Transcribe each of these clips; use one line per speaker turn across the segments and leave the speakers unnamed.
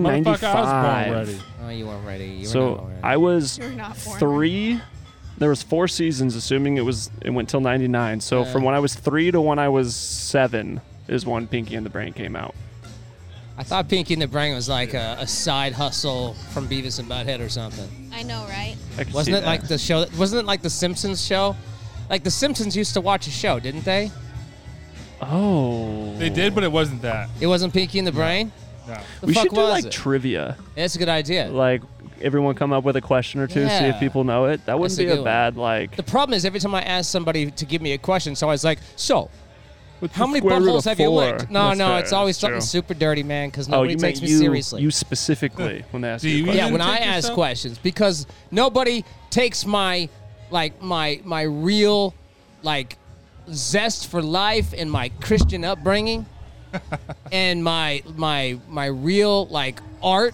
Motherfucker, I
1995.
was born ready.
Oh, you weren't ready. You were not
So
born ready.
I was
You're not born
three. There was four seasons, assuming it was it went till '99. So
Yeah.
from when I was three to when I was seven is when Pinky and the Brain came out.
I thought Pinky and the Brain was like a, a side hustle from Beavis and Butthead or something.
I know, right?
I could
Wasn't
see uh,
it like
that.
the show? Wasn't it like the Simpsons show? Like the Simpsons used to watch a show, didn't they?
oh
They did, but it wasn't that.
It wasn't Pinky and the Brain.
No.
The
we
fuck
should do
was
like
it?
trivia.
That's a good idea.
Like everyone come up with a question or two, see if
Yeah.
people know it. That
That's
wouldn't
a
be a
good one.
bad like.
the problem is every time I ask somebody to give me a question, so I was like, so.
What's
How
the
many
square root of
buttholes have you
four?
licked? No,
That's
no,
fair.
it's always
That's
something
true.
super dirty, man, because
Oh,
nobody
you
takes
meant
me
you,
seriously.
you specifically when they ask
Do
you a
you
question.
yeah,
didn't
when I
take
ask
yourself?
questions, because nobody takes my like my my real like zest for life and my Christian upbringing and my my my real like art.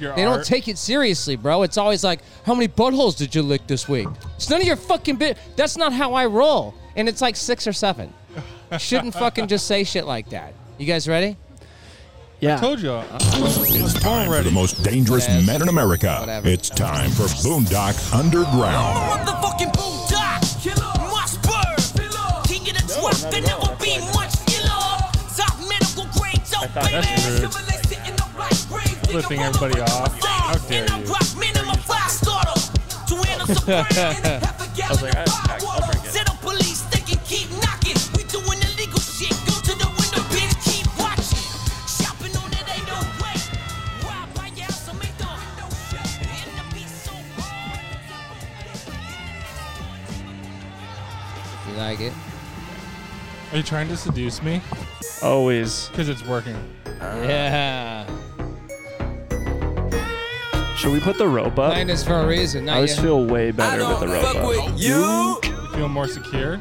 Your
They don't
art.
take it seriously, bro. It's always like, how many buttholes did you lick this week? It's none of your fucking bit. That's not how I roll. And it's like six or seven. Shouldn't fucking just say shit like that. You guys ready?
yeah.
Told you. I
It's
was born
time for the
ready.
most dangerous
Yes.
men in America.
Whatever.
It's time for Boondock Underground.
Motherfucking boondock, must burn. King of the drop, there never be much killer. Top medical grades, oh
thought that's rude.
baby. Chevrolet sitting upright, grave digger,
Flipping
roll
everybody
up with
off.
my
How
side.
dare
And I'm
you.
rock minimum five starter. Two handles of burn and a half a gallon
like, I- I-
of
I'll
firewater.
break it.
Set up police, they can keep knocking. We doing illegal shit, go to the window, bitch, keep watching. Shopping on it ain't no way. Rob my ass, I make the window shut. And the beat so
You like it?
Are you trying to seduce me?
Always.
Because it's working.
Yeah.
Should we put the rope up?
Mine is for a reason.
I
Not
always
yet.
feel way better with the rope up.
you.
You feel more secure?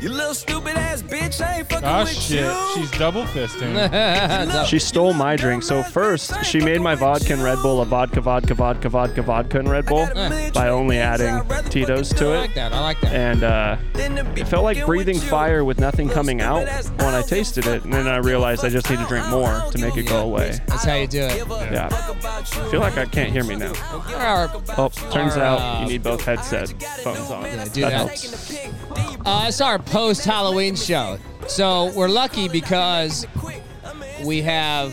You little stupid ass bitch, I ain't fucking
Ah,
with
shit.
you.
She's double fisting.
She stole my drink. So first, she made my vodka and Red Bull a vodka, vodka, vodka, vodka, vodka and Red Bull by only adding Tito's
I
to
like
it.
that. I like that.
And uh, it felt like breathing fire with nothing coming out when I tasted it. And then I realized I just need to drink more to make it go away.
That's how you do it.
Yeah. I feel like I can't hear me now.
Or-
Oh, turns out you need both headset phones on.
Yeah,
That
do that.
helps.
Uh, it's our post Halloween show. So we're lucky because we have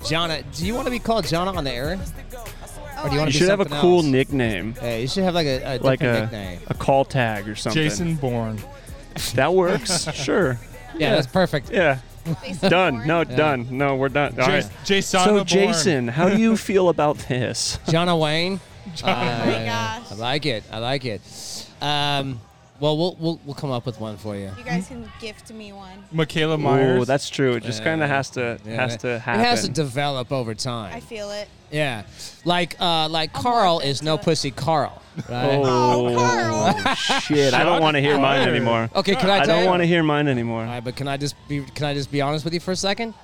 Jonna. Do you want to be called Jonna on the air?
Oh,
Or do you want
You
to
should have a
something
cool
else?
nickname.
Hey, you should have like a, a
Like
different
a,
nickname.
a call tag or something.
Jason Bourne.
That works. sure.
Yeah, that's perfect.
Yeah.
Based on
Done.
porn.
No, done. No, we're done. All right.
Jas- Jason
So,
Bourne.
Jason, how do you feel about this?
Jonna Wayne. Uh,
Oh my gosh.
I like it. I like it. Um, well, we'll we'll we'll come up with one for you.
You guys can gift me one.
Michaela Myers.
Oh, that's true. It just kind of has to has to happen.
It has to develop over time.
I feel it.
yeah, like uh, like Carl
not
is no
into it.
pussy Carl. Right?
Oh, Carl.
Oh, shit! I don't want to hear mine
Fired.
anymore.
Okay, can I?
I
tell
don't
you-
want to hear mine
All
anymore.
right, but can I just be can I just be honest with you for a second?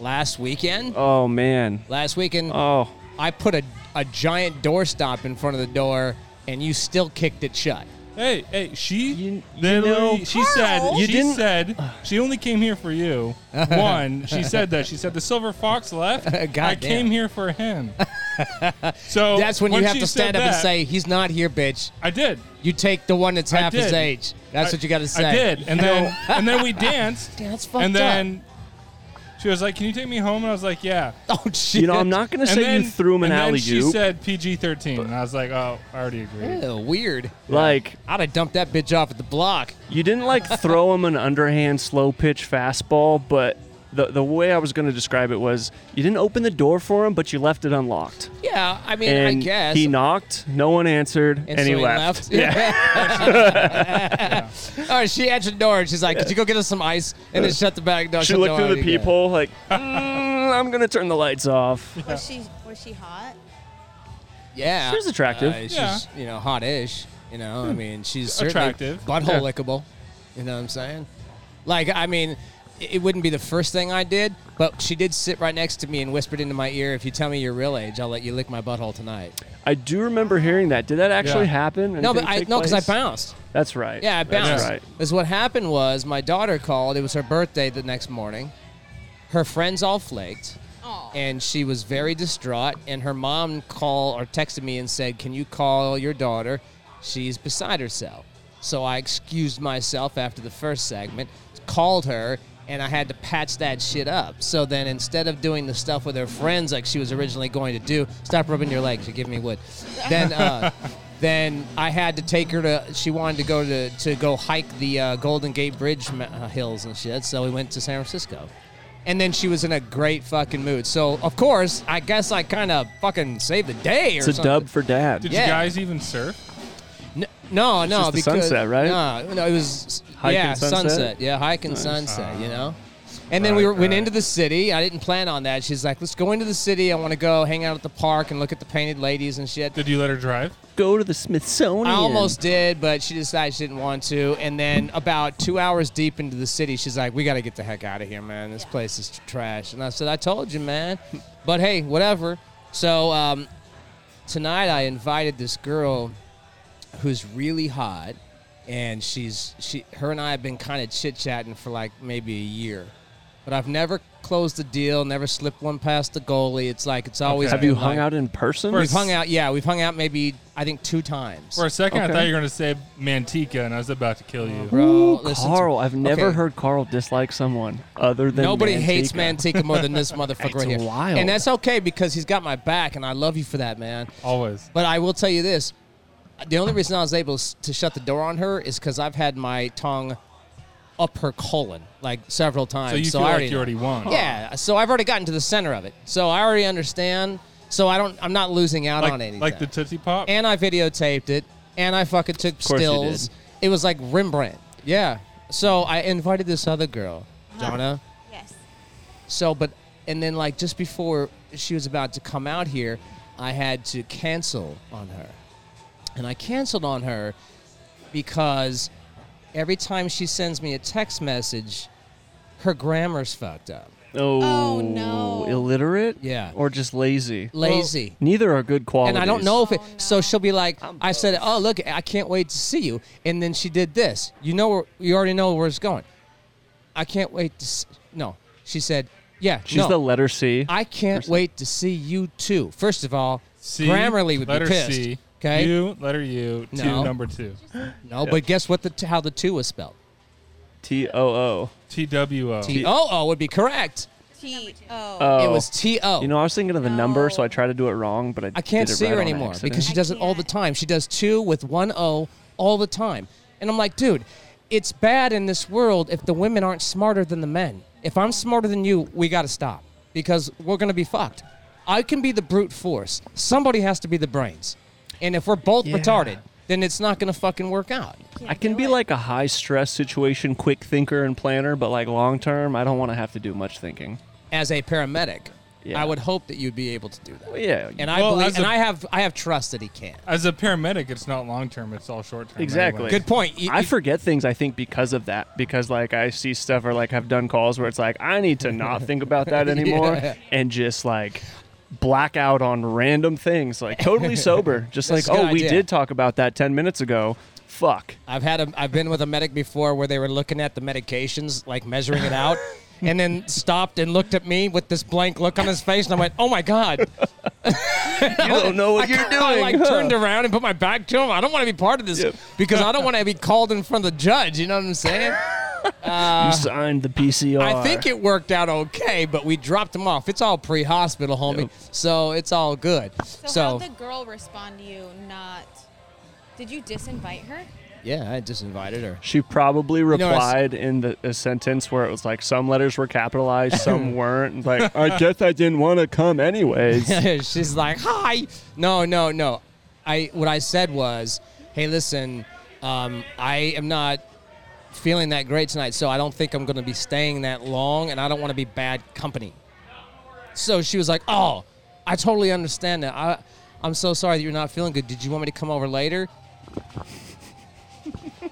Last weekend,
Oh man.
last weekend,
Oh,
I put a a giant doorstop in front of the door, and you still kicked it shut.
Hey, hey, she
You- you
literally,
know-
she said,
You
she
didn't-
said, she only came here for you. One, she said that. She said, the silver fox left.
God
I
damn.
came here for him. So
That's when you have
she
to
Oh, said
stand up and
that,
say, "He's not here, bitch."
I did.
You take the one that's
I
half his
did.
age. That's
I-
what you got to say.
I did. And then, and then we danced.
Damn, that's fucked
and
up.
then she was like, can you take me home? And I was like, yeah.
Oh shit!
you know I'm not gonna
And
say
then,
you threw him an
and then
alley
she
oop.
said PG-13. And I was like, oh, I already agreed.
Ew, weird.
Like
I'd have dumped that bitch off at the block.
you didn't like throw him an underhand slow pitch fastball, but the the way I was gonna describe it was you didn't open the door for him, but you left it unlocked.
Yeah, I mean, I
and
guess.
he knocked. No one answered, and,
so
he, left. Yeah.
All right, she answered the door and she's like, Could you go get us some ice? And then shut the back door.
She
shut
looked
door
through the
and he
peephole, like, "Mm, I'm gonna turn the lights off.
Was she was she hot?
goes. Yeah.
She was attractive.
Uh, she's,
Yeah.
you know, hot ish. You know, I mean, she's certainly
Attractive.
Butthole
Yeah.
lickable. You know what I'm saying? Like, I mean, it it wouldn't be the first thing I did, but she did sit right next to me and whispered into my ear, If you tell me your real age, I'll let you lick my butthole tonight.
I do remember hearing that. Did that actually
Yeah.
happen?
No, but
Anything
I,
take
no, because I
place?
bounced.
That's right.
Yeah, I bounced.
That's right.
Because what happened was my daughter called. It was her birthday the next morning. Her friends all flaked.
Aw.
and she was very distraught. And her mom called or texted me and said, "Can you call your daughter? She's beside herself." So I excused myself after the first segment, called her, and I had to patch that shit up. So then, instead of doing the stuff with her friends like she was originally going to do, stop rubbing your legs. You're giving me wood. Then. Uh, Then I had to take her to. She wanted to go to to go hike the uh, Golden Gate Bridge ma- uh, hills and shit. So we went to San Francisco, and then she was in a great fucking mood. So of course, I guess I kind of fucking saved the day or
It's a
something.
dub for dad.
Did
Yeah.
you guys even surf?
N- no, no,
just the
because
sunset, right?
No, no, it was
Hike
yeah,
and sunset? Ah.
Yeah, hike and sunset. You know. And then we
Right,
were, went
right.
into the city. I didn't plan on that. She's like, "Let's go into the city. I want to go hang out at the park and look at the painted ladies and shit."
Did you let her drive?
Go to the Smithsonian.
I almost did, but she decided she didn't want to. And then about two hours deep into the city, she's like, "We got to get the heck out of here, man. This place is trash." And I said, "I told you, man." But hey, whatever. So um, tonight, I invited this girl who's really hot, and she's she her and I have been kind of chit chatting for like maybe a year, but I've never closed the deal, never slipped one past the goalie. It's like it's always.
Have you
been
hung
like-
out in person?
We've hung out, yeah. We've hung out maybe I think two times.
For a second,
Okay.
I thought you were going to say Manteca, and I was about to kill you.
Bro, listen to-
Carl, I've never
Okay.
heard Carl dislike someone other than
Nobody
Manteca.
hates Manteca more than this motherfucker right
It's
here.
wild.
And that's okay because he's got my back, and I love you for that, man.
Always.
But I will tell you this: the only reason I was able s- to shut the door on her is because I've had my tongue up her colon like several times.
So you feel
I
like
already
you already won.
Yeah. So I've already gotten to the center of it. So I already understand. So I don't. I'm not losing out on
Like,
anything
like the Tootsie Pop?
and I videotaped it, and I fucking took
course you
stills.
did.
It was like Rembrandt. Yeah. So I invited this other girl, Donna.
Yes.
So, but and then like just before she was about to come out here, I had to cancel on her, and I canceled on her because every time she sends me a text message, her grammar's fucked up.
Oh,
Oh, no.
Illiterate?
Yeah.
Or just lazy?
Lazy.
Neither are good qualities.
and I don't know if it.
Oh, no.
So she'll be like, I said, oh look, I can't wait to see you. And then she did this. You know, where, you already know where it's going. I can't wait to. See, no, she said, yeah.
She's
no,
the letter C.
I can't wait to see you too. First of all,
C,
Grammarly would
letter
be pissed.
C,
okay.
U, letter U, two,
No.
number two.
No, but guess what? The t- how the two was spelled.
T O O.
T W O.
T O O would be correct.
T O.
Oh.
It was T O.
You know, I was thinking of the number, so
No.
I tried to do it wrong, but I,
I can't
did it
see
right
her
on
anymore
accident.
because she
I
does it all the
can't.
time. She does two with one O all the time. And I'm like, dude, it's bad in this world if the women aren't smarter than the men. If I'm smarter than you, we got to stop because we're going to be fucked. I can be the brute force. Somebody has to be the brains. And if we're both
Yeah.
retarded, then it's not going to fucking work out.
I can be like a high stress situation, quick thinker and planner, but like long term, I don't want to have to do much thinking.
As a paramedic,
Yeah.
I would hope that you'd be able to do that.
Yeah.
And I
Well,
believe,
as
and
a-
I have, I have trust that he can.
As a paramedic, it's not long term; it's all short term.
Exactly.
anyway.
Good point. You-
I
you-
forget things I think because of that because like I see stuff or like I've done calls where it's like I need to not think about that anymore and just like black out on random things like totally sober just like
That's a
oh
good
we
idea.
did talk about that 10 minutes ago fuck
I've had a, I've been with a medic before where they were looking at the medications, like measuring it out, and then stopped and looked at me with this blank look on his face, and I went, "Oh my god!"
you don't know what you're doing
I like
huh?
turned around and put my back to him. I don't want to be part of this
Yep.
because I don't want to be called in front of the judge. You know what I'm saying?
you signed the PCR
Uh, I think it worked out okay, but we dropped him off. It's all pre-hospital, homie,
Yep.
so it's all good.
So,
So,
how'd the girl respond to you? Not. Did you disinvite her?
yeah, I just invited her.
she probably
know, I s-
replied in the a sentence where it was like some letters were capitalized some weren't and like I guess I didn't want to come anyways
She's like, "Hi." No, no, no. I what I said was, "Hey, listen, um, I am not feeling that great tonight, so I don't think I'm going to be staying that long, and I don't want to be bad company." So she was like, "Oh, I totally understand that. I, I'm so sorry that you're not feeling good. Did you want me to come over later?"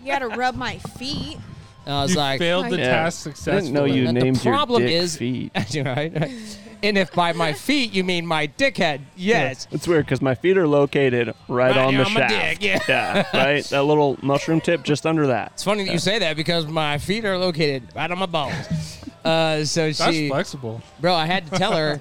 You had to rub my feet.
And I was
You
like,
failed the
Yeah.
task
I didn't know
successfully.
you
But the
named
problem
your dick
is-
feet.
Right, right. And if by my feet you mean my dickhead, yes.
It's weird because my feet are located right,
Right
on the
on my
shaft.
dick, yeah.
right. That little mushroom tip just under that.
It's funny that you say that because my feet are located right on my bones. Uh, so
That's
she,
flexible.
bro, I had to tell her.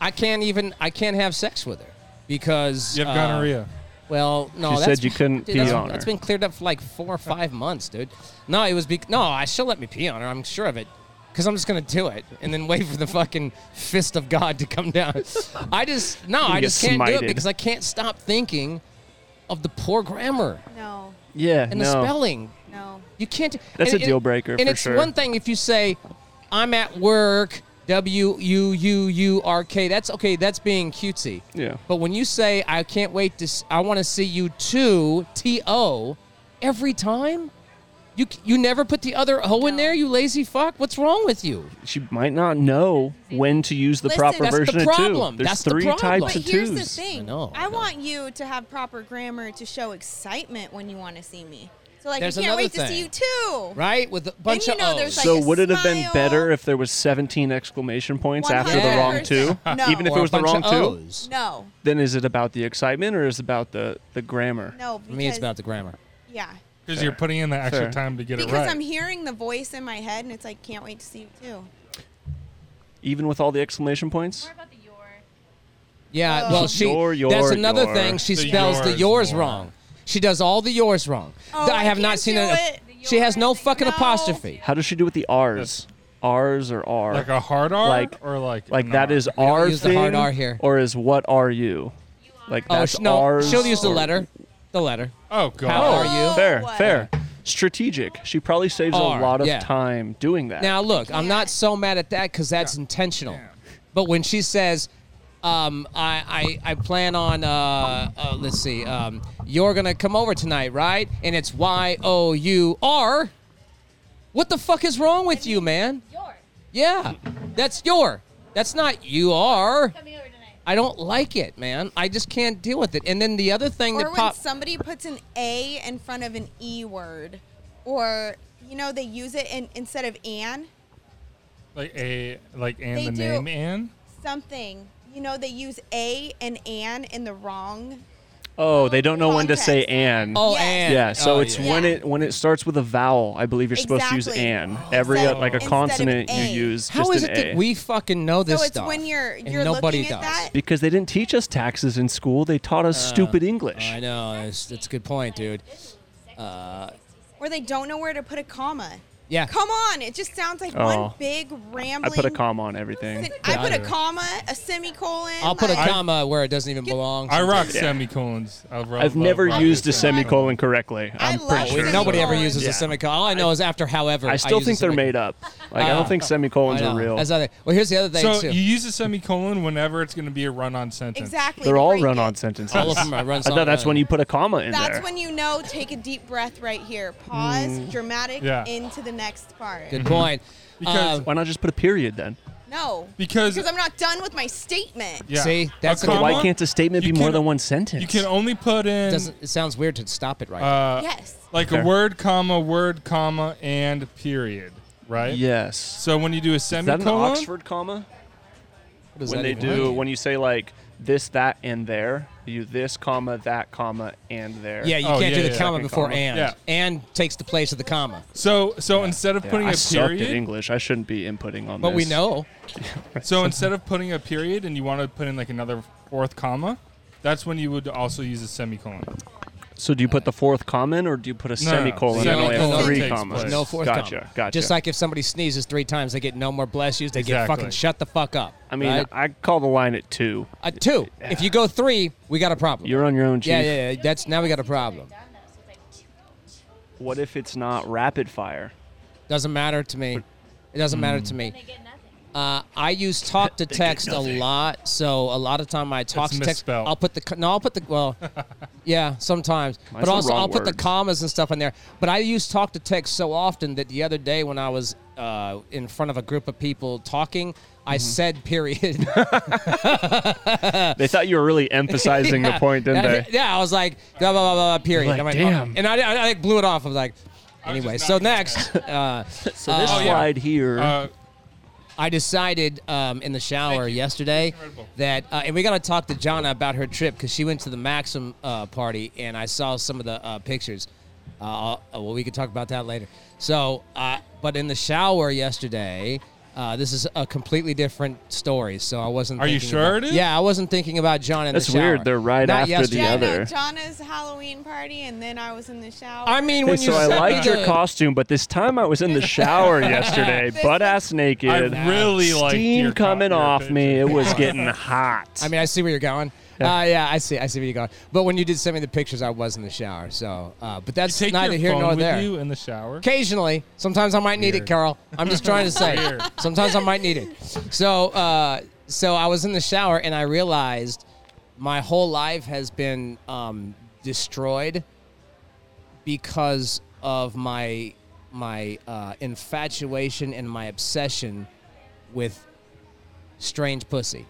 I can't even I can't have sex with her because
You have
uh,
gonorrhea.
Well, no,
She
that's-
said you couldn't
dude,
pee
that's,
on her.
That's been cleared up for like four or five months, dude. No, it was bec no. I she'll let me pee on her. I'm sure of it, because I'm just gonna do it and then wait for the fucking fist of God to come down. I just no, I
get
just can't do it
smited.
because I can't stop thinking of the poor grammar
No,
Yeah,
and
no.
the spelling.
no.
You can't.
That's
and
a
it-
deal breaker
And
for
it's
sure.
one thing if you say, "I'm at work." W U U U R K. That's okay. That's being cutesy.
Yeah.
But when you say, "I can't wait to," s- I want to see you too. T O. Every time, you c- you never put the other O in
No.
there. You lazy fuck. What's wrong with you?
She might not know when to use the
Listen,
proper
that's
the
version of
problem.
two. There's
That's the
three
problem.
types
But
of
here's the
twos.
thing.
I know, I know.
want you to have proper grammar to show excitement when you want to see me. So like,
There's
I can't
another
wait to
thing.
see you too.
Right? With a bunch
you
of
know
O's.
there's, like,
So
a
would it have been
smile.
better if there was 17 exclamation points after the wrong two?
100%. No.
Even if
Or
it
a
was the
bunch
wrong
of
two?
O's.
No,
Then is it about the excitement or is it about the, the grammar?
no.
For
Because,
me, it's about the grammar.
yeah.
Because you're putting in the extra
Fair.
time to get
Because
it right.
I'm hearing the voice in my head, and it's like, can't wait to see you too.
Even with all the exclamation points?
More about the your.
Yeah,
Uh,
well, she.
Your, your,
that's another
your.
thing. She
The
spells the
yours
yours
more.
wrong. She does all the yours wrong.
Oh,
Th-
I
have not
can't
seen
do
a-
it.
She has no fucking
No.
apostrophe.
How does she do with the R's? R's or R?
like a hard R,
Like-
or like
Like
an
that
R?
is R
use the hard
thing,
R here.
Or is what are you? Like
Oh
that's
sh- no,
R's
she'll use the
or-
letter. The letter.
Oh god.
How are you?
Fair,
Oh.
fair. Strategic. She probably saves
R,
a lot of
yeah.
time doing that.
Now look, I'm not so mad at that because that's intentional. But when she says, um, I, I I plan on uh, uh let's see, um, you're gonna come over tonight, right? And it's Y O U R. What the fuck is wrong with you, man?
Your.
Yeah, that's your. That's not you are.
Coming over tonight.
I don't like it, man. I just can't deal with it. And then the other thing
Or
that
when
pop.
somebody puts an A in front of an E word, or you know they use it in, instead of an
Like a like and
They
the
do.
name and
something. You know they use a and an in the wrong.
oh, they don't know when to say
Context.
and.
oh,
Yes.
and
Yeah, so
oh,
it's
yeah.
when it when it starts with a vowel. I believe you're supposed to use
Exactly.
an. Every
So
uh, like a
instead of
consonant you
a.
use.
How
just
is
an
it that
a.
we fucking know this
so it's
stuff?
when you're
and
you're
nobody
looking
does.
at that.
Because they didn't teach us taxes in school. They taught us stupid English.
Uh, Oh, I know. It's, that's a good point, dude.
Or they don't know where to put a comma.
Yeah.
Come on, it just sounds like
Oh.
one big
I
rambling.
put a comma on everything.
I put a comma, a semicolon.
I'll put a
like-
comma where it doesn't even belong.
I rock
Yeah.
semicolons. I love-
I've never
love
used a
this.
semicolon correctly.
I
I'm
love
pretty sure.
semicolons.
Nobody ever uses
Yeah.
a semicolon. All I know is after however.
I still
use a
think they're
semicolon.
made up. Like I
Ah.
don't think semicolons
I know.
are real.
That's other. Well, here's the other thing
So
too.
you use a semicolon whenever it's going to be a run-on sentence.
Exactly.
They're
to
all
break
run
it.
on sentences.
All of them are run
I thought that's
on-
when you put a comma in
That's
there.
when you know. Take a deep breath right here. Pause. Dramatic.
Mm. Yeah.
Into the next part.
Good point.
Mm-hmm.
Because-
Uh,
Why not just put a period then?
No.
Because-
I'm not done with my statement.
Yeah.
See, that's
a
a-
comma,
Why can't a statement
you
be more
can-
than one sentence?
You can only put in
doesn't it sounds weird to stop it right?
uh,
Yes.
like
Fair.
a word, comma, word, comma, and period, right?
Yes.
So when you do a
Is that an
semicolon,
Oxford comma?
What does
when
that
they
even
do
mean?
when you say like this that and there you this comma that comma and there
Yeah, you
Oh,
can't
yeah,
do the
yeah,
comma
yeah.
before
Second
and.
comma.
And takes the place of the comma.
so so instead of
Yeah,
putting
I
a
sucked at
period,
english i shouldn't be inputting on
But we
this.
know.
so instead of putting a period and you want to put in like another fourth comma, that's when you would also use a semicolon.
so do you put the fourth comma in or do you put a
No, no, no.
semicolon and
Semicolon
only have three
takes
commas
place.
No fourth
gotcha
comma.
gotcha
Just like if somebody sneezes three times, they get no more bless yous. They
Exactly.
get fucking shut the fuck up.
i mean
right?
i call the line at two
a two. If you go three, we got a problem.
you're on your own chief
yeah, yeah, yeah. That's now we got a problem.
what if it's not rapid fire
Doesn't matter to me. It doesn't matter to me. Uh, I use talk to text a lot, so a lot of time I talk
It's
to text.
misspelled.
I'll put the co- no, I'll put the well, yeah, sometimes,
Mine's
but
the
also
wrong
I'll put the
words.
commas and stuff in there. But I use talk to text so often that the other day when I was uh, in front of a group of people talking, I
Mm-hmm.
said period.
they thought you were really emphasizing the point didn't
Yeah,
they
Yeah, I was like, blah, blah, blah, blah, blah, period.
Like,
I'm like,
damn.
oh. And I, I, I blew it off. I was like, anyway,
just
so
not-
next, uh,
so this
Oh, yeah.
slide here
Uh,
I decided um, in the shower yesterday
Red Bull.
that, uh, and we got to talk to Jonna about her trip because she went to the Maxim uh, party and I saw some of the uh, pictures. Uh, I'll- well, we could talk about that later. So, uh, but in the shower yesterday, Uh, this is a completely different story, so I wasn't.
Are you
thinking
sure
about-
it is?
Yeah, I wasn't thinking about John in
That's
the shower.
weird. They're right
Not
after the
yesterday.
Yeah,
other.
no, Donna's Halloween party, and then I was in the shower.
I mean,
Okay,
when you
so I
sent
liked
me
your
the-
costume, but this time I was in the shower yesterday, butt ass naked.
I really like
steam
your
coming
co- your
off
picture.
me. It was getting hot.
I mean, I see where you're going. Yeah. Uh, yeah, I see. I see where you're going. But when you did send me the pictures, I was in the shower. So, uh, but that's
Take
neither
your
here
phone
nor
with
there.
you in the shower.
Occasionally, sometimes I might need
Weird.
it, Carl. I'm just trying to say.
Weird.
Sometimes I might need it. So, uh, so I was in the shower and I realized my whole life has been um, destroyed because of my my uh, infatuation and my obsession with strange pussy.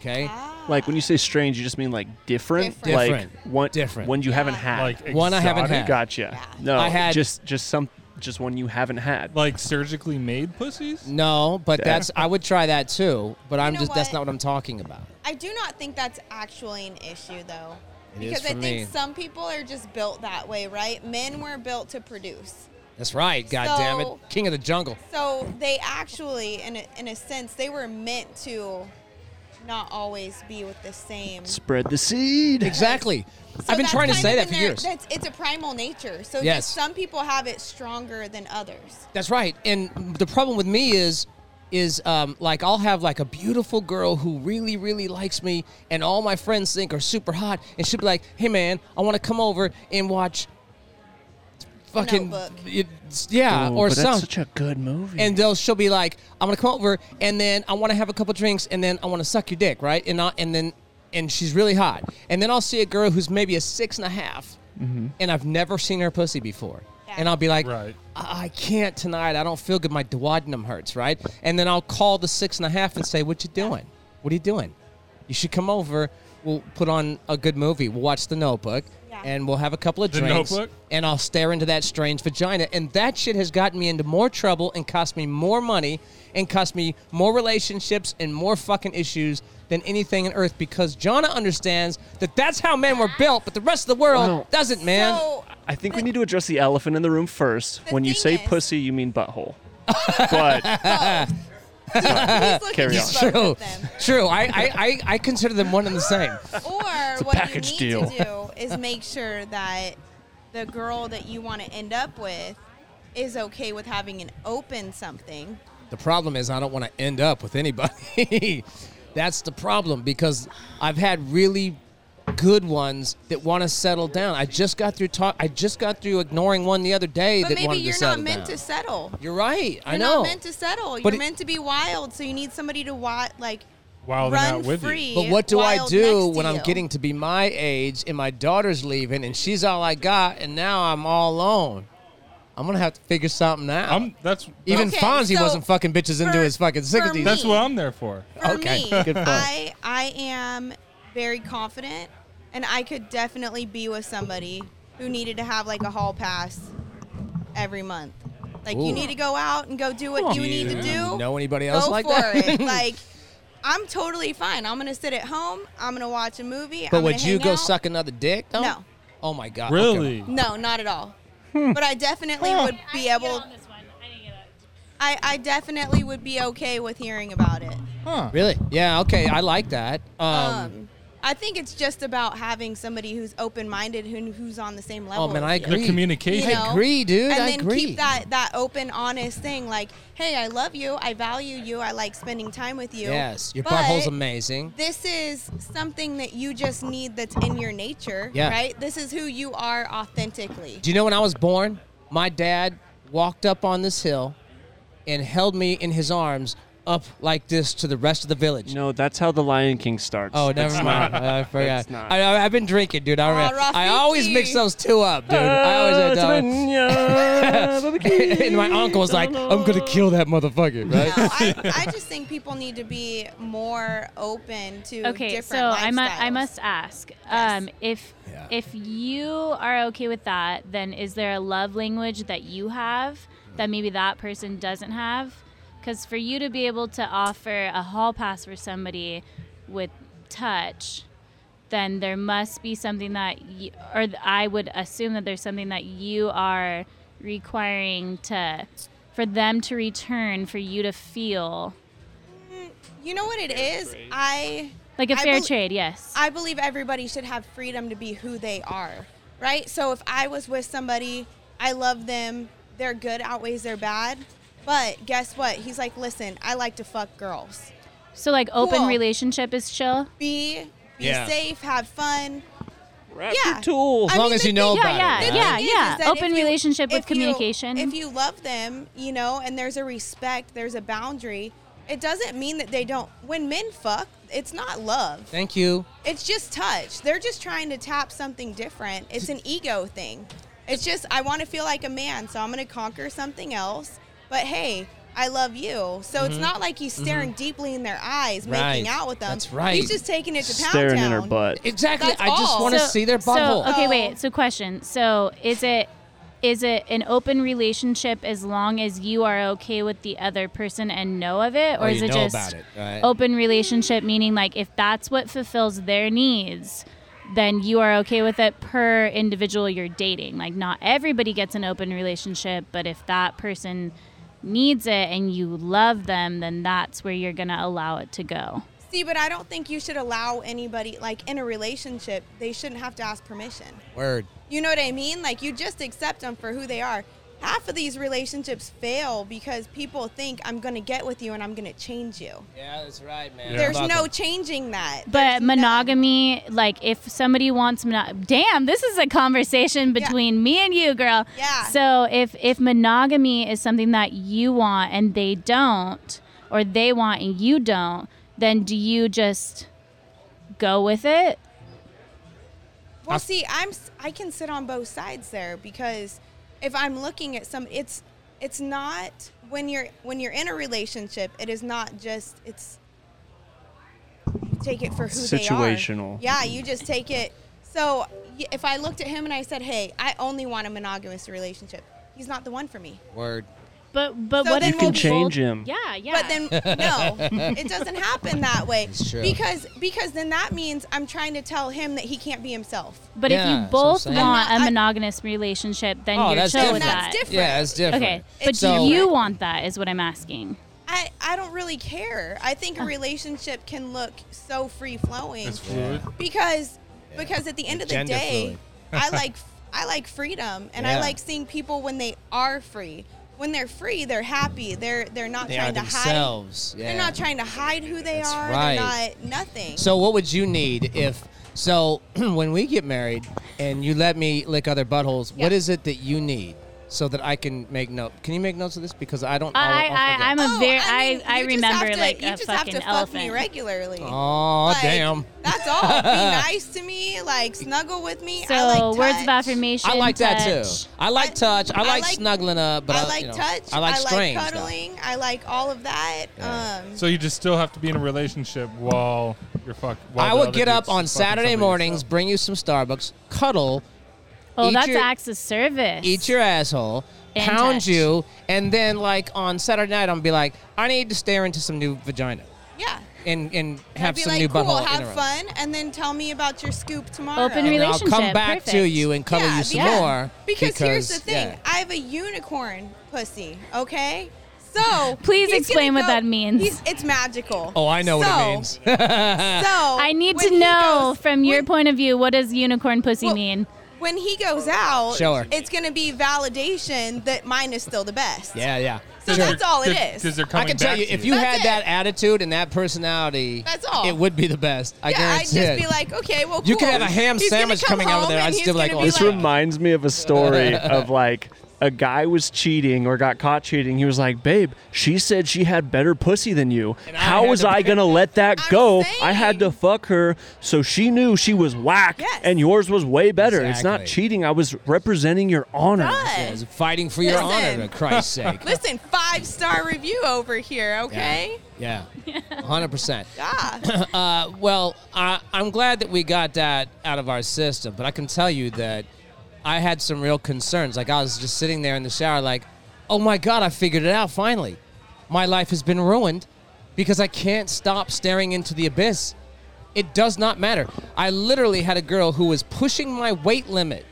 Okay.
like when you say strange, you just mean like different,
Different.
like
Different.
one
Different.
one you haven't had.
Like
One I haven't
exotic,
had.
gotcha. No,
I had-
just just some just one you haven't had.
Like surgically made pussies.
No, but
Yeah.
that's I would try that too. But I'm
know
just that's
what?
not what I'm talking about.
I do not think that's actually an issue, though.
It is
because I
for
think
me.
some people are just built that way, right? Men were built to produce.
That's right. God damn it,
So-
king of the jungle.
So they actually, in a, in a sense, they were meant to not always be with the same.
Spread the seed.
Exactly.
So
I've been
that's
trying to
kind
say
of
that
in
for
their-
years.
That's, it's a primal nature. So
Yes.
just some people have it stronger than others.
That's right. And the problem with me is is um, like I'll have like a beautiful girl who really really likes me and all my friends think are super hot and she'll be like, "Hey man, I want to come over and watch fucking
Notebook.
it- yeah
Oh,
or
but
some
that's such a good movie.
and they'll she'll be like, "I'm gonna come over, and then I want to have a couple drinks, and then I want to suck your dick, right?" And I, and then and she's really hot, and then I'll see a girl who's maybe a six and a half, and I've never seen her pussy before,
Yeah.
and I'll be like,
Mm-hmm. Right.
I-, "I can't tonight. I don't feel good. My duodenum hurts, right?" And then I'll call the six and a half and say, "What you doing? What are you doing? You should come over. We'll put on a good movie. We'll watch The Notebook."
Yeah.
And we'll have a couple of
The
drinks,
Notebook?
and I'll stare into that strange vagina. And that shit has gotten me into more trouble and cost me more money and cost me more relationships and more fucking issues than anything on earth because Jonna understands that that's how men were built, but the rest of the world
Wow.
doesn't, man.
So
I think we need to address the elephant in the room first.
The
When you say
thing is-
pussy, you mean butthole. but
please look
Carry
at
on.
these photos
True,
of them.
true. I, I, I, I consider them one and the same.
Or what you
package
need
deal.
to do is make sure that the girl that you want to end up with is okay with having an open something.
The problem is I don't want to end up with anybody. That's the problem because I've had really good ones that want to settle down. I just got through talk. I just got through ignoring one the other day
But
that
maybe
wanted
you're
to
not
settle
meant
down.
to settle. You're
You're right. I know.
not meant to settle.
But
you're
it-
meant to be wild. So you need somebody to wa- like
While they're
run
not with you.
free.
but what do I
wild
do
next to
when I'm
you.
getting to be my age and my daughter's leaving and she's all I got and now I'm all alone? I'm gonna have to figure something out.
I'm that's
Even
Okay,
Fonzie
so
wasn't fucking bitches into
for-
his fucking
for
sixties.
that's what I'm there for.
For
Okay,
me,
good point.
I I am very confident, and I could definitely be with somebody who needed to have like a hall pass every month. Like
Ooh.
you need to go out and go do what you need to
you
do.
know anybody else
go
like
for
that?
it. Like I'm totally fine. I'm gonna sit at home. I'm gonna watch a movie.
But
I'm
would
gonna
you
hang
go
out.
suck another dick though?
No.
Oh my god. okay.
Really?
No, not at all.
Hmm.
But I definitely would be
I didn't get
able.
on this one. I didn't get it.
I, I definitely would be okay with hearing about it.
Huh.
Really? Yeah. Okay. I like that. Um,
Um, I think it's just about having somebody who's open-minded and who's on the same level.
oh man,
as
I
you.
agree.
The communication.
You know?
agree, dude.
And
I
then
agree.
keep that that open, honest thing. Like, hey, I love you. I value you. I like spending time with you.
Yes, your
but
butthole's amazing.
This is something that you just need that's in your nature,
Yeah.
right? This is who you are authentically.
Do you know when I was born, my dad walked up on this hill and held me in his arms up like this to the rest of the village.
no, that's how the Lion King starts.
Oh, never
That's
mind.
not-
I forgot.
that's not.
I, I, have been drinking, dude. I, remember. I always mix
Rafiki.
those two up, dude. I
Oh,
always have done. and my uncle was like, "I'm gonna kill that motherfucker," right?
No, I, I just think people need to be more open to
Okay,
different
so I, mu- I
lifestyles.
must ask um, if
Yeah.
if you are okay with that, then is there a love language that you have that maybe that person doesn't have? Because for you to be able to offer a hall pass for somebody with touch, then there must be something that, you, or th- I would assume that there's something that you are requiring to for them to return for you to feel
You know what it is? I
like a
I
fair
bel-
trade. Yes.
I believe everybody should have freedom to be who they are, right? So if I was with somebody, I love them, their good outweighs their bad. But guess what? He's like, listen, I like to fuck girls.
so like open
Cool.
relationship is chill.
Be be
Yeah.
safe, have fun.
Wrap
Yeah.
your tool.
I
As long
mean,
as
the
you know
thing-
Yeah,
about it.
yeah,
right?
yeah,
thing is,
yeah.
is that
Open
if you-
relationship with
if you-
communication.
if you love them, you know, and there's a respect, there's a boundary. It doesn't mean that they don't. When men fuck, it's not love.
Thank you.
It's just touch. They're just trying to tap something different. It's an ego thing. It's just I want to feel like a man, so I'm going to conquer something else. But hey, I love you. So it's not like he's staring deeply in their eyes,
Mm-hmm. Right.
making out with them.
That's right.
He's just taking it to pound
Staring in her
town.
butt.
Exactly.
That's
I just
all.
want to
So-
see their butthole.
So, okay, wait.
Oh.
So, question. So, is it is it an open relationship as long as you are okay with the other person and know of it, or,
Or
is
Oh, you
it
know
just
about it, right?
open relationship meaning like if that's what fulfills their needs? Then you are okay with it per individual you're dating. Like, not everybody gets an open relationship, but if that person needs it and you love them, then that's where you're gonna allow it to go.
See, but I don't think you should allow anybody like in a relationship, they shouldn't have to ask permission.
Word.
You know what I mean? Like you just accept them for who they are. Half of these relationships fail because people think I'm going to get with you and I'm going to change you.
Yeah, that's right, man.
There's no changing that. There's
But
none.
monogamy, like if somebody wants monog, damn, this is a conversation between me and you, girl.
Yeah.
So if if monogamy is something that you want and they don't, or they want and you don't, then do you just go with it?
Well, see, I'm s- I can sit on both sides there because if I'm looking at some, it's it's not when you're when you're in a relationship, it is not just it's take it for who
Situational.
They are. Yeah, you just take it. So y- if I looked at him and I said, "Hey, I only want a monogamous relationship," he's not the one for me.
Word.
But but
So
what
then
if
You can
both-
change him.
Yeah, yeah.
But then no, it doesn't happen that way.
It's true.
Because because then that means I'm trying to tell him that he can't be himself.
but
Yeah,
if
that's
you
what I'm
both
saying.
want
I'm
a
not- I-
monogamous relationship, then
Oh,
you're
that's
chill
different.
with that.
That's different.
Yeah, it's different.
Okay, but
So-
do you want that? Is what I'm asking.
I, I don't really care. I think a relationship can look so free flowing
It's fluid.
because because at the end of the
Gender
day,
fluid.
I like I like freedom and I
Yeah.
like seeing people when they are free. When they're free, they're happy. They're they're not
They are
trying to hide.
themselves. Yeah.
They're not trying to hide who they
That's
are.
right.
They're not nothing.
So what would you need if so when we get married and you let me lick other buttholes, what
Yeah.
is it that you need so that I can make note? Can you make notes of this because I don't
I,
I'll-
I,
I'll
I'm
forget.
a very
Oh, mean,
I, I
you just
remember
have to-
like
you
a
just have
fucking
to fuck
elephant.
me regularly.
Oh
Like,
damn.
That's all. Be nice to me. Like snuggle with me.
So
I like
words of
touch.
affirmation.
I like that
touch.
too. I like touch. I
I
like
like-
snuggling up, but
I
uh,
like
you know,
touch.
I like strange. stuff.
cuddling. I like all of that.
Yeah.
Um,
So you just still have to be in a relationship while you're fuck. while
I
the
will
other
get up
dude's
on
fucking
Saturday
somebody
mornings,
else.
bring you some Starbucks, cuddle,
Oh,
Eat
that's
your-
acts of service.
eat your asshole,
And
pound
touch.
you, and then like on Saturday night I'm be like, I need to stare into some new vagina
yeah.
and and have
I'd be
some
like,
new
cool,
butthole.
have
interrupt."
fun, and then tell me about your scoop tomorrow.
Open
And I'll come
Relationship,
back to
perfect.
you and cuddle
Yeah,
you some
yeah.
more.
Because, here's the
because-
thing.
yeah.
I have a unicorn pussy, okay? So
Please
he's
explain
gonna
what
go-
that means.
he's- It's magical.
Oh, I know what
So-
it means.
So
I need
when
to
he
know
goes-
from your
when-
point of view what does unicorn pussy
Well-
mean?
When he goes out,
Show her.
it's gonna be validation that mine is still the best.
yeah, yeah.
So
Sure.
that's all it
Cause-
is.
Cause they're
I
coming
can tell
back
you,
to
if you
That's
had
it.
that attitude and that personality,
That's all.
It would be the best. I
yeah, I'd
guarantee
just
it.
be like, okay, well,
You could
cool.
have a ham
He's gonna
sandwich
come
coming out of
home
there. I'd
and
still
he's
be like,
gonna
oh,
This reminds me of a story of like a guy was cheating or got caught cheating. He was like, "Babe, she said she had better pussy than you.
I
How
had
was
to
I
pick-
gonna let that
I'm
go? I
saying-
had to fuck her, so she knew she was whack,
Yes.
and yours was way better. It's not
Exactly.
cheating. I was representing your honor.
Bruh.
Yes, fighting for your honor,
Listen.
for Christ's sake.
Listen, five star review over here, okay?
Yeah, hundred percent.
Yeah.
Uh, well, I, I'm glad that we got that out of our system, but I can tell you that I had some real concerns. Like I was just sitting there in the shower, like, oh my god, I figured it out finally. My life has been ruined because I can't stop staring into the abyss. It does not matter. I literally had a girl who was pushing my weight limit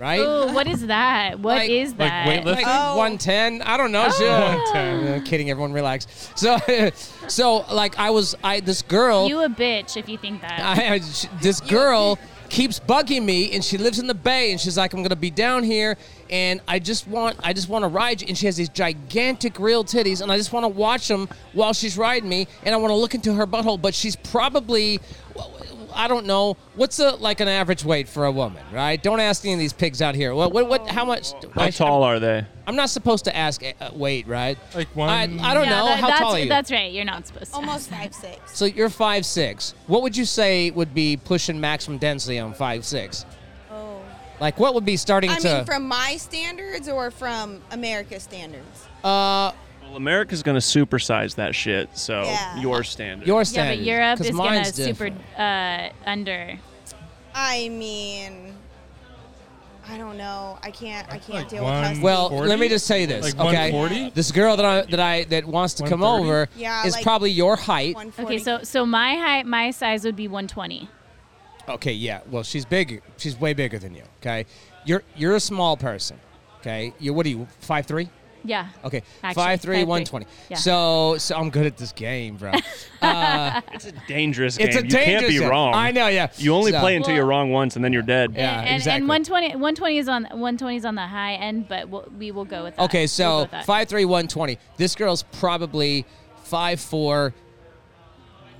right?
Ooh, what is that? What
Like-
is
Like
that?
weightlifting?
Like
Oh.
110. I don't know. She-
Oh.
Uh, kidding. Everyone relax. So, so like I was, I this girl.
you a bitch if you think that.
I, I- sh this girl keeps bugging me, and she lives in the Bay, and she's like, "I'm gonna be down here, and I just want, I just want to ride you." And she has these gigantic real titties, and I just want to watch them while she's riding me, and I want to look into her butthole. But she's probably, I don't know, what's a like an average weight for a woman, right? Don't ask any of these pigs out here. What, what, what how much?
How tall are they?
I'm not supposed to ask uh, weight, right?
Like
I,
one-
I don't
yeah,
know
that-
how
that's,
tall are you.
that's right. You're not supposed to.
Almost
ask that.
five six.
So you're five six. What would you say would be pushing maximum density on five six?
Oh.
Like what would be starting
I
to?
mean, from my standards or from America's standards?
Uh,
Well, America's gonna supersize that shit. So
Yeah.
your standard.
your
Yeah, but
standards.
Europe
'cause
is gonna
mine's
super
different.
uh, under.
I mean, I don't know. I can't. I can't
Like
deal
one-
with husbands.
Well,
40?
let me just tell you this.
Like
okay,
140?
this girl that I that I that wants to come
130?
over
Yeah,
is
like-
probably your height.
140.
Okay, so so my height, my size would be 120.
Okay, yeah. Well, she's big. She's way bigger than you. Okay, you're you're a small person. Okay, you what are you five three?
Yeah.
Okay,
Actually,
five three,
5'3".
one twenty.
Yeah.
So so I'm good at this game, bro.
It's a dangerous game.
it's a
you
dangerous.
can't be
game.
wrong.
I know. Yeah.
You only
So-
play until you're wrong once, and then you're dead.
Yeah,
and, and-
exactly.
and 120, 120 is on 120 is on the high end, but we'll, we will go with that.
Okay,
We'll go
so
with that.
five three one twenty. This girl's probably five four,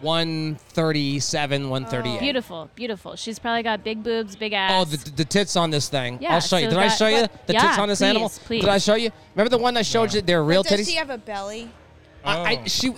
one thirty seven, one thirty eight.
Oh, Beautiful, beautiful. She's probably got big boobs, big ass.
Oh, the, the tits on this thing.
Yeah,
I'll show you.
so
Did I
that-
show you
but-
the tits
yeah,
on this
please,
animal?
please.
Did I show you? Remember the one I showed you? They're real
But does
titties.
she have a belly?
I,
Oh.
I, she,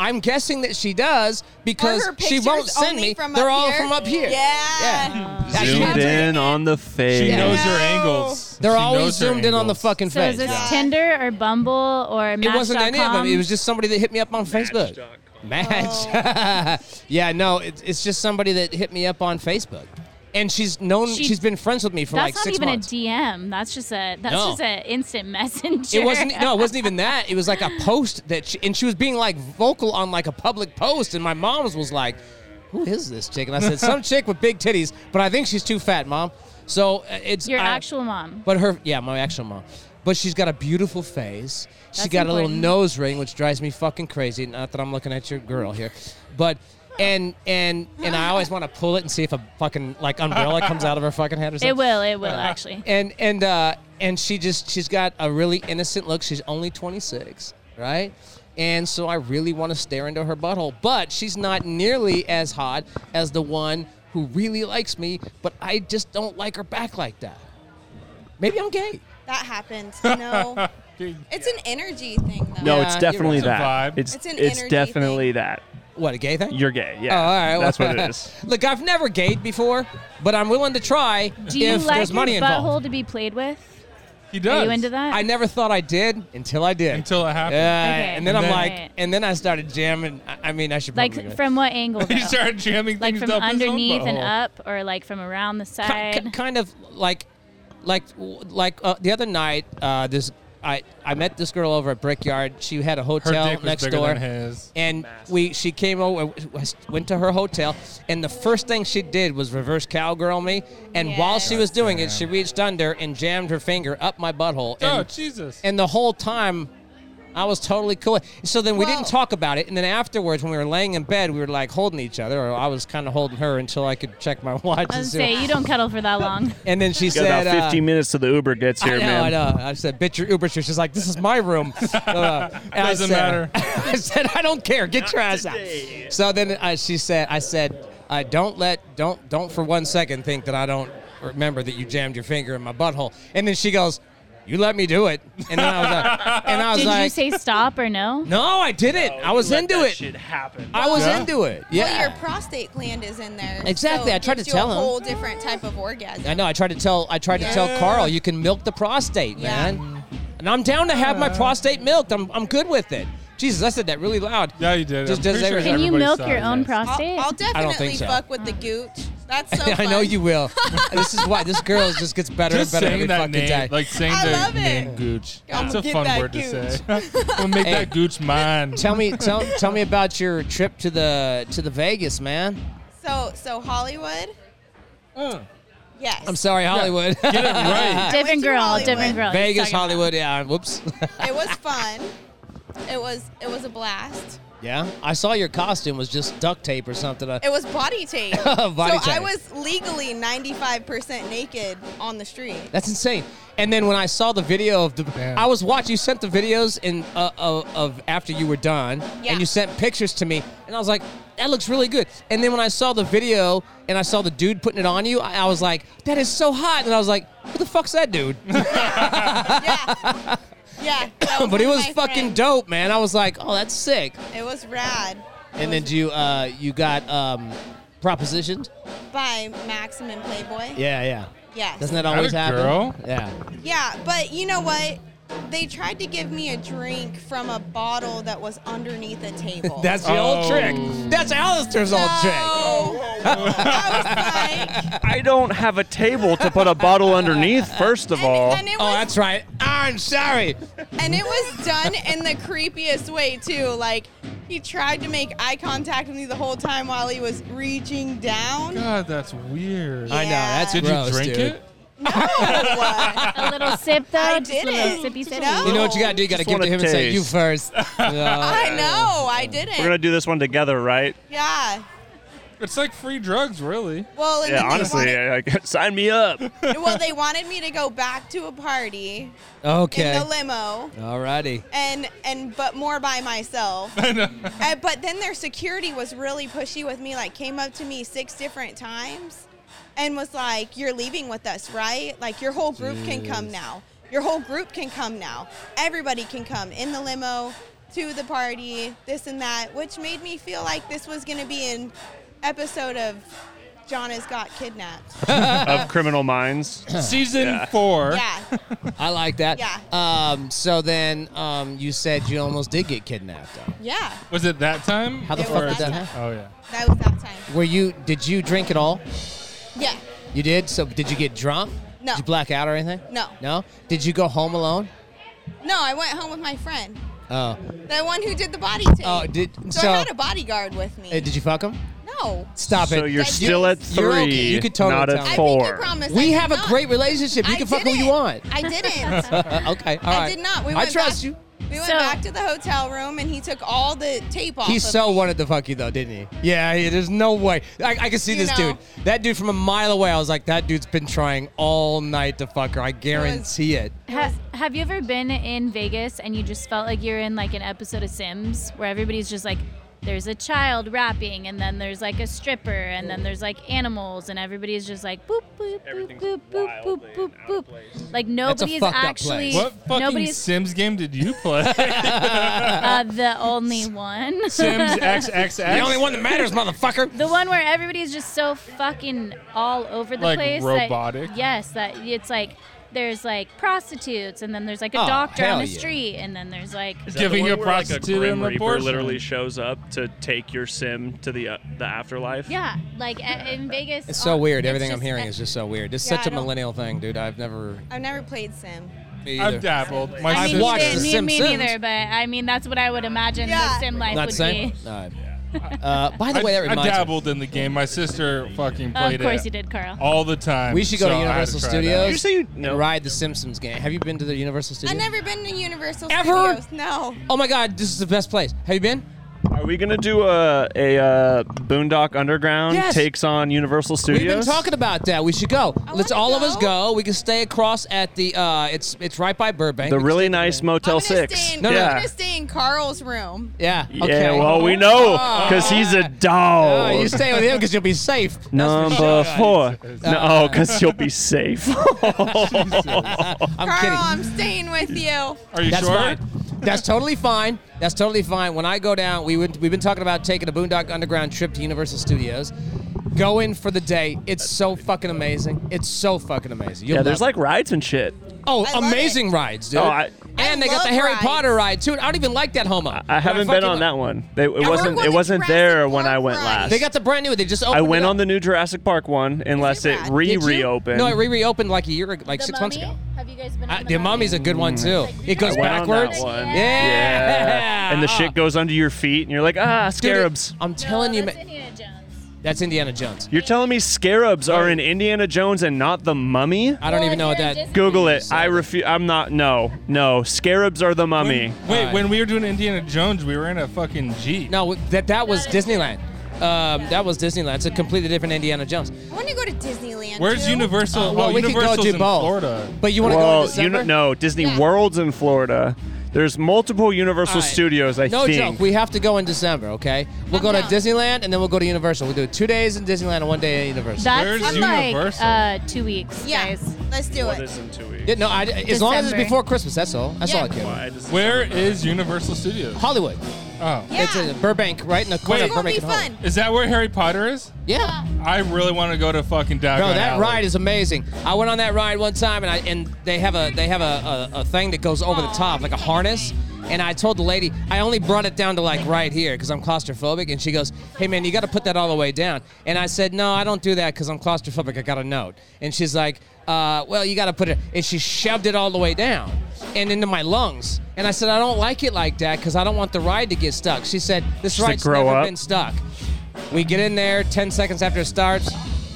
I'm guessing that she does because
Are her
she
pictures
won't send
only
me.
from
They're
up
all
here?
from up here.
Yeah.
Yeah.
That's
Zoomed
covered.
in on the face.
she
Yeah.
knows her
No.
angles.
They're
She
always
knows her
zoomed in on the
angles.
fucking
so
face.
is this
Yeah.
Tinder or Bumble or
it wasn't any of them. It was just somebody that hit me up on Facebook.
Match.com.
Match.
Oh.
yeah, no, it's, it's just somebody that hit me up on Facebook, and she's known.
She-
she's been friends with me for
That's
like
not
six
even
months.
a DM. That's just a that's
No.
just an instant messenger.
it wasn't no, it wasn't even that. It was like a post that, she, and she was being like vocal on like a public post, and my mom's was like, "Who is this chick?" And I said, "Some chick with big titties, but I think she's too fat, mom." So uh, it's
your
I-
actual mom.
But her, yeah, my actual mom. But she's got a beautiful face. She
That's
got a little
important.
nose ring, which drives me fucking crazy. Not that I'm looking at your girl here, but and and and I always want to pull it and see if a fucking like umbrella comes out of her fucking head or something.
It will. It will actually.
And and uh, and she just she's got a really innocent look. She's only 26, right? And so I really want to stare into her butthole, but she's not nearly as hot as the one who really likes me. But I just don't like her back like that. Maybe I'm gay.
That happens. No. it's an energy thing, though.
No,
Yeah,
it's
you're
definitely
right. It's a
that.
vibe.
It's
It's an
it's
energy
definitely that.
What a gay thing?
You're gay.
Oh,
Yeah.
all right. well,
That's what it is.
Look, I've never gayed before, but I'm willing to try
Do you
if
like
there's
your
money
butthole
involved.
to be played with?
He does.
Are you into that?
I never thought I did until I did.
Until it happened.
Yeah,
Okay.
and then
And
I'm
then-
like, and then I started jamming. I I mean, I should probably
like
go-
from what angle?
He
though?
started jamming
like
things up
from
his own
underneath and
butthole.
up, or like from around the
Ki- ki-
side.
kind of like like like uh, the other night uh, this I, I met this girl over at Brickyard. She had a
Her
hotel
dick was
next
bigger
door.
than his.
And we she came over went to her hotel and the first thing she did was reverse cowgirl me and while she was doing it she reached under and jammed her finger up my butthole
Oh
and,
Jesus!
and the whole time I was totally cool. So then we didn't
Whoa.
talk about it. And then afterwards, when we were laying in bed, we were like holding each other, or I was kind of holding her until I could check my watch.
I
and
was
see-
gonna say you don't cuddle for that long.
and then she
Got
said,
about 15
uh,
minutes till the Uber gets here,
I know,
man.
I know. I said, bitch, your Uber. She's like, this is my room. Uh, and I
Doesn't
said-
matter.
I said, I don't care. Get your ass out. So then uh, she said, I said, uh, don't let, don't, don't for one second think that I don't remember that you jammed your finger in my butthole. And then she goes, you let me do it. And then I was like, and I was
Did
like,
you say stop or no?
no, I didn't. I was into it. I was into it.
Well, your
Yeah.
prostate gland is in there.
Exactly,
so
I tried
it
to
gives you
tell
a
him.
whole different type of orgasm.
I know. I tried to tell. I tried to tell
Yeah.
Carl, you can milk the prostate,
Yeah.
man. And I'm down to have
Uh.
my prostate milked. I'm, I'm good with it. Jesus, I said that really loud.
yeah, you did.
Just
I'm
does
pretty sure
every-
Can you
everybody
milk
saw
your
it,
own
yes.
prostate?
I'll, I'll definitely
think so.
fuck with the gooch. That's so.
I know
fun.
you will. this is why this girl just gets better
Just
and better
saying
every
that
fucking
name,
day.
like saying
I
the
love it.
name Gooch.
I'ma
It's a
get
fun
that
word to
Gooch.
say. we'll make
Hey.
that Gooch mine.
tell me, tell, tell me about your trip to the to the Vegas, man.
So so Hollywood. Yes.
Mm. I'm sorry, Hollywood.
Get it right. Oh,
went
Different
through
girl,
Hollywood.
different girl. he's
Vegas,
talking about.
Hollywood. Yeah. Whoops.
It was fun. It was it was a blast.
yeah. I saw your costume was just duct tape or something. I-
It was body tape.
Body
so I
tape.
was legally 95% naked on the street.
That's insane. And then when I saw the video of the,
Damn.
I was watching. You sent the videos in uh, of, of after you were done,
Yeah.
and you sent pictures to me, and I was like, that looks really good. And then when I saw the video and I saw the dude putting it on you, I, I was like, that is so hot. And I was like, who the fuck's that dude?
Yeah. yeah. that
but it
one of
was
my
fucking
friends.
dope, man. I was like, oh, that's sick.
It was rad.
And then you uh, you got um, propositioned.
By Maxim and Playboy.
Yeah, yeah.
Yes.
Doesn't that
Atta
always happen?
girl.
Yeah.
Yeah, but you know what? They tried to give me a drink from a bottle that was underneath a table.
That's the old
Oh.
trick. That's Alistair's
so,
old trick.
I was like,
I don't have a table to put a bottle underneath, first of all.
And, and, it
Oh,
was,
that's right. I'm sorry.
and it was done in the creepiest way, too. Like, he tried to make eye contact with me the whole time while he was reaching down.
God, that's weird.
I know, that's
Did
gross,
you drink
dude.
it?
No.
A little sip though,
I
just a little
didn't.
sippy sippy.
No.
You know what you gotta do? You gotta
Just
give it to him
wanna
and say,
taste.
you first. Uh,
I know, I didn't.
We're gonna do this one together, right?
yeah.
It's like free drugs, really.
Well, and
Yeah,
then they
honestly, uh,
wanted-
I, I- sign me up.
well, they wanted me to go back to a party in
Okay.
the limo.
Alrighty.
and and but more by myself. Uh, but then their security was really pushy with me. Like came up to me six different times, and was like, "You're leaving with us, right? Like your whole group can come now. Your whole group can come now. Everybody can come in the limo to the party. This and that, which made me feel like this was going to be an episode of." John has got kidnapped.
of Criminal Minds.
Season
Yeah.
four.
Yeah.
I like that.
Yeah.
Um, so then um, you said you almost did get kidnapped. Though.
Yeah.
Was it that time?
How the
It
fuck
was
did that
that
happen?
Oh yeah.
That was that time.
Were you? Did you drink at all?
Yeah.
You did. So did you get drunk?
No.
Did you black out or anything?
No.
No. Did you go home alone?
No, I went home with my friend.
Oh.
The one who did the body tape.
Oh, did-
so,
so-
I had a bodyguard with me.
Hey, did you fuck him?
no.
Stop
So
it.
you're
That
still
you-
at three,
you're okay. You could totally
not
tell
at
me.
I
four.
think you promised.
we
I
have
did
a
not.
great relationship. You
I
can fuck who
didn't.
you want.
I didn't.
Uh, okay. All right.
I did not. We
I
went
trust
back-
you.
We went
So-
back to the hotel room and he took all the tape off.
He
of
so
me.
wanted to fuck you though, didn't he? Yeah, he, there's no way. I, I can see
You
this
know.
dude. That dude from a mile away. I was like, that dude's been trying all night to fuck her. I guarantee it.
Ha- have you ever been in Vegas and you just felt like you're in like an episode of Sims where everybody's just like, there's a child rapping and then there's like a stripper and then there's like animals and everybody's just like boop boop boop
Everything's
boop boop
wildly
boop
and
boop
out of
boop.
place.
Like
That's a
nobody's
fucked up
actually
place.
What fucking
nobody's
Sims game did you play?
uh, the only one.
Sims XXX.
The only one that matters, motherfucker.
The one where everybody's just so fucking all over the
Like
place. that-
robotic?
yes, that it's like there's like prostitutes, and then there's like a
Oh,
doctor on
hell
the
yeah.
street, and then there's like
Giving you a prostitute
like a
an
Grim Reaper
abortion.
literally shows up to take your sim to the uh, the afterlife.
yeah, like a- in Vegas.
It's so
Oh,
all-
weird.
it's
Everything I'm hearing
uh,
is just so weird. It's
Yeah,
such a
I don't-
millennial thing, dude. I've never.
I've never played Sim.
Me
I've dabbled. My
I mean,
sister-
watched
me,
The
me,
Sims
me
Sims.
neither, but I mean that's what I would imagine
Yeah.
the sim life
Not the
would
same.
be.
No. Uh, by the
I,
way, that
I
reminds me.
dabbled in the game. My sister fucking
Of
played
course
it
you did, Carl.
all the time.
We should go
so
to
I had
Universal
try it
Studios.
Did you say you
and
no?
Ride the Simpsons game. Have you been to the Universal Studios?
I've never been to Universal
Ever?
Studios. No.
Oh my God, this is the best place. Have you been?
Are we gonna do a a uh, Boondock Underground
Yes.
takes on Universal Studios?
We've been talking about that. We should go. Let's
wanna
all of us
go.
go. We can stay across at the. Uh, it's it's right by Burbank.
the
We can
really
stay-
nice
I'm
Motel
gonna
Six.
Stay in,
No, no,
I'm
yeah.
gonna stay in Carl's room.
Yeah.
Yeah,
okay.
well, we know
Oh.
because he's a
Oh,
dog.
you stay with him because you'll be safe.
Number four. No,
Uh,
because you'll be safe.
I'm
Carl,
kidding.
I'm staying with you.
Are you
That's
sure?
fine. That's totally fine. That's totally fine. When I go down, we would, we've been talking about taking a Boondock Underground trip to Universal Studios. Go in for the day. It's so fucking amazing. It's so fucking amazing. You'll
yeah, there's
love
like rides and shit.
it. oh,
I love
amazing
it.
rides, dude.
Oh, I-
and
I
they got the
love
Harry
rides.
Potter ride too. I don't even like that homo. but
I haven't been
fucking
on
lo-
that one. They, it
we're
wasn't.
going
It
to
wasn't
Jurassic
there when
Park
I went
ride.
last.
They got the brand new. They just opened.
I
it
went
up.
on the new Jurassic Park one, unless
it
it
rad?
re
Did you?
reopened.
No, it re reopened like a year, ago, like six months ago.
Have you guys been?
Uh, the mommy's a good one too.
Like,
It goes
Mm.
I went
Went on that
backwards.
one.
Yeah.
Yeah.
And the shit goes under your feet, and you're like, ah,
Dude,
scarabs.
I'm telling you, man.
Indiana Jones.
That's Indiana Jones.
You're telling me scarabs are in Indiana Jones and not the mummy?
I don't even know what that.
Google it. I refuse. I'm not. No, no. Scarabs are the mummy.
Wait,
Uh,
when we were doing Indiana Jones, we were in a fucking Jeep.
No, that that was
That is-
Disneyland. Um, that was Disneyland. It's a completely different Indiana Jones.
I want to go to Disneyland.
Where's
too.
Universal?
Uh, well,
oh,
we could go
Universal's
do
in
both.
Florida.
But you want to go in
Well,
December?
you kn- no. Disney
Yeah.
World's in Florida. There's multiple Universal
All right.
Studios. I
no
think.
joke. We have to go in December, okay? We'll go to
down.
Disneyland and then we'll go to Universal. We'll do two days in Disneyland and one day at Universal.
That's
Where's
in like
Universal?
uh, two weeks,
Yeah,
guys.
let's do
What
it.
is in two weeks?
Yeah, no, I, as long as it's
December.
before Christmas. That's all. That's
Yeah.
all I care. about.
Why does it-
Where is Universal Studios?
Hollywood.
Oh.
Yeah.
It's in Burbank, right in the corner.
Wait.
It's
of
gonna
Burbank
be
and Hollywood.
fun.
Is that where Harry Potter is?
Yeah.
I really want to go to fucking Down.
Bro, that ride is amazing. I went on that ride one time, and I and they have a they have a, a, a thing that goes over the top, like a harness. And I told the lady, I only brought it down to like right here because I'm claustrophobic. And she goes, Hey man, you got to put that all the way down. And I said, No, I don't do that because I'm claustrophobic. I got a note. And she's like, uh, Well, you got to put it. And she shoved it all the way down and into my lungs. And I said, I don't like it like that because I don't want the ride to get stuck. She said, This
like,
ride's
"Grow
never
up."
been stuck. We get in there, 10 seconds after it starts,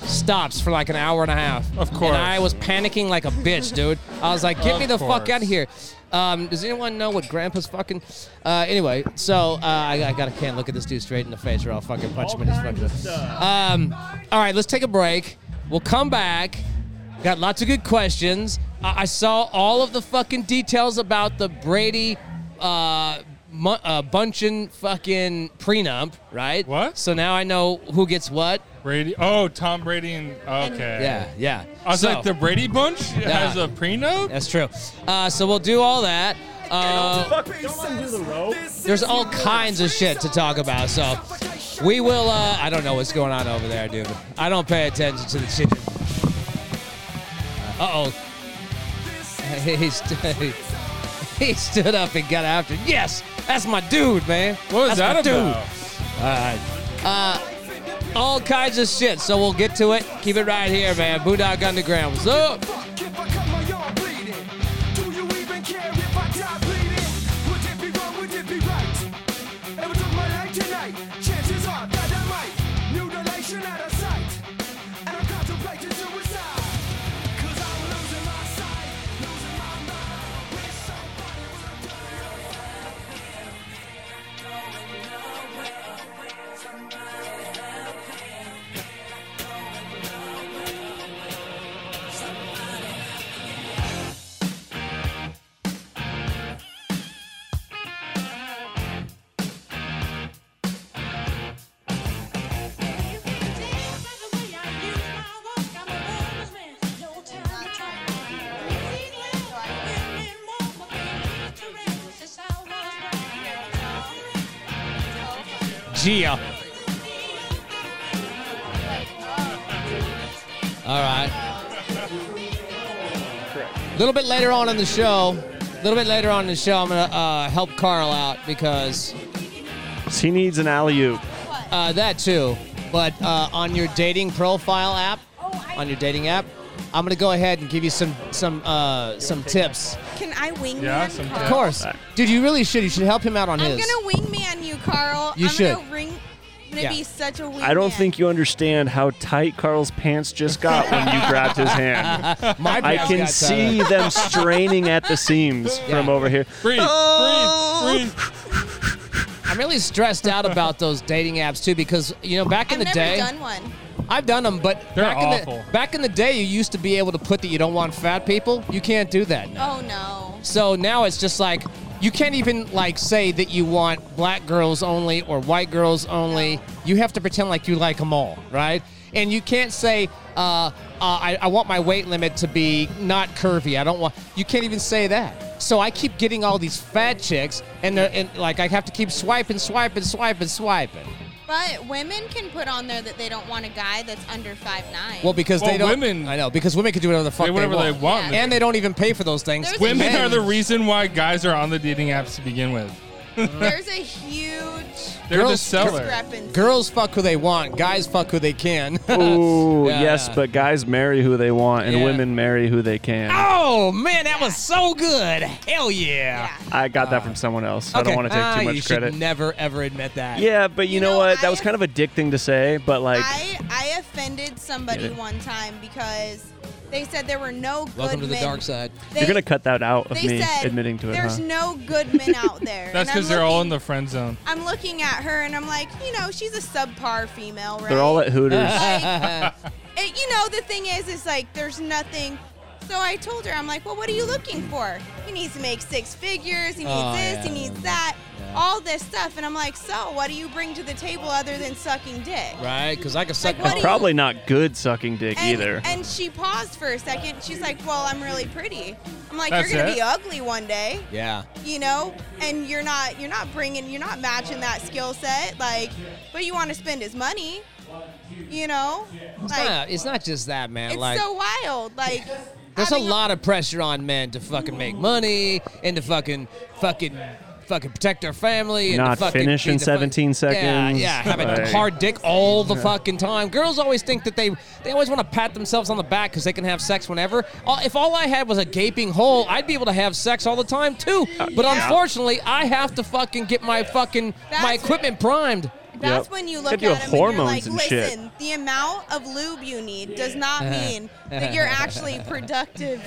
stops for like an hour and a half.
Of course.
And I was panicking like a bitch, dude. I was like, get me
Of
the fuck
course.
out of here. Um, does anyone know what grandpa's fucking. Uh, anyway, so uh, I, I gotta can't look at this dude straight in the face or I'll fucking punch him in his fucking. Um, all right, let's take a break. We'll come back. Got lots of good questions. I, I saw all of the fucking details about the Brady uh, mu- uh, Bunchen fucking prenup, right?
What?
So now I know who gets what.
Brady. Oh, Tom Brady and okay.
Yeah, yeah.
I was
So-
like, the Brady Bunch has a prenup.
That's true. Uh, so we'll do all that. Uh, there's all kinds of shit to talk about. So we will. Uh, I don't know what's going on over there, dude. I don't pay attention to the chicken. Uh oh. He, stood- he stood up and got after. it. Yes, that's my dude, man.
What was
That's my
that about?
Dude. All kinds of shit. So we'll get to it. Keep it right here, man. Boondock Underground. What's up?
Fuck if I cut my arm bleeding. Do you even care if I die bleeding? Would it be wrong? Would it be right? If I took my life tonight, chances are that I might. Mutilation out of sight. And I'm contemplating suicide. Cause I'm losing my sight, losing my mind. Wish somebody would do
Gia. All right. A little bit later on in the show, a little bit later on in the show, I'm gonna uh, help Carl out because
He needs an alley oop.
uh, that too. But uh, on your dating profile app, on your dating app, I'm gonna go ahead and give you some some uh, some tips.
Can I wingman?
Yeah, some
Carl?
Of
Of course,
Alright.
dude, you really should. You should help him out on
I'm
his.
gonna wingman you, Carl.
You
I'm
should.
gonna ring. I'm gonna
Yeah.
be such a wingman.
I don't think you understand how tight Carl's pants just got when you grabbed his hand.
My
I can
brows got tighter.
see them straining at the seams from
Yeah.
over here.
Breathe,
Oh.
breathe, breathe.
I'm really stressed out about those dating apps too because you know back in
I've
the day.
never done one.
I've done them, but
They're
back in
awful.
the back in the day, you used to be able to put that you don't want fat people. You can't do that now.
Oh no.
So now it's just like you can't even like say that you want black girls only or white girls only. You have to pretend like you like them all, right? And you can't say uh, uh, I, I want my weight limit to be not curvy. I don't want. You can't even say that. So I keep getting all these fat chicks, and, they're- and like I have to keep swiping, swiping, swiping, swiping.
But women can put on there that they don't want a guy that's under five nine.
Well, because they
Well,
don't.
women-
I know because women can do whatever the fuck
They whatever
they
they
want.
want.
Yeah.
and they don't even pay for those things.
There's
Women
Men.
are the reason why guys are on the dating apps to begin with.
There's a huge
They're
Girls-
the seller.
discrepancy.
Girls fuck who they want. Guys fuck who they can.
Ooh,
Yeah.
yes, but guys marry who they want and
Yeah.
women marry who they can.
oh man, that was so good. Hell yeah.
Yeah.
I got that
Uh,
from someone else. I don't want to take
Ah,
too
you
much
should
credit.
never ever admit that.
yeah, but you,
You
know,
know,
what?
I-
That was kind of addicting to say, but like,
I, I offended somebody one time because they said there were no good
Welcome to the
men.
dark side.
They,
you're gonna cut that out of
they
me
said
admitting to it,
There's
huh?
no good men out there.
That's
And I'm
because they're all in
looking-
the friend zone.
I'm looking at her and I'm like, you know, she's a subpar female, right?
They're all at
Uh,
Hooters.
Like, it, you know, the thing is, is like there's nothing. So I told her, I'm like, well, what are you looking for? He needs to make six figures. He needs
Oh,
this. He
yeah.
needs that.
Yeah.
All this stuff. And I'm like, so what do you bring to the table other than sucking dick?
Right? Because I can suck.
Like, what
my-
do you-
Probably not good sucking dick
And,
either.
and she paused for a second. She's like, well, I'm really pretty. I'm like,
That's
you're gonna
it?
be ugly one day,
yeah.
you know. And you're not, you're not bringing, you're not matching that skill set. Like, but you want to spend his money, you know.
It's,
Like,
not, it's not just that, man.
it's
like
so wild. Like,
there's a
having
lot of pressure on men to fucking make money and to fucking fucking fucking protect their family and to
Not
fucking
finish
be
in
the fuck-
17 seconds,
Yeah, yeah, have a
like-
hard dick all the fucking time. Girls always think that they they always want to pat themselves on the back because they can have sex whenever. All- If all I had was a gaping hole, I'd be able to have sex all the time too.
Uh,
But unfortunately, I have to fucking get my fucking my
That's-
equipment primed.
That's
Yep.
when you
Gotta
look at
do
them and you're
hormones
like,
and shit.
listen, the amount of lube you need does not mean that you're actually productive.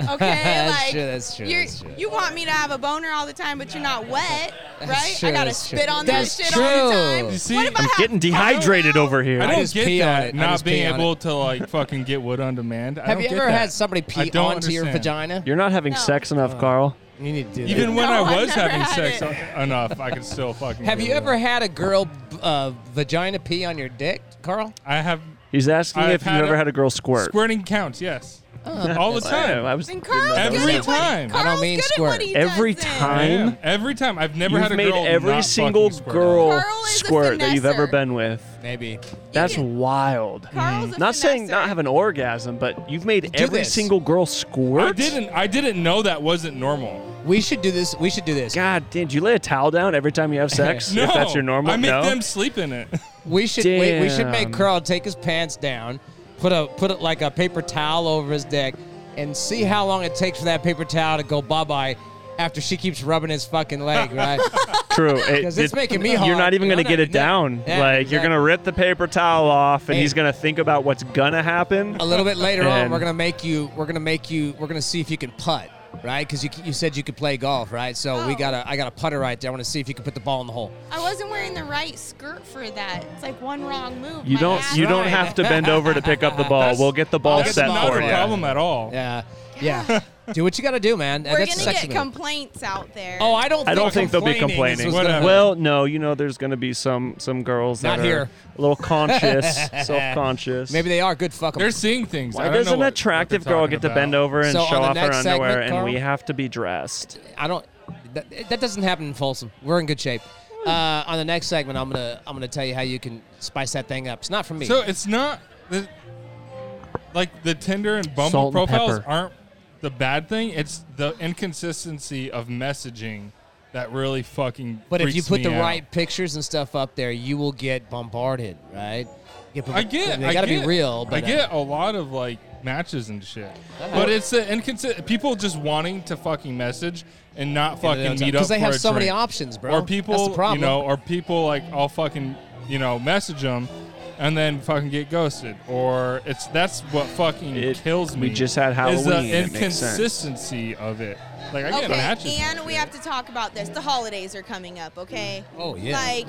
Okay,
That's
like
true, that's true,
you're-
that's true.
you want me to have a boner all the time, but you're not wet, right?
true,
I gotta
that's true.
spit on
That's
that shit all the time.
true. You
see,
what about
I'm
Getting dehydrated over here.
I
I
don't
just
get
pee on
that.
it. I just
Not
pee
being
on
able to like fucking get wood on demand. I
Have
don't
you
get
ever
that.
had somebody
I
pee onto
don't
your
understand.
vagina?
You're not having
No.
sex
Uh,
enough, Carl.
You need to do that.
Even when
No,
I
I've
was
never
having
had
sex
it.
en- enough, I could still fucking.
Have
get
you
it
ever
on.
had a girl uh, vagina pee on your dick, Carl?
I have.
He's asking
I've
if you've
had
ever
a-
had a girl squirt.
Squirting counts, yes.
Oh.
All the
I, I
time.
was
And Carl's
didn't know
Every
good
that
at
was-
what,
time. I
don't
Carl's
mean
good at
squirt.
what he
Every
does then.
I
time.
am. Every time. I've never
You've
had a
made
girl
every
not
single
fucking squirt.
girl
Carl is a
squirt that you've ever
finesser.
been with.
Maybe.
That's
can-
wild.
Carl's a
Not saying not
finesser.
have an orgasm, but you've made every
this.
single girl squirt.
I didn't. I didn't know that wasn't normal.
We should do this. We should do this.
God damn! Do you lay a towel down every time you have sex?
No,
if that's your normal.
I make
no.
them sleep in it.
We should we, we should
Damn.
make Carl take his pants down, put a put it like a paper towel over his dick, and see how long it takes for that paper towel to go bye bye after she keeps rubbing his fucking leg, right?
True. It-
'Cause it's
it-
making me
You're
hard.
not even
No,
gonna
no,
get it
no.
down.
Yeah,
like you're gonna
exactly.
rip the paper towel off, and
Hey.
he's gonna think about what's gonna happen.
a little bit later on,
And-
we're gonna make you. We're gonna make you. We're gonna see if you can putt, right? Because you c- you said you could play golf, right? So we
Oh.
got to I got a putter right there. I want to see if you can put the ball in the hole.
I wasn't wearing the right skirt for that. It's like one wrong move.
You
my
don't.
ass
You don't
right.
have to bend over to pick up the ball.
That's-
we'll get the ball
That's
set
not
for
a
you.
problem at all.
Yeah, yeah. do what you got to do, man.
We're
That's
gonna
sex
get
appeal.
complaints out there.
Oh, I don't.
I don't think they'll be
complaining is
complaining.
what's
Whatever.
gonna-
Well, no, you know, there's going to be some some girls
Not
that are
here.
a little conscious, self-conscious.
Maybe they are good fuck 'em.
They're seeing things. I
Why
don't know
does
what- what
an
they're
attractive girl
talking
get to
about.
bend over and
So
show
on the
off her
next segment,
underwear, and
Carl?
we have to be dressed?
I don't. That, that doesn't happen in Folsom. We're in good shape. Uh, on the next segment, I'm gonna I'm gonna tell you how you can spice that thing up. It's not for me.
So it's not the, like the Tinder and Bumble
Salt and
profiles
pepper.
aren't the bad thing. It's the inconsistency of messaging that really fucking.
but if you
freaks
put
me
the
out.
right pictures and stuff up there, you will get bombarded, right? Get bomb-
I get.
They
I
gotta
get-
be real. But
I
uh, Uh-huh.
get a lot of like matches and shit, but it's the inconsistent people just wanting to fucking message and not fucking
those-
meet up
'cause they have
for a
so many
drink.
options, bro.
Or
That's the
people,
problem.
you know, or people like I'll fucking you know message them. And then fucking get ghosted, or it's that's what fucking
It-
kills me.
we just had
Is the
Halloween, it makes sense.
inconsistency of it? Like I get matches.
Okay, and we have to talk about this. The holidays are coming up, okay?
Oh, yeah.
Like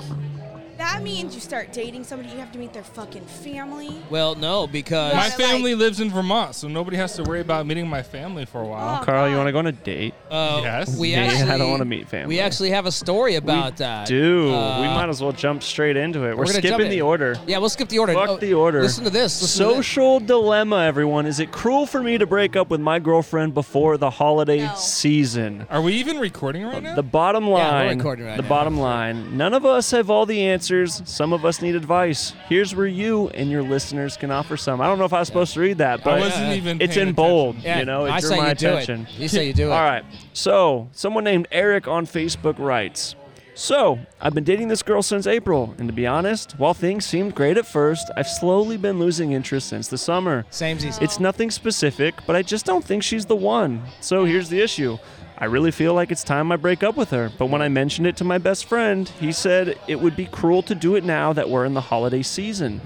that means you start dating somebody, you have to meet their fucking family.
well, no, because
my
like-
family lives in Vermont, so nobody has to worry about meeting my family for a while.
Oh,
Carl, you
God.
want to go on a date?
uh,
Yes.
we
Yeah, I
actually
don't wanna meet family.
We actually have a story about that.
Dude,
Uh,
we might as well jump straight into it. We're,
we're gonna jump
skipping
in.
the order.
Yeah, we'll skip the order.
Fuck
Oh,
the order.
Listen to this. Listen to this.
Social dilemma, everyone. Is it cruel for me to break up with my girlfriend before the holiday
No. Oh.
season?
Are we even recording right now?
The bottom
we're
line.
recording right
the
now.
bottom line. None of us have all the answers. Some of us need advice. Here's where you and your listeners can offer some. I don't know if I was supposed to read that,
I
but
wasn't even.
it's
paying
in bold.
attention.
Yeah,
you know, it
I
drew
say
my
you
attention.
do it. You say you do it.
All right. So, someone named Eric on Facebook writes So, I've been dating this girl since April, and to be honest, while things seemed great at first, I've slowly been losing interest since the summer.
Samesies.
It's nothing specific, but I just don't think she's the one. So here's the issue. I really feel like it's time I break up with her, but when I mentioned it to my best friend, he said it would be cruel to do it now that we're in the holiday season.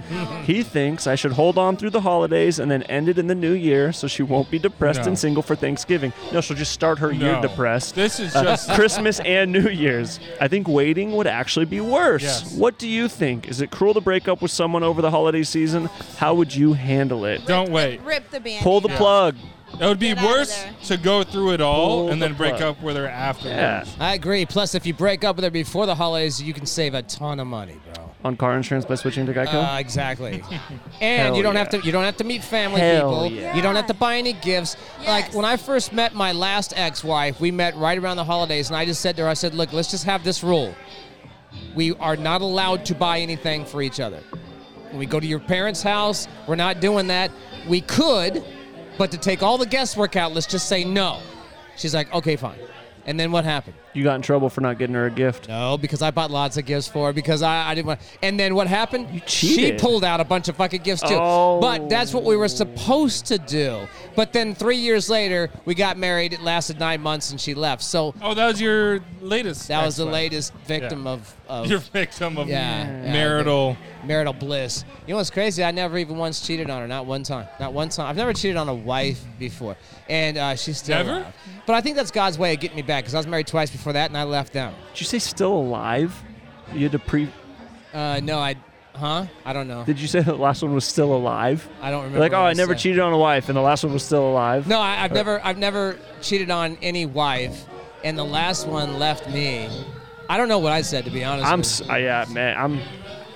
he thinks I should hold on through the holidays and then end it in the new year so she won't be depressed
No.
and single for Thanksgiving. No, she'll just start her
No.
year depressed.
This is
Uh,
just-
Christmas and New Year's. I think waiting would actually be worse.
Yes.
What do you think? Is it cruel to break up with someone over the holiday season? How would you handle it?
Don't wait.
Rip the band.
Pull the plug.
It would be
Get out of
worse to
there.
go through it all
Pull
and
the
then break
plug.
up with her afterwards.
Yeah.
I agree. Plus, if you break up with her before the holidays, you can save a ton of money, bro.
On car insurance by switching to Geico?
Uh, exactly. and
Hell
you don't have
yeah.
to you don't have to meet family
Hell
people.
yeah.
You don't have to buy any gifts. Like
Yes.
when I first met my last ex-wife, we met right around the holidays and I just said to her I said, "Look, let's just have this rule. We are not allowed to buy anything for each other. When we go to your parents' house, we're not doing that. We could, but to take all the guesswork out, let's just say no." She's like, "Okay, fine." And then what happened?
you got in trouble for not getting her a gift.
No, because I bought lots of gifts for her because I, I didn't want. And then what happened? You She
cheated.
pulled out a bunch of fucking gifts too.
Oh.
But that's what we were supposed to do. But then three years later, we got married. It lasted nine months, and she left. So
Oh, that was your latest.
that was the
ex-wife.
latest victim
Yeah.
of, of
Your victim of
Yeah, yeah.
marital.
marital bliss. You know what's crazy? I never even once cheated on her. Not one time. Not one time. I've never cheated on a wife before, and uh, she's still
Never?
alive. But I think that's God's way of getting me back because I was married twice before that, and I left them.
Did you say still alive? You had to pre.
Uh, no, I. Huh? I don't know.
Did you say the last one was still alive?
I don't remember.
Like, oh,
what
I never
said.
cheated on a wife, and the last one was still alive.
No, I, I've never, I've never cheated on any wife, and the last one left me. I don't know what I said to be honest.
I'm.
with
s-
you.
I, yeah, man. I'm.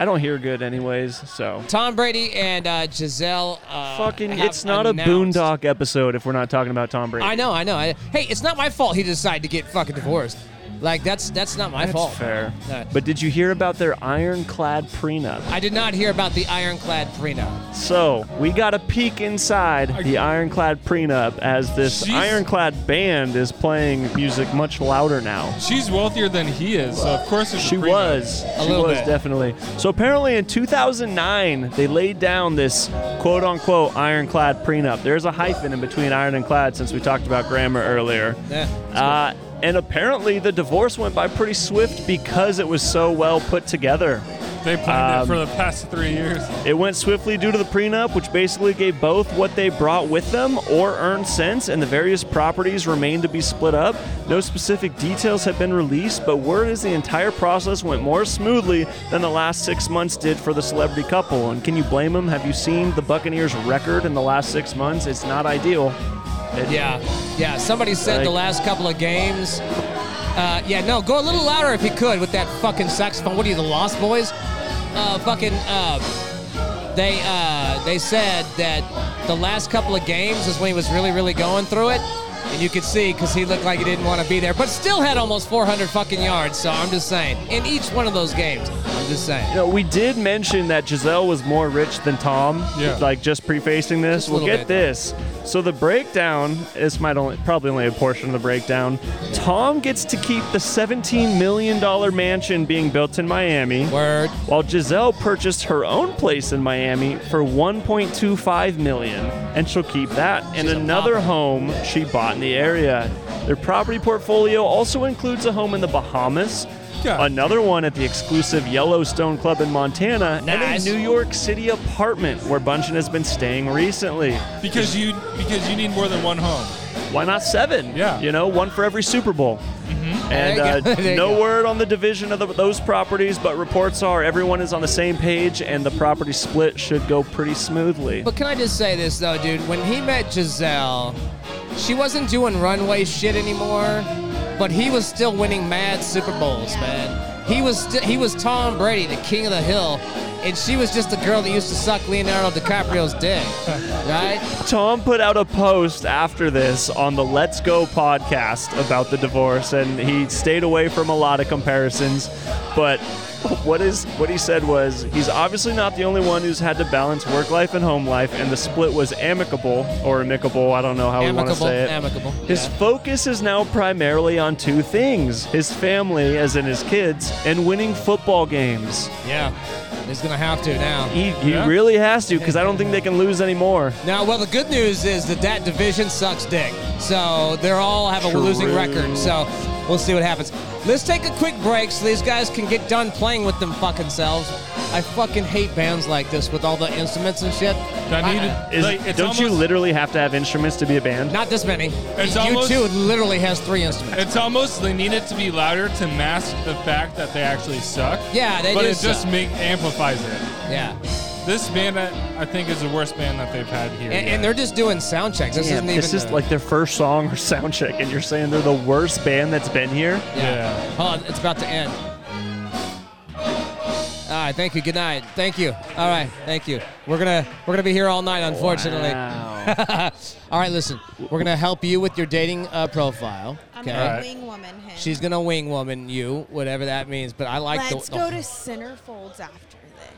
I don't hear good, anyways. So.
Tom Brady and uh, Giselle. Uh,
Fucking,
have
it's not
announced-
a boondock episode if we're not talking about Tom Brady.
I know, I know. I, hey, it's not my fault he decided to get fucking divorced. Like that's that's not my
That's
fault.
fair.
No.
But did you hear about their ironclad prenup?
I did not hear about the ironclad prenup.
So we got a peek inside the Ironclad prenup as this
Jeez.
Ironclad band is playing music much louder now.
She's wealthier than he is, so of course it's a
She
prenup.
was. she
little
was
bit.
definitely. So apparently in 2009 they laid down this quote unquote ironclad prenup. There's a hyphen in between iron and clad since we talked about grammar earlier.
Yeah.
Uh, and apparently the divorce went by pretty swift because it was so well put together.
They planned it
um,
for the past three years.
It went swiftly due to the prenup, which basically gave both what they brought with them or earned since, and the various properties remain to be split up. No specific details have been released, but word is the entire process went more smoothly than the last six months did for the celebrity couple. And can you blame them? Have you seen the Buccaneers' record in the last six months? It's not ideal. It-
Yeah, yeah. Somebody said
Like-
the last couple of games. Uh, yeah, no. Go a little louder if you could with that fucking saxophone. What are you, the Lost Boys? Uh, fucking. Uh, they uh, they said that the last couple of games is when he was really really going through it, and you could see because he looked like he didn't want to be there, but still had almost 400 fucking yards. So I'm just saying, in each one of those games, I'm just saying.
You know, we did mention that Giselle was more rich than Tom.
Yeah.
Like just prefacing this,
Just a
we'll
little
get
bit.
this. So the breakdown. This might only probably only a portion of the breakdown. Tom gets to keep the 17 million dollar mansion being built in Miami,
Word.
while Giselle purchased her own place in Miami for 1.25 million, and she'll keep that and
She's a
another
pop.
home she bought in the area. Their property portfolio also includes a home in the Bahamas,
Yeah.
another one at the exclusive Yellowstone Club in Montana,
Nice.
and a New York City apartment where Bunchen has been staying recently.
Because you because you need more than one home.
Why not seven?
Yeah.
You know, one for every Super Bowl. And
Mm-hmm. There you
uh,
go. There you
no
go.
word on the division of the, those properties, but reports are everyone is on the same page and the property split should go pretty smoothly.
But can I just say this though, dude? When he met Giselle, she wasn't doing runway shit anymore, but he was still winning mad Super Bowls, man. He was st- he was Tom Brady, the king of the hill, and she was just the girl that used to suck Leonardo DiCaprio's dick, right?
Tom put out a post after this on the Let's Go podcast about the divorce, and he stayed away from a lot of comparisons, but what is what he said was he's obviously not the only one who's had to balance work life and home life, and the split was amicable or amicable. I don't know how we want to
amicable,
say it.
amicable.
His
yeah.
focus is now primarily on two things his family, as in his kids, and winning football games.
yeah, he's gonna have to now.
He, he
Yeah.
really has to because I don't think they can lose anymore.
Now, well, the good news is that that division sucks dick. So they're all have a losing record. So we'll see what happens. Let's take a quick break so these guys can get done playing with them fucking selves. I fucking hate bands like this with all the instruments and shit.
I need
I-
to-
Is,
like, it's
don't you
almost-
literally have to have instruments to be a band?
Not this many.
It's
you
almost-
two literally has three instruments.
It's almost they need it to be louder to mask the fact that they actually suck.
Yeah, they
but
do
it just
suck.
make amplifies it.
yeah,
This band, I, I think, is the worst band that they've had here.
and,
yet.
and they're just doing sound checks. This isn't even.
This is
a-
like their first song or sound check, and you're saying they're the worst band that's been here?
Yeah.
Hold on, it's about to end. All right, thank you. Good night. Thank you. All right, thank you. We're gonna we're gonna be here all night, unfortunately. all right, listen, we're gonna help you with your dating uh, profile.
I'm
Okay.
gonna
Alright.
wing woman him.
She's gonna wing woman you, whatever that means. But I like the-
Let's
the,
oh.
go to centerfolds after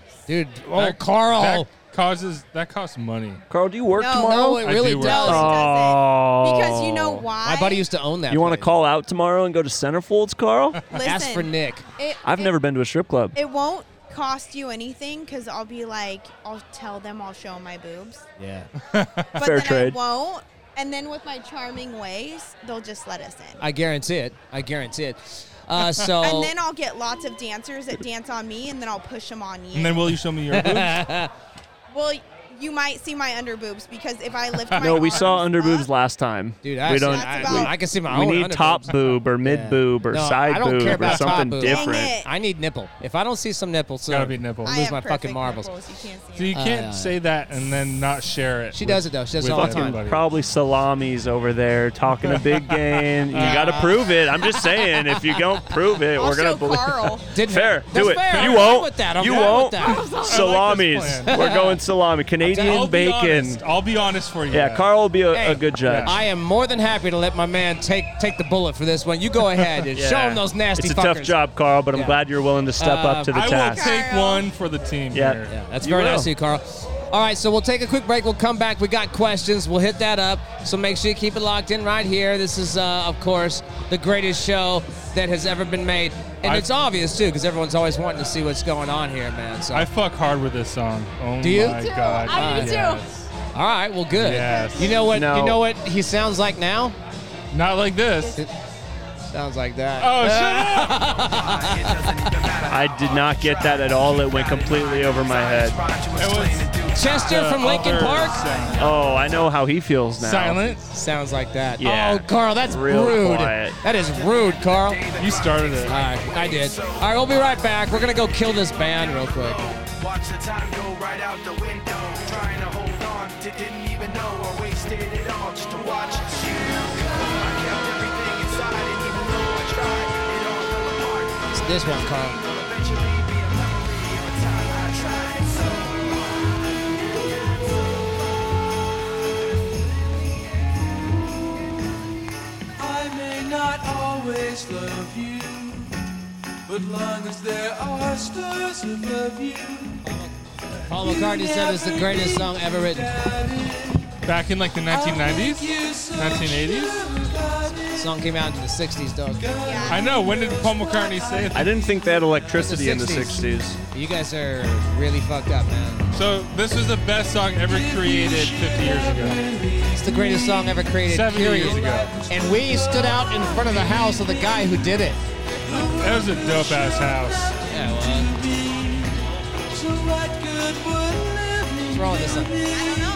this.
dude. Oh,
That-
Carl.
That causes that costs money.
Carl, do you work
No,
tomorrow?
no, it
I
really
do work.
No,
does.
he
Oh.
doesn't. Because you know why?
My buddy used to own that.
you want to
place.
call out tomorrow and go to Centerfolds, Carl?
Listen,
Ask for Nick.
It,
I've
it-
never been to a strip club.
It won't cost you anything because I'll be like, I'll tell them I'll show 'em my boobs,
Yeah.
but
Fair
then
trade.
I won't. And then with my charming ways, they'll just let us in.
I guarantee it. I guarantee it. Uh, so.
and then I'll get lots of dancers that dance on me, and then I'll push them on you.
And then will you show me your boobs?
well, you might see my underboobs because if I lift my
No, we
arms
saw underboobs
up-
last time.
Dude,
we
I,
don't.
That's
I,
about-
I can see my
we
own
need top
underboobs.
boob or mid
Yeah.
boob or
No,
side
I don't
boob
care
or
about top
something
boob. Dang
different.
it.
I need nipple. If I don't see some nipple, so
Gotta be nipple.
Lose
I have
my fucking
perfect
marbles.
nipples, You can't see
So you
them.
can't
Uh,
say that and then not share it.
She does it, though. She does it
with
all the
Fucking
time.
everybody.
probably salamis over there talking a big game. You got to prove it. I'm just saying, if you don't prove it,
I'll
we're gonna
show
believe.
Carl.
Did
Fair,
That's
do it.
fair.
You
I'm
won't.
Good with that. I'm
you
good
won't.
With that.
Salamis.
plan.
we're going salami. Canadian
I'll Be
bacon.
honest. I'll be honest for you.
Yeah, Carl will be a,
Hey.
a good judge.
I am more than happy to let my man take take the bullet for this one. You go ahead and
Yeah.
show him those nasty
It's a
fuckers.
tough job, Carl, but I'm
Yeah.
glad you're willing to step
Uh,
up to the
I will
task.
take
Carl.
one for the team
Yeah.
here.
Yeah, that's
You
very
will.
nice of you, Carl. All right, so we'll take a quick break. We'll come back. We got questions. We'll hit that up. So make sure you keep it locked in right here. This is, uh, of course, the greatest show that has ever been made, and
I-
it's obvious too because everyone's always wanting to see what's going on here, man. So
I fuck hard with this song. Oh
Do you? Ah,
my
Me
too.
god.
I do too.
yes.
All right, well, good.
Yes.
You know what?
No.
You know what he sounds like now?
Not like this.
Sounds like that.
Oh, shut up.
I did not get that at all. It went completely over my head.
It was
Chester
the
from Lincoln
other
Park.
sound.
Oh, I know how he feels now.
Silent.
Sounds like that.
Yeah.
Oh, Carl, that's
Real
rude.
quiet.
That is rude, Carl. All
You started it.
right, I did. All right, we'll be right back. We're gonna go kill this band real quick.
Watch the time go right out the window. Trying to hold on to didn't even know I wasted it all just to watch you go. I kept everything inside, and even though I tried, it all fell apart.
It's this one, Carl.
Eventually, be a memory of a time I tried so
I may not always love you, but long as there are stars above you,
Paul McCartney said it's the greatest song ever written.
Back in like the 1990s?
you so
1980s?
song came out in the '60s, though.
I know. When did Paul McCartney say
I
it?
didn't think they had electricity in the
60s.
60s.
You guys are really fucked up, man.
So this was the best song ever created 50 years ago.
It's the greatest song ever created.
Seven
period.
years ago.
And we stood out in front of the house of the guy who did it.
That was a dope ass house.
Yeah, well,
so what good would
what's wrong with this one?
I don't know.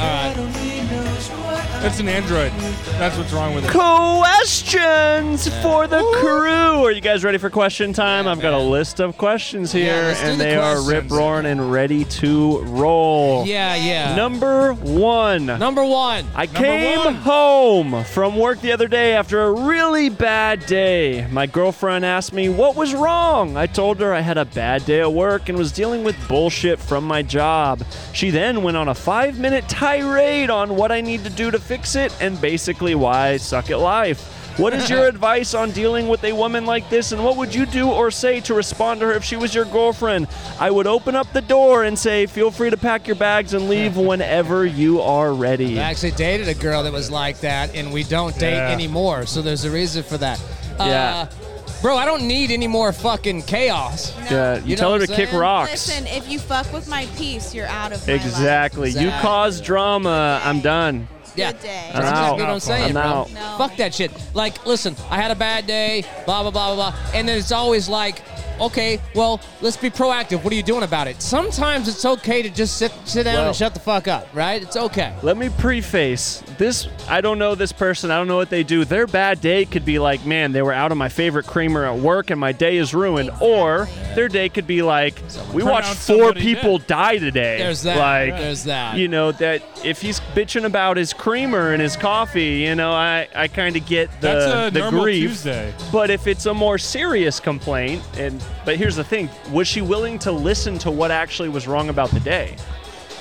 All
lovely knows what
It's an Android. That's what's wrong with it.
Questions for the crew. Are you guys ready for question time? I've got a list of questions here,
let's do
and
the
they are
questions.
rip roaring and ready to roll.
right. Yeah, yeah.
Number one.
Number one.
I came
one.
home from work the other day after a really bad day. My girlfriend asked me what was wrong. I told her I had a bad day at work and was dealing with bullshit from my job. She then went on a five minute tirade on what I need to do to fix it and basically why I suck at life. What is your advice on dealing with a woman like this, and what would you do or say to respond to her if she was your girlfriend? I would open up the door and say, feel free to pack your bags and leave whenever you are ready.
I actually dated a girl that was like that, and we don't date
Yeah.
anymore. So there's a reason for that. Uh,
Yeah.
bro, I don't need any more fucking chaos.
Yeah, you,
You know
tell her
what
to
I'm
kick
saying?
rocks.
Listen, if you fuck with my peace, you're out of my life.
Exactly. You
Exactly.
cause drama. I'm done.
Yeah.
Good day.
I'm
That's exactly
out.
what I'm saying,
I'm
bro.
out.
No.
Fuck that shit. Like, listen, I had a bad day, blah, blah, blah, blah, blah. And then it's always like, okay, well, let's be proactive. What are you doing about it? Sometimes it's okay to just sit sit down
Well-
and shut the fuck up, right? It's okay.
Let me preface this. I don't know this person. I don't know what they do. Their bad day could be like, man, they were out on my favorite creamer at work and my day is ruined. Or their day could be like, we
Turn
watched
out
four
somebody
people die today.
There's that.
Like,
There's that.
you know, that if he's bitching about his creamer and his coffee, you know, I, I kind of get the,
That's a
the
normal
grief.
Tuesday.
But if it's a more serious complaint, and but here's the thing: was she willing to listen to what actually was wrong about the day?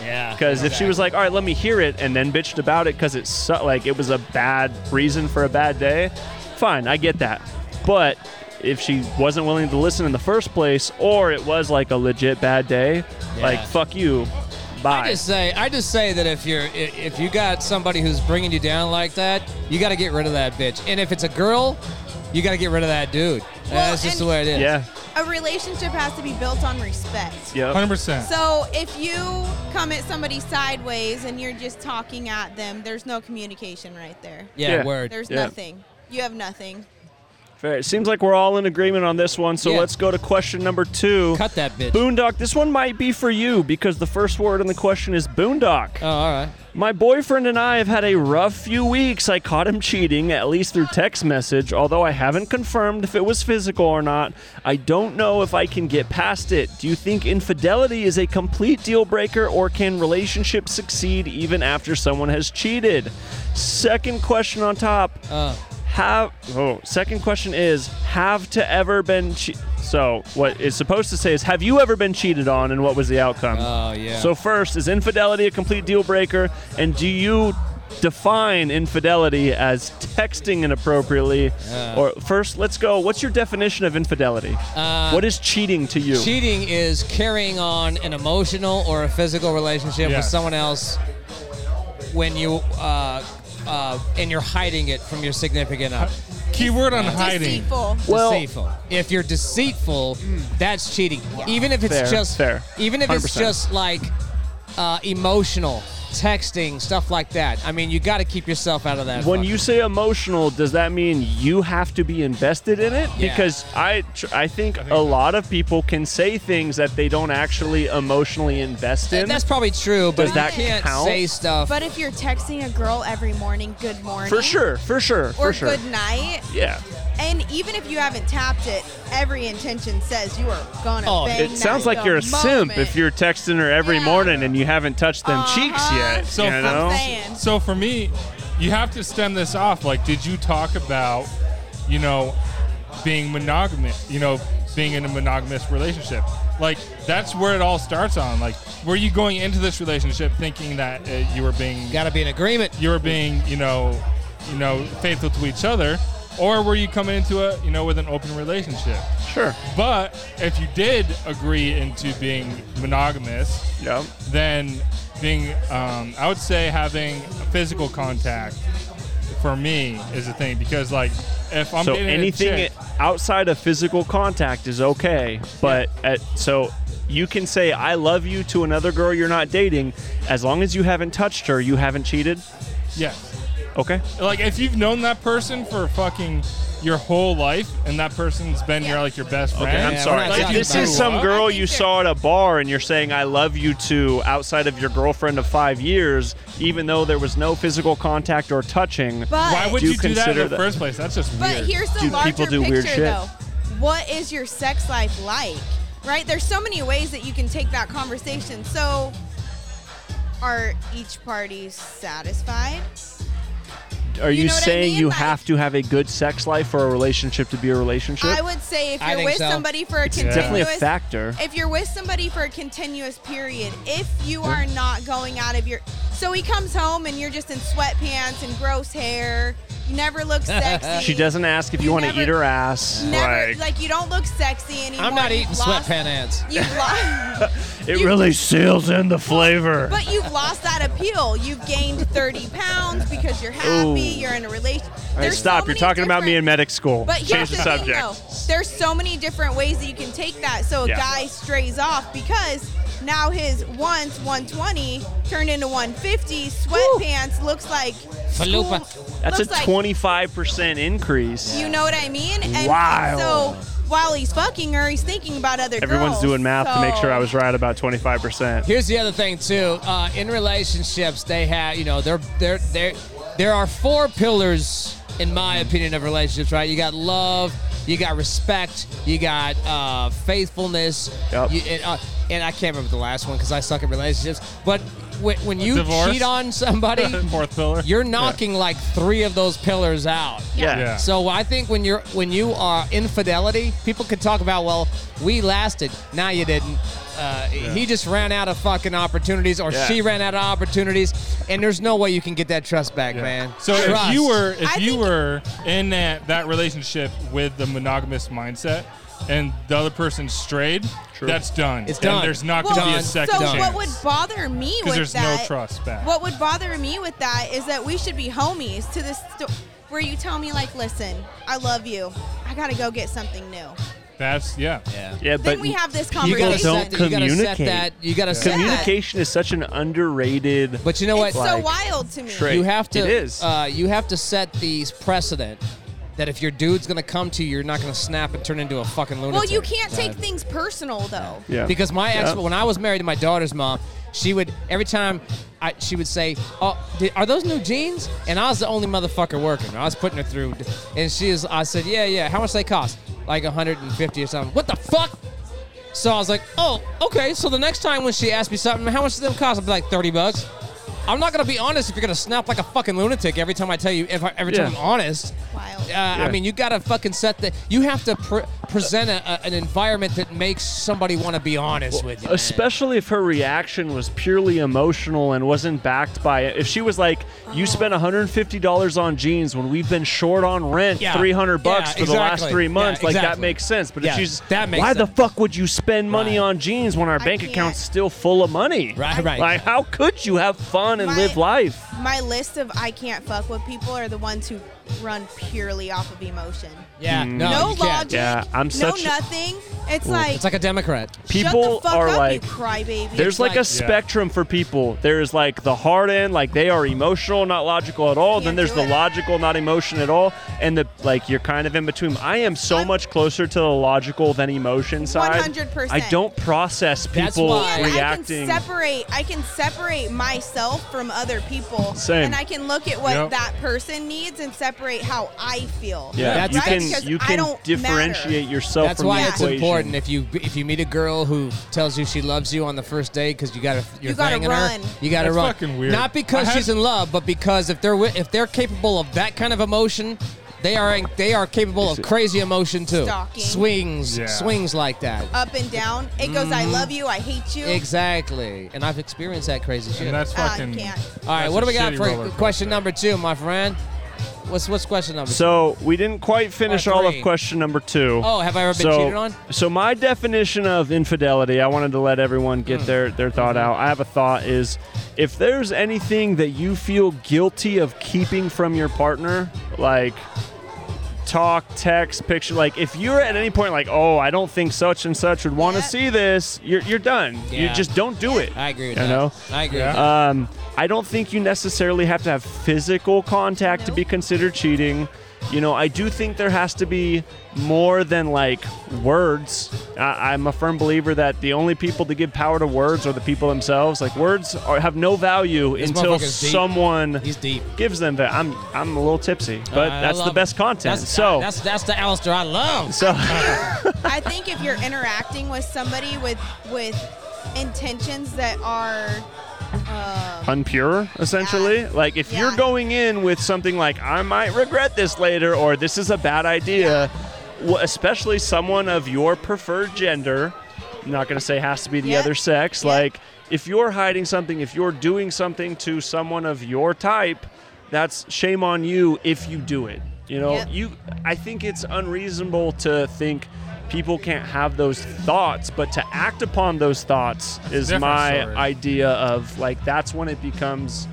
Yeah.
Because if she was like, "All right, let me hear it," and then bitched about it because it su- like it was a bad reason for a bad day, fine, I get that. But if she wasn't willing to listen in the first place, or it was like a legit bad day, like fuck you, bye.
I just say, I just say that if you're, i- if you got somebody who's bringing you down like that, you got to get rid of that bitch. And if it's a girl, you got to get rid of that dude. That's just
and-
the way it is.
yeah,
A relationship has to be built on respect.
yeah.
100%.
So if you come at somebody sideways and you're just talking at them, there's no communication right there.
Yeah.
Yeah.
Word.
There's
Yeah.
nothing. You have nothing.
Fair. It seems like we're all in agreement on this one. So
Yeah.
let's go to question number two.
Cut that bitch.
Boondock, this one might be for you because the first word in the question is boondock.
Oh, all right.
My boyfriend and I have had a rough few weeks. I caught him cheating, at least through text message, although I haven't confirmed if it was physical or not. I don't know if I can get past it. Do you think infidelity is a complete deal breaker or can relationships succeed even after someone has cheated? Second question on top.
Uh,
Have oh, second question is have to ever been che- so what it's supposed to say is have you ever been cheated on and what was the outcome?
oh yeah.
So first is infidelity a complete deal breaker and do you define infidelity as texting inappropriately or first let's go what's your definition of infidelity? what is cheating to you?
Cheating is carrying on an emotional or a physical relationship with
Yes.
someone else when you uh, uh, and you're hiding it from your significant other.
Keyword on hiding.
Deceitful.
Well-
deceitful. If you're deceitful, that's cheating. Even if it's
Fair,
just
fair.
even if it's
100%.
just like uh, emotional texting stuff like that. I mean, you got to keep yourself out of that.
when
fucking-
you say emotional does that mean you have to be invested in it
Yeah.
because I, tr- I think a lot of people can say things that they don't actually emotionally invest in
And that's probably true, but
Does that
you can't
count?
say stuff.
But if you're texting a girl every morning, good morning.
for sure for sure
Or
for sure
good night.
yeah
And even if you haven't tapped it, every intention says you are gonna
Oh,
bang
it
that
sounds like
the
you're a simp
moment.
if you're texting her every
Yeah.
morning and you haven't touched them cheeks
Uh-huh.
yet
So
you
for-
know?
I'm saying.
So for me, you have to stem this off. Like, did you talk about, you know, being monogamous? You know, being in a monogamous relationship. Like that's where it all starts on. Like, were you going into this relationship thinking that uh, you were being
got to be in agreement.
you were being you know you know faithful to each other, or were you coming into it you know with an open relationship?
sure
But if you did agree into being monogamous,
yeah
than being, um, I would say having physical contact for me is a thing because like if I'm
so
dating
anything
a chick,
outside of physical contact is okay but at, so you can say i love you to another girl you're not dating as long as you haven't touched her you haven't cheated
yes,
okay
like if you've known that person for fucking your whole life and that person's been your like your best friend,
i'm
Yeah,
sorry
we're not
if
talking
this
about
is
it.
some
I
girl
think
you
that-
saw at a bar and you're saying i love you to outside of your girlfriend of five years even though there was no physical contact or touching
But
Why would
Do
you,
you
do that in
consider
the
that-
first place? That's just
But
weird.
here's the
Dude,
larger
people do
picture,
weird shit.
though. What is your sex life like? Right? There's so many ways that you can take that conversation. So, are each party satisfied?
Are you,
You know what I
saying
mean?
you
Like-
have to have a good sex life for a relationship to be a relationship?
I would say if
I
you're
think
with
so.
somebody for a
it's
continuous,
definitely a factor.
if you're with somebody for a continuous period, if you are not going out of your, So he comes home and you're just in sweatpants and gross hair. You never look sexy.
She doesn't ask if you, want to
never-
eat her ass.
Never like,
like,
you don't look sexy anymore.
I'm not eating
You've lost-
sweatpants ants.
You've lost,
it really seals in the flavor.
but you've lost that appeal. You've gained 30 pounds because you're happy.
Ooh.
You're in a relationship.
All right, stop. You're talking about me in medic school.
But
Change
here's
the,
the, thing,
subject.
though. There's so many different ways that you can take that. So a
Yeah.
guy strays off because now his once 120 turned into 150. Sweatpants looks like school-
Falupa.
That's a
looks like-
25% increase.
You know what I mean? And
Wow.
So while he's fucking her, he's thinking about other
Everyone's
girls.
doing math to make sure I
So-
was right about 25%.
Here's the other thing too. Uh, in relationships, they have you know there there there there are four pillars in my opinion of relationships. Right? You got love, you got respect, you got uh, faithfulness.
Yep.
you- and, uh, and I can't remember the last one because I suck at relationships. But when, when you
Divorce?
cheat on somebody,
Fourth pillar.
you're knocking like three of those pillars out.
Yeah.
Yeah.
So I think when you're when you are infidelity, people can talk about well, we lasted. Now you didn't. Uh, He just ran out of fucking opportunities, or
Yeah.
she ran out of opportunities, and there's no way you can get that trust back,
Yeah.
man.
So
Trust.
if you were if
I
you
think-
were in that, that relationship with the monogamous mindset and the other person strayed,
True.
that's done.
It's
And
done.
there's not
Well,
going to be a
Done.
second
so
chance.
what would bother me
'Cause
with
there's no
that?
trust back.
What would bother me with that is that we should be homies to this sto- where you tell me like, listen, I love you. I gotta go get something new.
that's yeah.
Yeah,
then
but
we have this
you
conversation.
gotta
don't
set that, you gotta set
communicate.
that. You gotta set that.
communication is such an underrated.
But you know what?
it's so
like,
wild to me.
trait.
You have to.
It is.
Uh, you have to set these precedent that if your dude's gonna come to you, you're not gonna snap and turn into a fucking lunatic.
Well, you can't take
Uh,
things personal though.
yeah.
Because my ex,
Yeah.
when I was married to my daughter's mom, she would every time I, she would say, "Oh, di- are those new jeans?" And I was the only motherfucker working. I was putting her through, and she is. I said, "Yeah, yeah. How much they cost? Like 150 or something." What the fuck? So I was like, "Oh, okay." So the next time when she asked me something, how much does them cost? I'd be like, 30 bucks. I'm not gonna be honest if you're gonna snap like a fucking lunatic every time I tell you. If I, every time
Yeah.
I'm honest,
Wild.
uh, I mean, you gotta fucking set the. You have to pre- present a, a- an environment that makes somebody want to be honest with you. man.
Especially if her reaction was purely emotional and wasn't backed by it. If she was like, "You spent
Oh.
$150 on jeans when we've been short on rent,
Yeah.
300 bucks
Yeah,
for the last
exactly.
three months,"
Yeah,
like that
exactly.
makes sense. But
Yeah,
if she's,
that makes
why the
sense.
fuck would you spend money
Right.
on jeans when our bank
can't.
account's still full of money?
Right, right.
Like, how could you have fun and
My-
live life?
My list of I can't fuck with people are the ones who run purely off of emotion.
yeah,
Mm.
no,
no
you can't.
logic.
Yeah, I'm
no
such a-
nothing. It's like,
It's like a Democrat.
People
shut the fuck
are
up,
like,
you crybaby.
There's like, a spectrum for people. There's like the hard end, like they are emotional, not logical at all. Then
Can't
there's
do
the
it.
logical, not emotion at all. And the like you're kind of in between. I am so
I'm-
much closer to the logical than emotion side.
100%.
I don't process
That's
people
why-
and
reacting.
I can separate. I can separate myself from other people,
Same.
and I can look at what
Yep.
that person needs and separate how I feel.
yeah,
That's-
you
that's-
can
Because
you
I
can
don't
differentiate
matter.
Oh,
yourself
That's
from
why
the
it's
equation.
important if you if you meet a girl who tells you she loves you on the first date because you got you're
You gotta
banging
run.
her, you got to
That's
run.
fucking weird.
Not because
I had-
she's in love, but because if they're wi- if they're capable of that kind of emotion, they are they are capable of crazy emotion too.
Stalking. Uh,
Swings,
Yeah.
swings like that.
Up and down. It goes. I love you. I hate you.
Exactly, and I've experienced that crazy shit.
And that's
Ah,
fucking.
can't.
All right,
that's
what
a
do we got
shitty
for
roller coaster.
question number two, my friend? What's what's question number? two?
So we didn't quite finish all of
three.
question number two.
Oh, have I ever been
so,
cheated on?
So my definition of infidelity, I wanted to let everyone
Hmm.
get their their thought out. I have a thought is if there's anything that you feel guilty of keeping from your partner, like talk, text, picture, like if you're at any point like, oh, I don't think such and such would want to
Yeah.
see this, you're you're done. You
Yeah.
just don't do it.
I agree with
You
that.
know?
I agree.
Yeah.
With that.
Um, I don't think you necessarily have to have physical contact to
No.
be considered cheating. You know, I do think there has to be more than like words. I, I'm a firm believer that the only people to give power to words are the people themselves. Like words are, have no value
This
until
motherfucker's deep.
someone
He's deep.
gives them that. I'm I'm a little tipsy, but
Uh, I
that's the
love
best
it.
content.
That's,
so
that's that's the Alistair I love.
so
I think if you're interacting with somebody with with intentions that are
unpure essentially
Yeah.
like if
Yeah.
you're going in with something like i might regret this later or this is a bad idea wh- especially someone of your preferred gender i'm not going to say has to be the
Yep.
other sex
Yep.
like if you're hiding something, if you're doing something to someone of your type, that's shame on you if you do it. You know,
Yep.
you I think it's unreasonable to think people can't have those thoughts, but to act upon those thoughts is
different
my
story.
idea of like that's when it becomes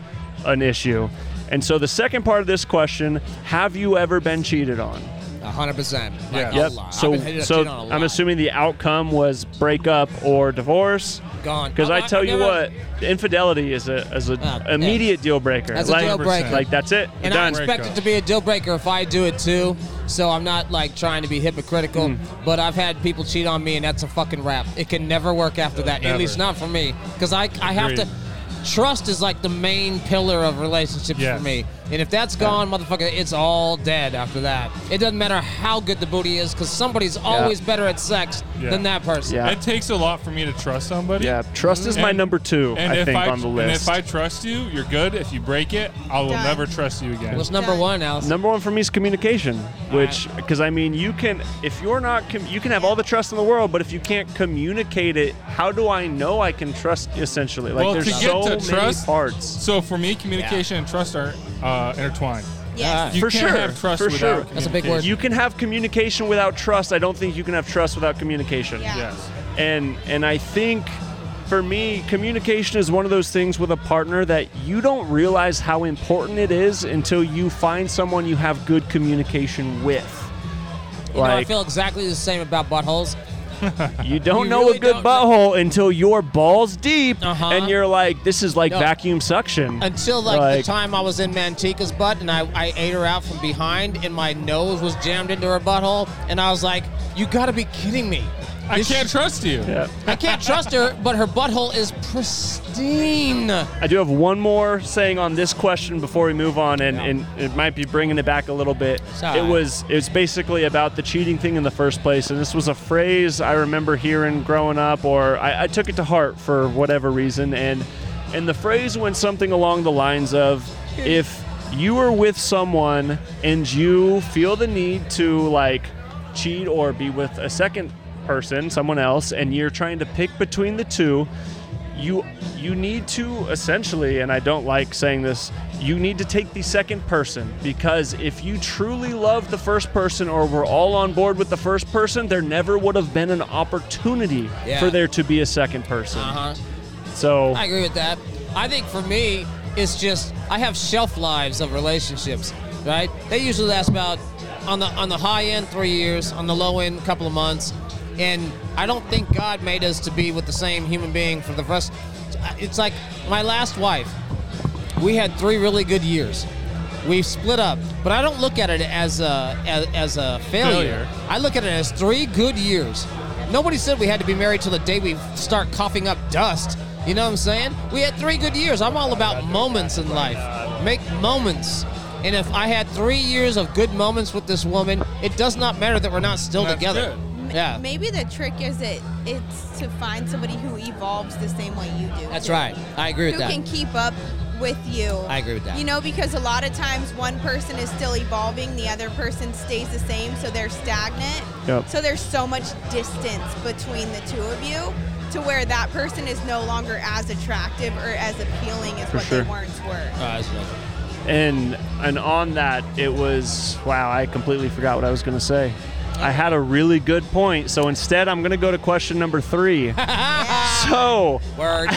an issue. And so the second part of this question, have you ever been cheated on?
hundred percent.
Yeah.
Like,
Yep.
A lot. I've been
So,
hitting-
so
cheated on a lot.
I'm assuming the outcome was breakup or divorce.
Gone.
Because
I'm
I
not-
tell
I've
you
never-
what, infidelity is a is an
Uh, yeah.
immediate deal breaker.
That's a
like,
deal breaker.
Like that's it.
And I
done.
expect it
Breakup.
to be a deal breaker if I do it too. So I'm not like trying to be hypocritical,
Mm.
but I've had people cheat on me, and that's a fucking wrap. It can never work after that,
Never.
at least not for me, because I I have to.
Agreed.
Trust is like the main pillar of relationships
Yeah.
for me, and if that's gone, motherfucker, it's all dead after that. It doesn't matter how good the booty is, because somebody's always better at sex
Yeah.
than that person.
Yeah.
It takes a lot for me to trust somebody.
yeah, trust is my
And-
number two.
And
I
if
think
I
on the
and
list.
if I trust you, you're good. If you break it, I will
Done.
never trust you again.
What's number
Done.
one, Alice?
Number one for me is communication, which because I mean you can if you're not com- you can have all the trust in the world, but if you can't communicate it, how do I know I can trust? Essentially, like
well, to
there's
get
so
to
many
trust,
parts.
so for me, communication and trust are uh, intertwined.
Yes.
You
For
can't
sure,
have trust
for
without
sure.
That's a big word.
You can have communication without trust. I don't think you can have trust without communication.
Yeah.
Yes.
and and I think for me communication is one of those things with a partner that you don't realize how important it is until you find someone you have good communication with
You know, I
like
feel exactly the same about buttholes.
you don't
you
know
really
a good
don't-
butthole until you're balls deep
Uh-huh.
and you're like this is like
No.
vacuum suction
Until like, the time I was in Mantica's butt and I, I ate her out from behind and my nose was jammed into her butthole and I was like, You gotta be kidding me.
I can't trust you.
yeah.
I can't trust her, but her butthole is pristine.
I do have one more saying on this question before we move on, and, and it might be bringing it back a little bit.
all
It
right.
was it's basically about the cheating thing in the first place, and this was a phrase I remember hearing growing up, or I, I took it to heart for whatever reason, and and the phrase went something along the lines of if you are with someone and you feel the need to like cheat or be with a second person, someone else, and you're trying to pick between the two, you you need to essentially, and I don't like saying this, you need to take the second person because if you truly love the first person or were all on board with the first person, there never would have been an opportunity
Yeah.
for there to be a second person.
Uh-huh.
So
I agree with that. I think for me, it's just I have shelf lives of relationships, right? They usually last about on the on the high end three years, on the low end a couple of months, and I don't think God made us to be with the same human being for the rest. It's like my last wife. We had three really good years. We split up, but I don't look at it as a as, as a
Failure.
failure. I look at it as three good years. Nobody said we had to be married till the day we start coughing up dust. You know what I'm saying? We had three good years. I'm all about moments in life. Make moments. And if I had three years of good moments with this woman, it does not matter that we're not still
That's
together.
M-
Yeah.
Maybe the trick is it it's to find somebody who evolves the same way you do.
That's
too.
right. I agree with
Who
that.
can keep up with you?
I agree with that.
You know, because a lot of times one person is still evolving, the other person stays the same, so they're stagnant.
Yep.
So there's so much distance between the two of you to where that person is no longer as attractive or as appealing as what
sure.
they once were.
Uh, it's really-
and and on that it was wow i completely forgot what i was going to say i had a really good point so instead i'm going to go to question number three so
Word.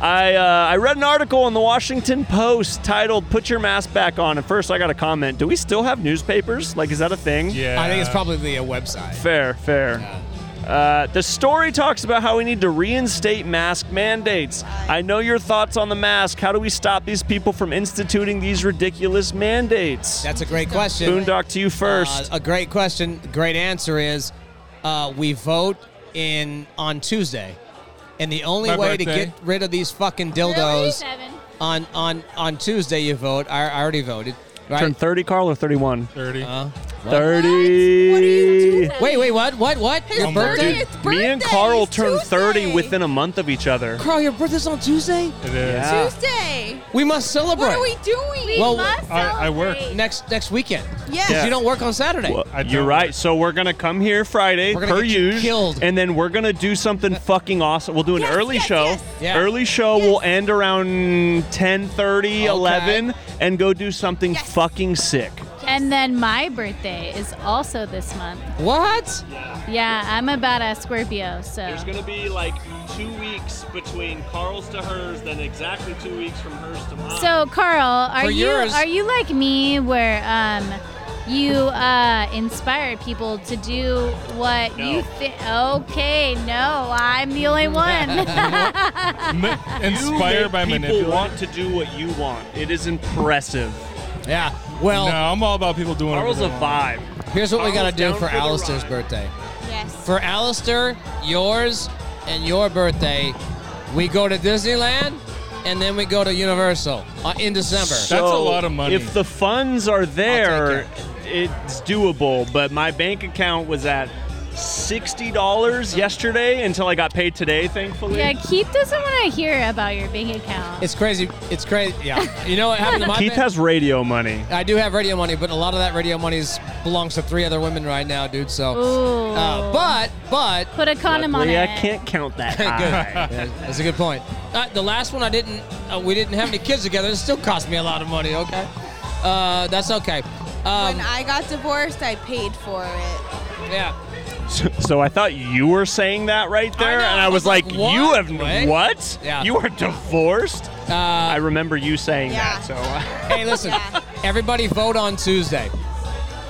I, uh, I read an article in the Washington Post titled "Put Your Mask Back On." And first, I got a comment. Do we still have newspapers? Like, is that a thing?
Yeah.
probably a website.
Fair, fair. Uh, the story talks about how we need to reinstate mask mandates. I know your thoughts on the mask. How do we stop these people from instituting these ridiculous mandates?
That's a great question.
Boondock to you first.
Uh, a great question. Great answer is uh, we vote in on Tuesday, and the only
My
way
birthday.
to get rid of these fucking
Really,
dildos
Devin?
on on on Tuesday you vote. I, I already voted. Right?
Turn 30, Carl, or 31?
30.
Uh,
Thirty.
What are you doing?
Wait, wait, what? What? What?
His
Your
Oh my
birthday?
dude.
It's
Me and
birthday,
Carl
it's
turned thirty
Tuesday.
within a month of each other.
Carl, your birthday's on Tuesday?
It is.
Yeah.
Tuesday.
We must celebrate.
What are we doing?
We
Well,
must
I- I work.
celebrate.
next next weekend.
yes.
Yeah.
You don't work on Saturday.
Well,
I don't
you're
know.
right. So we're gonna come here Friday
We're gonna
per
get you
usual,
killed.
and then we're gonna do something fucking awesome. We'll do an
Yes,
early
yes,
show.
yes.
Yeah.
Early show will end around 10:30,
Okay.
11, and go do something
Yes.
fucking sick.
And then my birthday is also this month.
What?
Yeah, I'm about a Scorpio, so
There's gonna be like two weeks between Carl's to hers, then exactly two weeks from hers to mine.
So Carl, are
For
you
yours-
are you like me where um you uh, inspire people to do what
No.
you think? Okay, no, I'm the only one.
Ma-
You
inspired
make
by
people
manipulation.
want to do what you want. It is impressive.
Yeah. Well,
no, I'm all about people doing.
Carl's
it
a vibe.
here's what we got to
Carl's
do
down
for,
for the
Alistair's
ride.
birthday.
Yes.
For Alistair, yours, and your birthday, we go to Disneyland and then we go to Universal uh, in December.
That's a
So,
lot of money.
If the funds are there,
I'll
it's doable. But my bank account was at sixty dollars yesterday until I got paid today, thankfully.
yeah, Keith doesn't want to hear about your bank account.
It's crazy. It's crazy. Yeah. You know what happened to my
Keith
ba-
has radio money.
I do have radio money, but a lot of that radio money is, belongs to three other women right now, dude. So,
Ooh.
Uh, but but
Put a condom
Luckily,
on
I
it.
can't count that
Good.
high.
Yeah, that's a good point. Uh, the last one I didn't, uh, we didn't have any kids together. It still cost me a lot of money. Okay, uh, that's okay. Um,
when I got divorced, I paid for it.
yeah,
so, so I thought you were saying that right there,
know,
and
I
I was
was like,
like, "You
what?
have
Wait."
what?
Yeah.
You are divorced?" I
uh,
remember you saying
Yeah.
that. So uh,
hey, listen,
Yeah.
everybody vote on Tuesday.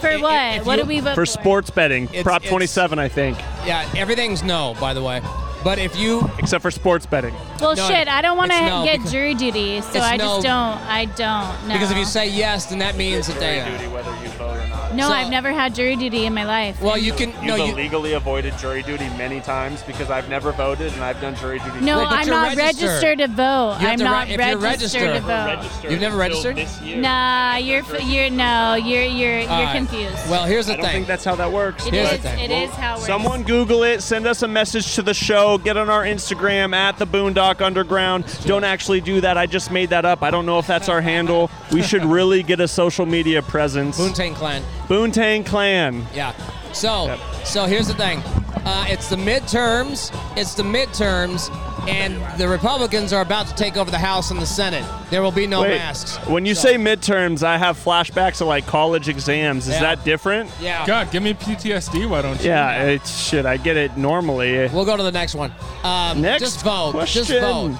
for
if-
what?
if
what
you-
do we vote
for sports betting,
It's-
prop
it's-
twenty-seven, I think,
Yeah, everything's no, by the way. But if you,
except for sports betting.
Well,
No,
shit, I don't want to
it's no,
get
because-
jury duty, so
it's
I
no-
just don't. I don't. No.
because if you say yes, then that means that they. uh,
Jury duty, whether you vote or not.
no,
so-
I've never had jury duty in my life.
well, you can no,
You've
you,
illegally avoided jury duty many times because I've never voted and I've done jury duty.
no,
Wait, but
I'm
you're
not
registered.
registered to vote.
You have
I'm
to re-
not
if you're
registered to
registered-
vote.
Registered
You've never
until
registered?
This year.
Nah, you're f- you're no, you're you're you're
all right.
confused.
Well, here's the
I don't
thing.
think that's how that works.
it
but-
is
here's
it is
the thing.
how it works.
Someone Google it. Send us a message to the show. Get on our Instagram at the Boondock Underground. Don't actually do that. I just made that up. I don't know if that's our handle. We should really get a social media presence.
Boontang Clan.
Boontang Clan.
Yeah. So, so here's the thing. Uh, it's the midterms. It's the midterms, and the Republicans are about to take over the House and the Senate. There will be no
Wait,
masks.
when you
So-
say midterms, I have flashbacks of like college exams. Is
Yeah.
that different?
yeah,
God, give me PTSD. Why don't you?
Yeah, it's shit. I get it normally.
we'll go to the next one. Um,
Next
just vote.
question.
Just vote.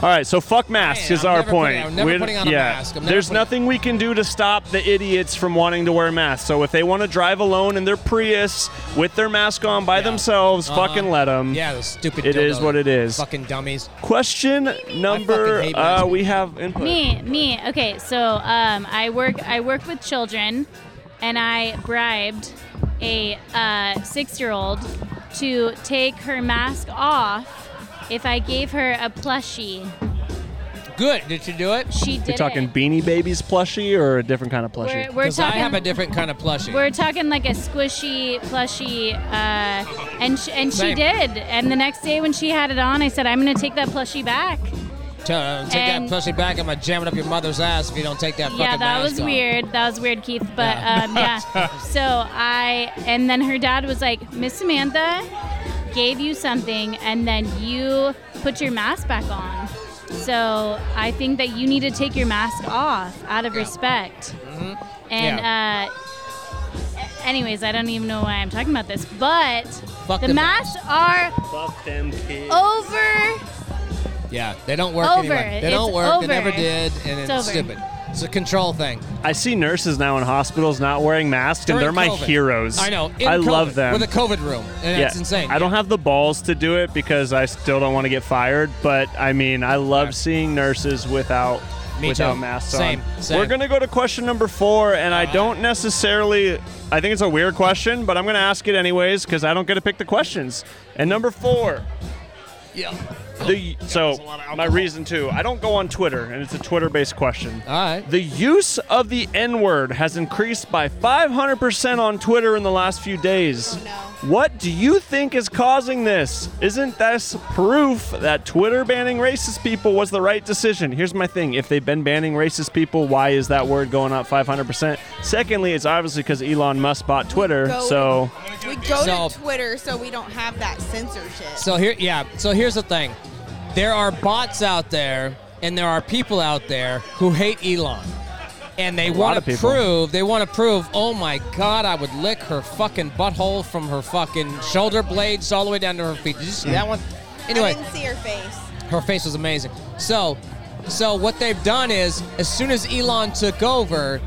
All right, so fuck masks
Man,
is
I'm
our
never
point.
putting- I'm never
We're-
putting on a mask. I'm never
There's
putting-
nothing we can do to stop the idiots from wanting to wear masks. So if they want to drive alone in their Prius with their mask on by themselves, fucking let them.
Uh-huh. Yeah, those stupid.
It is
dildo-
what it is.
Fucking dummies.
Question number.
hate
Uh,
masks.
we have input.
me me okay so um, i work i work with children and i bribed a uh, six-year-old to take her mask off if i gave her a plushie
Good. Did you do it?
she did
We're talking
it.
Beanie Babies plushie or a different kind of plushie?
we're, we're
Because I
talking
have a different kind of plushie.
we're talking like a squishy plushie, uh, and sh- and she
Same.
did. And the next day when she had it on, I said, "I'm gonna take that plushie back."
Ta- take
and-
that plushie back. I'm gonna jam it up your mother's ass if you don't take that fucking
yeah that
mask
was
off.
weird that was weird keith but
Yeah.
yeah. um yeah so i and then her dad was like miss samantha gave you something and then you put your mask back on so i think that you need to take your mask off out of respect and uh a- anyways i don't even know why i'm talking about this but
Fuck
the
the
masks are
Fuck them kids.
over
Yeah, they don't work
Over.
anyway. They
It's
don't work. They
over.
never did, and it's,
It's over.
stupid. It's a control thing.
I see nurses now in hospitals not wearing masks, and
During
they're my
COVID.
heroes.
I know. in
I
COVID,
love them.
With a COVID room, and that's insane.
I don't have the balls to do it because I still don't want to get fired. But I mean, I love seeing nurses without
Me
without
too.
masks
Same,
on.
same.
We're gonna go to question number four, and I don't necessarily. I think it's a weird question, but I'm gonna ask it anyways because I don't get to pick the questions. And number four.
Yeah.
The so my reason too. I don't go on Twitter, and it's a Twitter-based question.
All right.
The use of the N-word has increased by 500% on Twitter in the last few days. What do you think is causing this? Isn't this proof that Twitter banning racist people was the right decision? Here's my thing: if they've been banning racist people, why is that word going up 500%? Secondly, it's obviously because Elon Musk bought Twitter,
Go-
so.
we go
So-
to Twitter so we don't have that censorship.
So here, yeah. So here's the thing: there are bots out there, and there are people out there who hate Elon, and they
A lot
want
of
to
people.
prove. They want to prove. Oh my God! I would lick her fucking butthole from her fucking shoulder blades all the way down to her feet. Did you see
Mm.
that one? Anyway,
I didn't see her face.
her face was amazing. So, so what they've done is, as soon as Elon took over,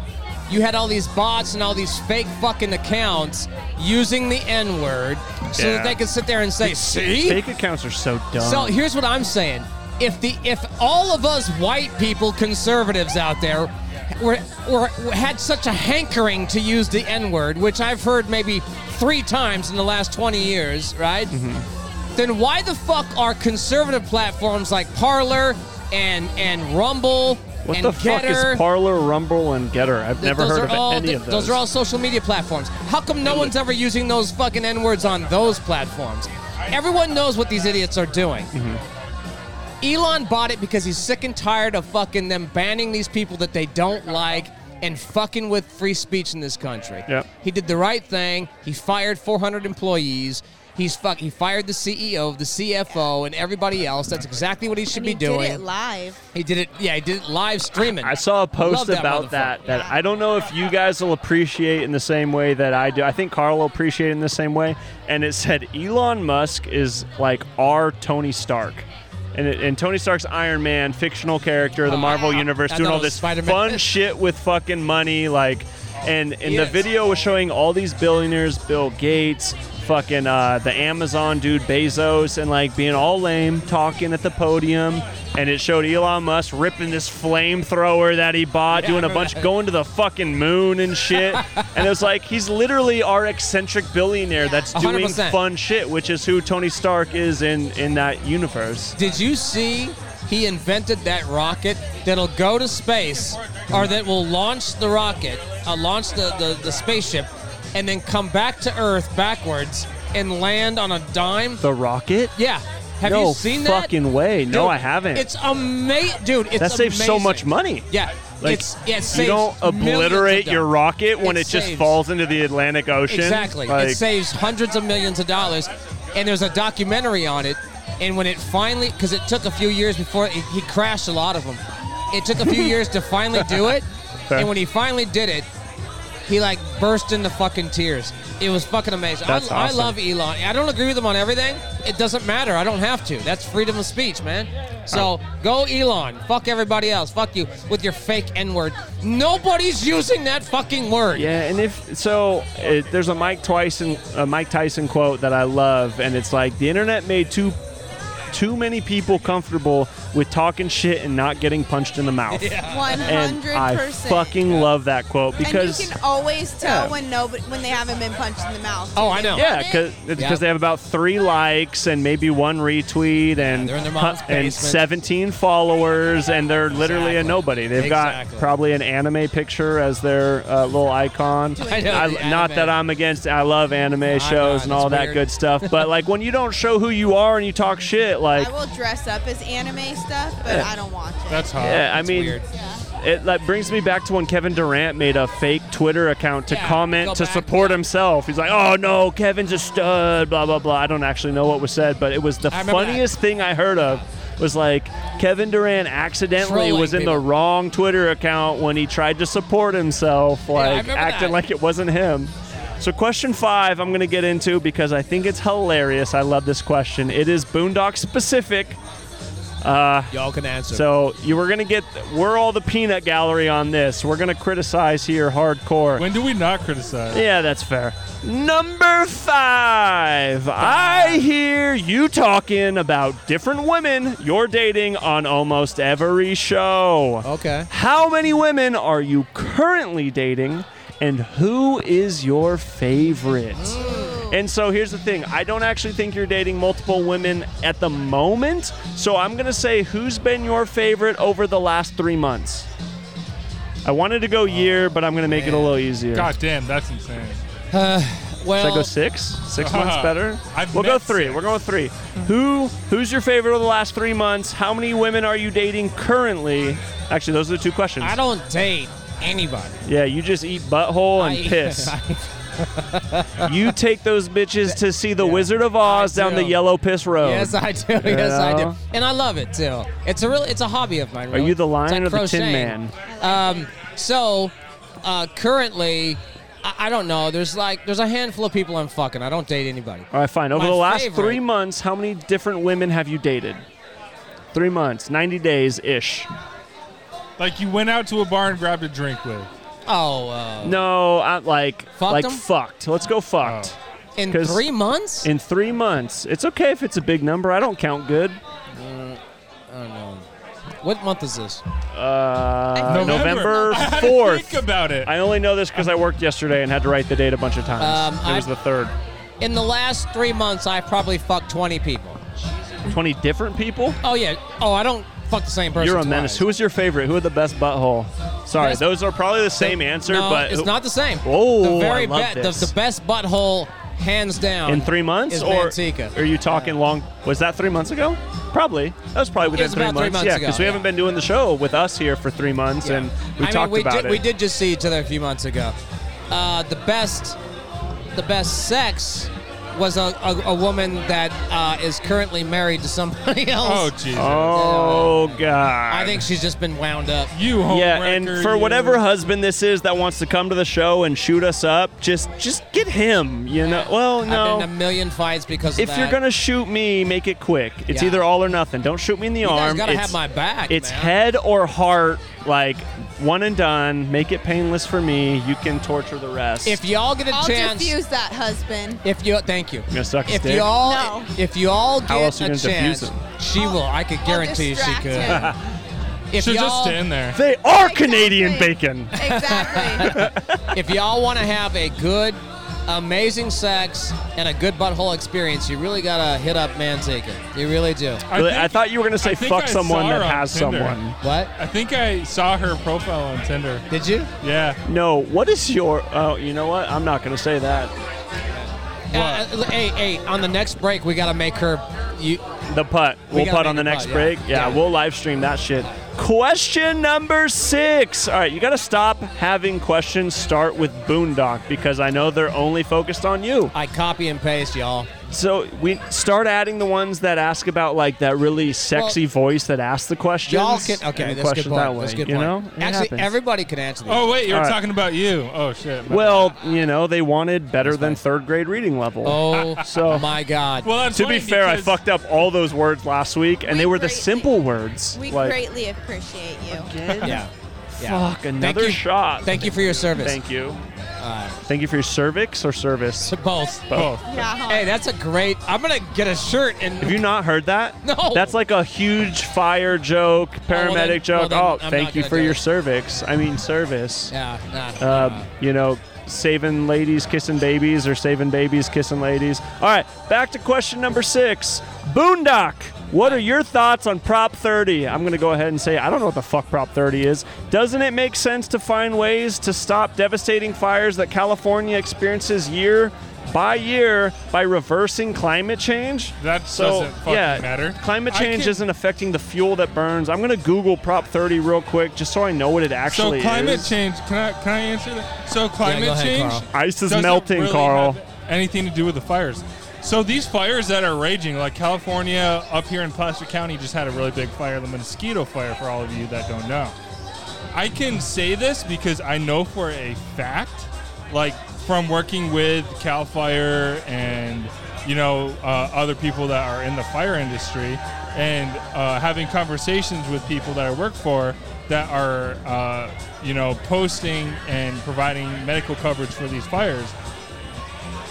you had all these bots and all these fake fucking accounts using the N word, so
Yeah.
that they could sit there and say, "See,
Fake accounts are so dumb.
so here's what I'm saying: if the if all of us white people, conservatives out there, were, were had such a hankering to use the N word, which I've heard maybe three times in the last 20 years, right?
Mm-hmm.
Then why the fuck are conservative platforms like Parler and and Rumble
What
and
the fuck
Getter?
is Parlor, Rumble, and Getter? I've never
those
heard
are
of
all,
any
th-
of those.
are all social media platforms. How come no one's ever using those fucking N words on those platforms? Everyone knows what these idiots are doing.
Mm-hmm.
Elon bought it because he's sick and tired of fucking them banning these people that they don't like and fucking with free speech in this country.
Yep.
He did the right thing. He fired 400 employees. He's fuck. He fired the CEO, the CFO, and everybody else. That's exactly what he should
And
be
he
doing.
did it live.
He did it. Yeah, he did it live streaming.
I saw a post
Love that
about
motherfucker.
that that I don't know if you guys will appreciate in the same way that I do. I think Carl will appreciate it in the same way. And it said Elon Musk is like our Tony Stark. And, it, and Tony Stark's Iron Man, fictional character, the Marvel Universe,
Oh, I
doing
thought
all
it was
this
Spider-Man.
fun shit with fucking money, like, and and the
Yes.
video was showing all these billionaires, Bill Gates, fucking uh, the Amazon dude Bezos, and like being all lame, talking at the podium, and it showed Elon Musk ripping this flamethrower that he bought, doing a bunch, going to the fucking moon and shit, and it was like he's literally our eccentric billionaire that's doing
100%.
fun shit, which is who Tony Stark is in in that universe.
Did you see he invented that rocket that'll go to space or that will launch the rocket, uh, launch the, the, the spaceship, and then come back to Earth backwards and land on a dime?
The rocket?
Yeah. Have
no
you seen that?
fucking way. No,
Dude,
I haven't.
It's amazing. Dude, it's
that saves so
amazing.
much money.
Yeah.
Like,
it's, yeah, it saves
you don't
millions of
obliterate your
dollars.
rocket when
It
it, just
saves-
falls into the Atlantic Ocean.
Exactly.
Like,
it saves hundreds of millions of dollars. And there's a documentary on it. And when it finally, because it took a few years before, he he crashed a lot of them. It took a few years to finally do it.
Fair.
And when he finally did it, he like burst into fucking tears. It was fucking amazing.
That's
I,
awesome.
I love Elon. I don't agree with him on everything. It doesn't matter. I don't have to. That's freedom of speech, man. So
Oh.
go Elon. Fuck everybody else. Fuck you with your fake N word. Nobody's using that fucking word.
yeah, and if so, it, there's a Mike Tyson, a Mike Tyson quote that I love, and it's like the internet made too too many people comfortable with talking shit and not getting punched in the mouth.
Uh,
One
And I
hundred percent.
fucking love that quote because
and you can always tell
Yeah.
when nobody when they haven't been punched in the mouth.
Oh, I know.
Yeah, because
Yeah.
they have about three likes and maybe one retweet and
they're in their
hu-
mom's
and
basement.
17 followers, and they're literally a
Exactly.
nobody. They've
Exactly.
got probably an anime picture as their uh, little icon.
I know the
not
anime.
that I'm against. I love anime shows
not,
and all
it's
that
weird.
good stuff. But like when you don't show who you are and you talk shit, like
I will dress up as anime stuff, but I don't watch it.
That's hot.
yeah, I
It's
mean.
weird.
It like, brings me back to when Kevin Durant made a fake Twitter account to
Yeah, go
comment to
back,
support
yeah.
himself. He's like, "Oh no, Kevin's a stud." Blah blah blah. I don't actually know what was said, but it was the
I remember that.
funniest thing I heard of. Was like Kevin Durant accidentally
Trolling
was in the
people.
wrong Twitter account when he tried to support himself, like
remember
acting
that.
like it wasn't him. So question five, I'm gonna get into because I think it's hilarious. I love this question. It is Boondock specific.
Y'all can answer.
So you were gonna get we're all the peanut gallery on this. We're gonna criticize here hardcore.
When do we not criticize?
yeah, that's fair. Number five. I hear you talking about different women you're dating on almost every show.
okay.
How many women are you currently dating? And who is your favorite? And so here's the thing I don't actually think you're dating multiple women at the moment. So I'm going to say who's been your favorite over the last three months? I wanted to go year, but I'm going to make it a little easier.
God damn, that's insane.
Uh,
well-
Should I go six? Six months better?
I've
we'll go
met
three. we We're going with three. Who Who's your favorite over the last three months? How many women are you dating currently? Actually, those are the two questions.
I don't date anybody.
Yeah, you just eat butthole and
I-
piss. you take those bitches to see the Wizard of Oz down the
do.
yellow piss road.
Yes, I do.
You
Yes, I do.
know?
And I love it too. It's a real. It's a hobby of mine.
Are
really.
you the lion
It's like
or the Tin Man?
crocheting. Um, so, uh, currently, I, I don't know. There's like there's a handful of people I'm fucking. I don't date anybody.
All right, fine. Over
My
the last
favorite-
three months, how many different women have you dated? Three months, 90 days ish.
Like you went out to a bar and grabbed a drink with.
Oh. Uh,
No, I like
Fucked
like
'em?
fucked. Let's go fucked.
In
'Cause-
three months?
In three months, it's okay if it's a big number. I don't count good.
Mm, I don't know. What month is this?
Uh,
November.
November
I had to
fourth.
think about it.
I only know this because I worked yesterday and had to write the date a bunch of times.
Um,
it was
I-
the third.
In the last three months, I've probably fucked 20 people.
20 different people?
Oh, yeah. Oh, I don't fuck the same person.
You're a
twice.
menace. Who was your favorite? Who had the best butthole? Sorry,
Best-
those are probably the same answer,
No,
but
it's not the same.
Oh,
the very
I love
be-
this.
The, the best butthole, hands down.
in three months
is
or
Manteca.
are you talking long? Was that three months ago? Probably. That was probably within
was
three,
about
months.
three months
Yeah,
ago,
because we
yeah.
haven't been doing the show with us here for three months, and we
I
talked
mean, we
about
did,
it.
We did just see each other a few months ago. Uh, the best, the best sex was a, a, a woman that uh, is currently married to somebody else.
Oh, Jesus. Oh, God.
uh, I think she's just been wound up.
You
yeah, and for whatever husband this is that wants to come to the show and shoot us up, just just get him. You know. Well,
I've been
no.
in a million fights because of
If you're
that.
gonna shoot me, make it quick. It's
Yeah.
either all or nothing. Don't shoot me in the
You guys
arm.
gotta
it's,
have my back,
It's
man.
head or heart, like one and done. Make it painless for me. You can torture the rest.
if y'all get a
I'll
chance,
defuse that husband.
if you thank you,
You gonna suck his
if
dick?
y'all, if y'all
How else
get
you
a
gonna defuse
chance,
him?
she will. I could guarantee she
distract
could.
him.
if
She'll
y'all,
just stand there.
They are Canadian bacon.
if y'all want to have a good, amazing sex and a good butthole experience, you really gotta hit up Manteca. You really do.
I Really? think- I
thought you were gonna
I think I saw her on Tinder.
What?
I think I saw her profile on Tinder.
Did you?
Yeah.
No. What is your? Oh, you know what? I'm not gonna say that.
Uh, uh, hey, hey! On the next break, we gotta make her. You.
The putt.
We
We'll
gotta
putt on
make
the
a
next
putt, yeah.
break. Yeah,
Yeah.
we'll live stream that shit. Question number six. All right, you got to stop having questions start with Boondock because I know they're only focused on you.
I copy and paste, y'all.
So we start adding the ones that ask about like that really sexy voice that asks the questions.
Y'all can. Okay,
and
that's a good
question
point.
that way.
that's a good
you
point.
know, It
Actually,
happens.
everybody can answer. These.
Oh wait, you were
All right.
talking about you. Oh shit. my
Well, you know, they wanted better than third grade reading level.
Oh,
so
my God.
Well, that's
to be
funny
fair, I
because-
fucked up all those words last week, and they were the simple words.
We
like,
greatly appreciate you.
Yeah.
Fuck, another
you-
shot.
Thank you for your service.
Thank you. Thank you for your cervix or service?
Both.
Both.
Hey, that's a great. I'm gonna get a shirt and.
Have you not heard that?
No. Oh,
That's like a huge fire joke, paramedic
well then- well
joke.
then
oh,
I'm
thank
not
you
gonna
for
do
your
it.
cervix. I mean, service.
Yeah. Nah,
Uh, you know, saving ladies kissing babies or saving babies kissing ladies. All right, back to question number six. Boondock, what are your thoughts on Prop 30? I'm going to go ahead and say I don't know what the fuck Prop 30 is. Doesn't it make sense to find ways to stop devastating fires that California experiences year by year by reversing climate change?
That
so,
doesn't fucking
yeah,
matter.
Climate
I
change
can-
isn't affecting the fuel that burns. I'm going to Google Prop 30 real quick just so I know what it actually
so climate
is.
change. Can I can I answer that? So climate
go ahead,
change.
Carl. Ice is
doesn't
melting,
really
Carl.
have Anything to do with the fires? So these fires that are raging, like California up here in Placer County, just had a really big fire, the mosquito fire. For all of you that don't know, I can say this because I know for a fact, like from working with Cal Fire and you know uh, other people that are in the fire industry, and uh, having conversations with people that I work for that are uh, you know posting and providing medical coverage for these fires.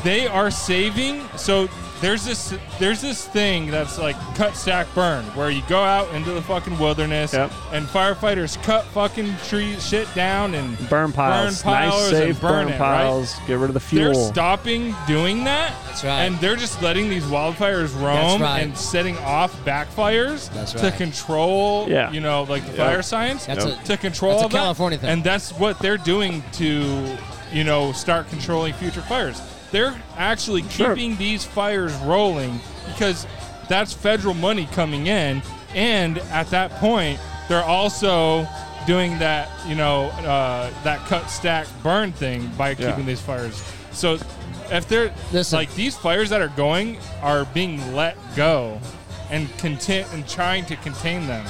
They are saving. So there's this there's this thing that's like cut, stack, burn, where you go out into the fucking wilderness and firefighters cut fucking tree shit down and
Burn piles. nice
piles
save
and burn,
burn
it, right?
piles. Get rid of the
They're
fuel.
stopping doing that.
That's right.
And they're just letting these wildfires roam
right.
and setting off backfires
That's
to
right.
control,
Yeah.
you know, like the
Yep.
fire science
That's a-
to control
that's a
all that.
California thing.
And that's what they're doing to, you know, start controlling future fires. They're actually keeping these fires rolling because that's federal money coming in. And at that point, they're also doing that, you know, uh, that cut, stack, burn thing by
Yeah.
keeping these fires. So if they're like these fires that are going are being let go and content and trying to contain them.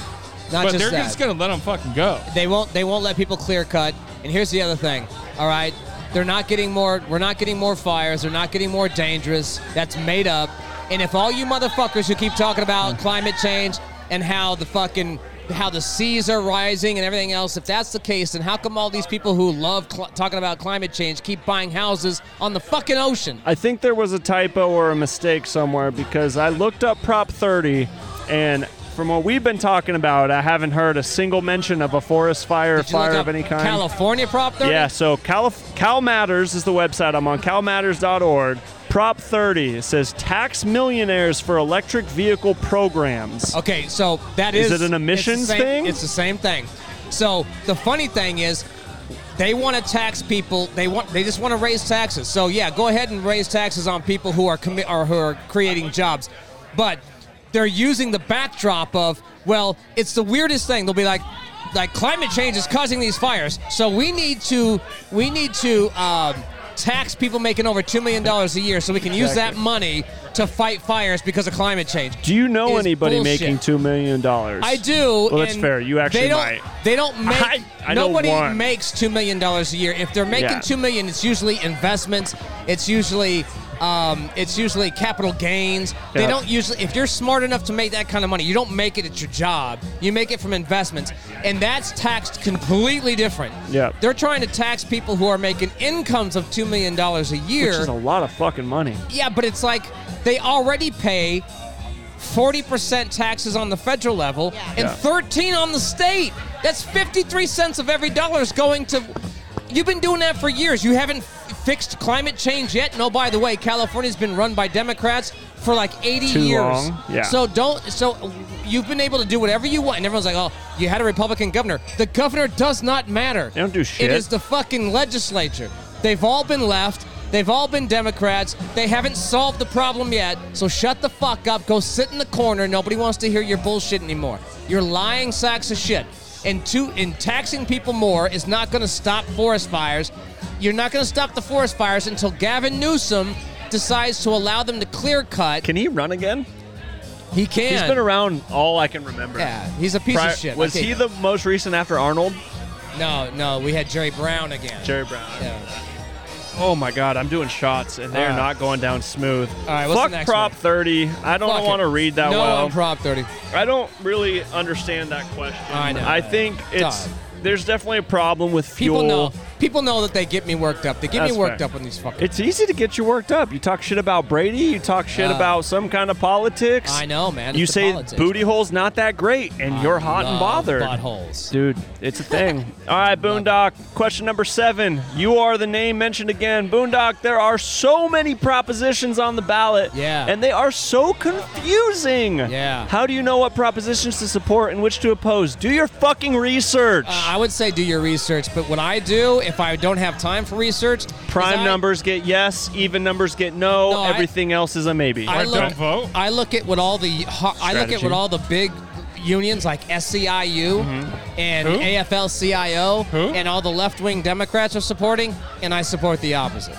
Not
but
just
they're
that.
just gonna let them fucking go.
They won't. They won't let people clear cut. And here's the other thing. All right, they're not getting more. We're not getting more fires. They're not getting more dangerous. That's made up. And if all you motherfuckers who keep talking
Mm.
about climate change and how the fucking how the seas are rising and everything else, if that's the case, then how come all these people who love cl- talking about climate change keep buying houses on the fucking ocean?
I think there was a typo or a mistake somewhere because I looked up Prop 30 and from what we've been talking about, I haven't heard a single mention of a forest fire or
Did you look
fire
up
of any kind.
California Prop 30?
Yeah, so Cal, Cal Matters is the website I'm on, calmatters.org. Prop 30 it says tax millionaires for electric vehicle programs.
Okay, so that
Is
is.
it an
it's the
emissions
same-
thing?
It's the same thing. So the funny thing is, they want to tax people. They want. They just want to raise taxes. So yeah, go ahead and raise taxes on people who are commi- or who are creating jobs, but they're using the backdrop of well, it's the weirdest thing. They'll be like. Like climate change is causing these fires, so we need to we need to um, tax people making over two million dollars a year, so we can use that
Exactly.
money to fight fires because of climate change.
Do you know
Is
anybody
bullshit.
making $2 million?
I do.
Well, that's
and
fair. You actually
they don't,
might.
They don't make.
I- I know
nobody
one.
makes two million dollars a year. If they're making
Yeah.
two million, it's usually investments. It's usually. Um, it's usually capital gains. They
Yeah.
don't usually. If you're smart enough to make that kind of money, you don't make it at your job. You make it from investments, and that's taxed completely different.
Yeah.
They're trying to tax people who are making incomes of two million dollars a year.
Which is a lot of fucking money.
Yeah, but it's like they already pay 40% taxes on the federal level and
Yeah.
13 on the state. That's 53 cents of every dollar is going to You've been doing that for years. You haven't f- fixed climate change yet. No, by the way, California's been run by Democrats for like 80
Too
years.
long. Yeah.
So don't so you've been able to do whatever you want and everyone's like, "Oh, you had a Republican governor." The governor does not matter.
They don't do shit.
It is the fucking legislature. They've all been left. They've all been Democrats. They haven't solved the problem yet. So shut the fuck up. Go sit in the corner. Nobody wants to hear your bullshit anymore. You're lying sacks of shit. And two, and taxing people more is not going to stop forest fires. You're not going to stop the forest fires until Gavin Newsom decides to allow them to clear cut.
Can he run again?
He can.
He's been around all I can remember.
Yeah, he's a piece of
Prior-
shit.
Was
Okay.
he the most recent after Arnold?
No, no, we had Jerry Brown again.
Jerry Brown.
Yeah.
Oh my God, I'm doing shots and they're
All right.
not going down smooth.
All right, what's the
Fuck
next
Prop
one?
30. I don't
Fuck it.
want to read that
no
well.
on Prop 30.
I don't really understand that question.
I know.
think it's
Dog.
there's definitely a problem with fuel.
People know. People know that they get me worked up. They get
That's
me worked
fair.
up on these fucking.
It's easy to get you worked up. You talk shit about Brady. You talk shit
Yeah.
about some kind of politics.
Ah. I know, man.
you
It's the
say
politics.
booty hole's not that great, and you're hot and
love
bothered.
buttholes. Uh,
dude. It's a thing. All right, Boondock. Question number seven. You are the name mentioned again, Boondock. There are so many propositions on the ballot.
Yeah.
and they are so confusing.
Yeah.
How do you know what propositions to support and which to oppose? Do your fucking research.
Uh, I would say do your research, but what I do if I don't have time for research, is
Prime
I-
numbers get yes, even numbers get no.
No, I-
Everything else is a maybe.
I look, I look at what all the ho- I look at
Strategy.
what all the big unions like SCIU and
Who?
AFL-CIO and all the left-wing Democrats are supporting, and I support the opposite.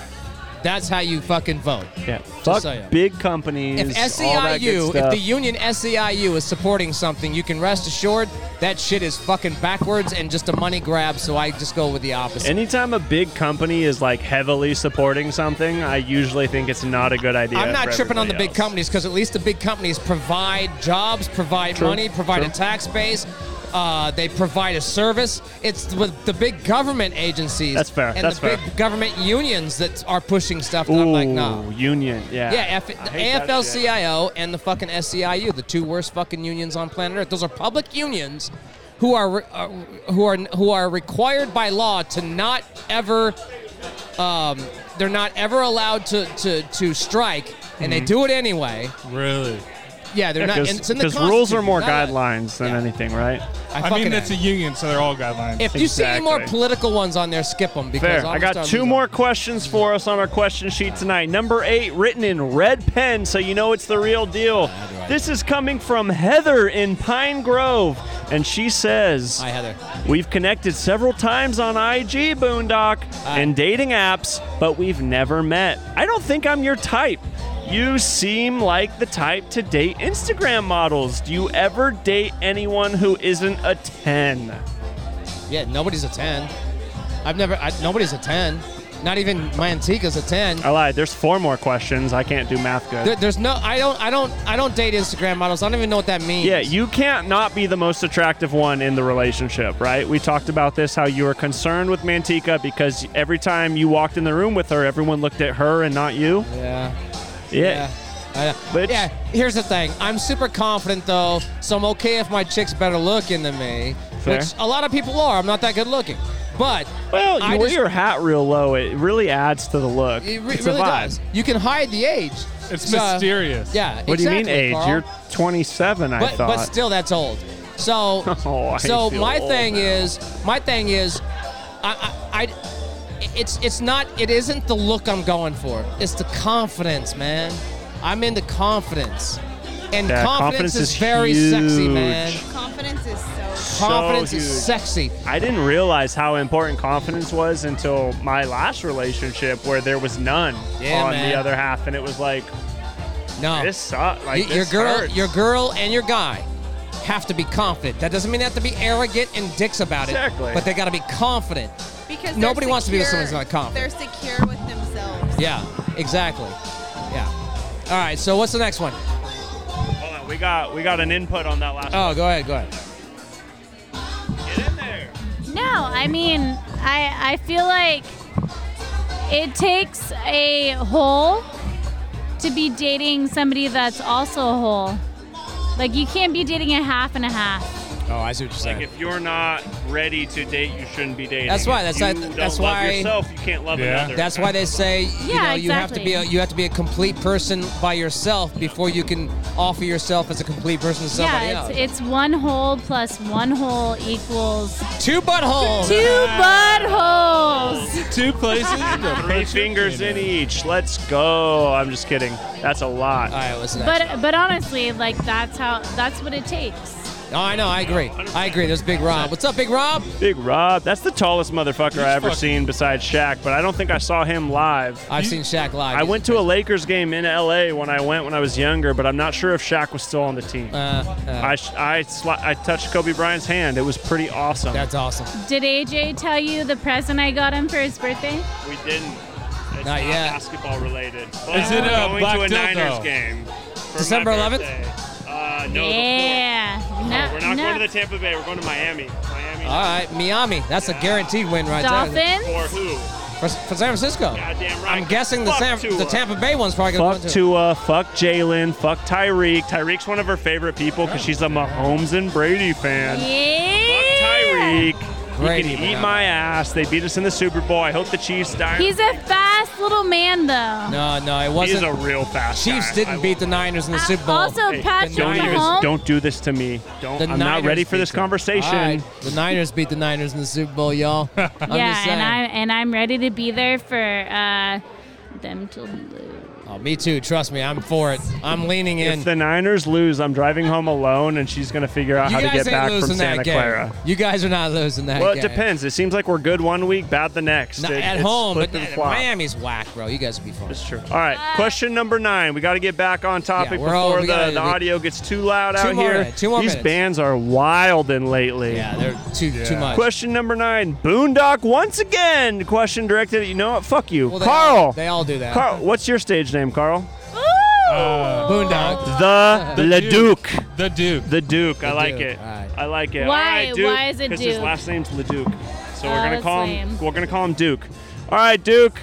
That's how you fucking vote.
Yeah.
Just
Fuck
so you know.
big companies.
If
all that good
SEIU, if
stuff.
the union SEIU is supporting something, you can rest assured that shit is fucking backwards and just a money grab. So I just go with the opposite.
Anytime a big company is like heavily supporting something, I usually think it's not a good idea.
I'm not
for
tripping on the
everybody
big companies because at least the big companies provide jobs, provide
True,
money, provide
true.
a tax base. Uh, they provide a service. It's with the big government agencies.
That's fair.
And
That's
the
fair.
big government unions that are pushing stuff. And
Ooh,
I'm like, nah.
union. Yeah.
Yeah, F- the
I hate that shit.
AFL-CIO and the fucking SCIU, the two worst fucking unions on planet Earth. Those are public unions who are re- uh, who are who are required by law to not ever um, they're not ever allowed to to to strike, and they
Mhm.
do it anyway.
Really?
Yeah, they're not. and it's in the
Because rules are
Constitution.
more
They're not-
guidelines than anything, right?
I fucking
mean, it's a union, so they're all guidelines.
If you see any more political ones on there, skip them. Because
Fair.
I'm
I
gonna
got
start
two
losing.
more questions for us on our question sheet tonight. Number eight, written in red pen, so you know it's the real deal. This is coming from Heather in Pine Grove, and she says,
Hi, Heather.
We've connected several times on IG, Boondock, and dating apps, but we've never met. I don't think I'm your type. You seem like the type to date Instagram models. Do you ever date anyone who isn't a 10?
Yeah, nobody's a ten. I've never. I, nobody's a ten. Not even my Antika's a ten.
I lied. There's four more questions. I can't do math good.
There, there's no. I don't. I don't. I don't date Instagram models. I don't even know what that means.
Yeah, you can't not be the most attractive one in the relationship, right? We talked about this how you were concerned with Mantica because every time you walked in the room with her, everyone looked at her and not you.
Yeah.
Yeah.
I-
But
yeah, here's the thing. I'm super confident though, so I'm okay if my chick's better looking than me,
Fair.
which a lot of people are. I'm not that good looking, but
well, you
I
wear
just-
your hat real low. It really adds to the look.
it re-
it's
really
a vibe.
does. You can hide the age.
It's
So-
mysterious.
Yeah.
What do you mean
exactly,
age?
Carl.
You're 27, I
but,
thought.
but still that's old so
Oh, I
so
feel
my
old
thing
now.
is my thing is I, I i it's it's not it isn't the look i'm going for it's the confidence man i'm into confidence and
Yeah, confidence
confidence, is,
is
very sexy man
huge.
Confidence is so.
So
confidence
huge.
is sexy
I didn't realize how important confidence was until my last relationship where there was none
Yeah,
on
man.
the other half. And it was like,
no
this sucks. Like,
Y- your
this
girl
hurts.
your girl and your guy have to be confident that doesn't mean they have to be arrogant and dicks about it
Exactly.
but they got to be confident
Because they're
Nobody wants to be with
secure.
someone who's not confident.
They're secure with themselves.
Yeah, exactly. Yeah. All right. So what's the next one?
Hold on, we got we got an input on that last.
Oh, go ahead. Go ahead.
Get in there.
No, I mean, I I feel like it takes a whole to be dating somebody that's also a whole. Like you can't be dating a half and a half.
Oh, I see what you're saying.
If you're not ready to date, you shouldn't be dating.
That's why-
If
that's
you
why-
Don't
that's
love
why-
yourself. You can't love
Yeah.
another.
That's why they say you
Yeah,
know you have to be a,
exactly.
you have to be a complete person by yourself before you can offer yourself as a complete person to somebody
yeah,
else.
it's, it's one hole plus one hole equals
Two
Oh.
buttholes.
two buttholes.
Two places.
Three fingers in each. Let's go. I'm just kidding. That's a lot.
All right, what's the next?
But but honestly, like that's how that's what it takes.
oh, I know. I agree. I agree. There's Big Rob. What's up, Big Rob?
Big Rob. That's the tallest motherfucker I ever
fucking-
seen besides Shaq, but I don't think I saw him live.
I've seen Shaq live.
I
He's
went to a Lakers game in LA when I went when I was younger, but I'm not sure if Shaq was still on the team.
Uh, uh,
I, sh- I, sli- I touched Kobe Bryant's hand. It was pretty awesome.
that's awesome.
Did AJ tell you the present I got him for his birthday?
We didn't. It's
Not yet.
Basketball related. But
Is it
we're
a
going
black
to a
dildo?
Niners game? for my
December 11th?
birthday. Uh, no, the
yeah.
fourth.
No,
No, we're not
no.
going to the Tampa Bay. We're going to Miami. Miami.
All right, Miami. That's a guaranteed win right there.
Dolphins.
For who?
For, for San Francisco.
Goddamn right.
I'm guessing the
Fuck
San,
Tua.
the Tampa Bay one's probably going to
Fuck Tua, fuck Jalen, fuck Tyreek. Tyreek's one of her favorite people because she's a Mahomes and Brady fan. Fuck
Yeah.
Tyreek.
Brady,
he can
but
eat
not-
my ass. They beat us in the Super Bowl. I hope the Chiefs die.
He's a fast little man, though. Uh,
No, no, it
He's
wasn't.
a real fast
Chiefs
guy. I
didn't beat
love
the Niners in the
Uh,
Super Bowl.
also,
Hey,
Patrick
Don't even.
Mahomes.
Don't do this to me. Don't.
The
I'm not
Niners
ready for
beat
this
them.
conversation.
All right, The Niners beat the Niners in the Super Bowl, y'all. I'm just
yeah,
saying.
and I'm and I'm ready to be there for uh, them to lose.
oh, me too. Trust me, I'm for it. I'm leaning in.
If the Niners lose, I'm driving home alone, and she's gonna figure out
you
how to
guys
get
ain't
back
losing
from Santa
that game.
Clara.
You guys are not losing that
Well, it
game.
depends. It seems like we're good one week, bad the next.
Not
It-
at
it's
home,
flip
but
and
not-
flop.
Miami's whack, bro. You guys will be fine.
It's true. All right, question number nine. We got to get back on topic
we're
before
all- we
the,
gotta-
the
we-
audio gets too loud
Two
out
more
here.
minutes, two more
These
minutes.
bands are wilding lately.
Yeah, they're too too much.
Question number nine, Boondock once again. Question directed at you know what? Fuck you,
Well, they All,
Carl.
they all do that.
Carl, what's your stage name, Carl?
Ooh.
Boondog.
The
The
Le Duke.
Duke. The Duke.
The Duke. I
They
like
do.
it.
All right.
I like it.
Why-
All right, Duke.
why is it
'Cause his
Duke?
last name's LeDuc. So
Oh,
we're gonna
that's
call
lame.
him. We're gonna call him Duke. All right, Duke.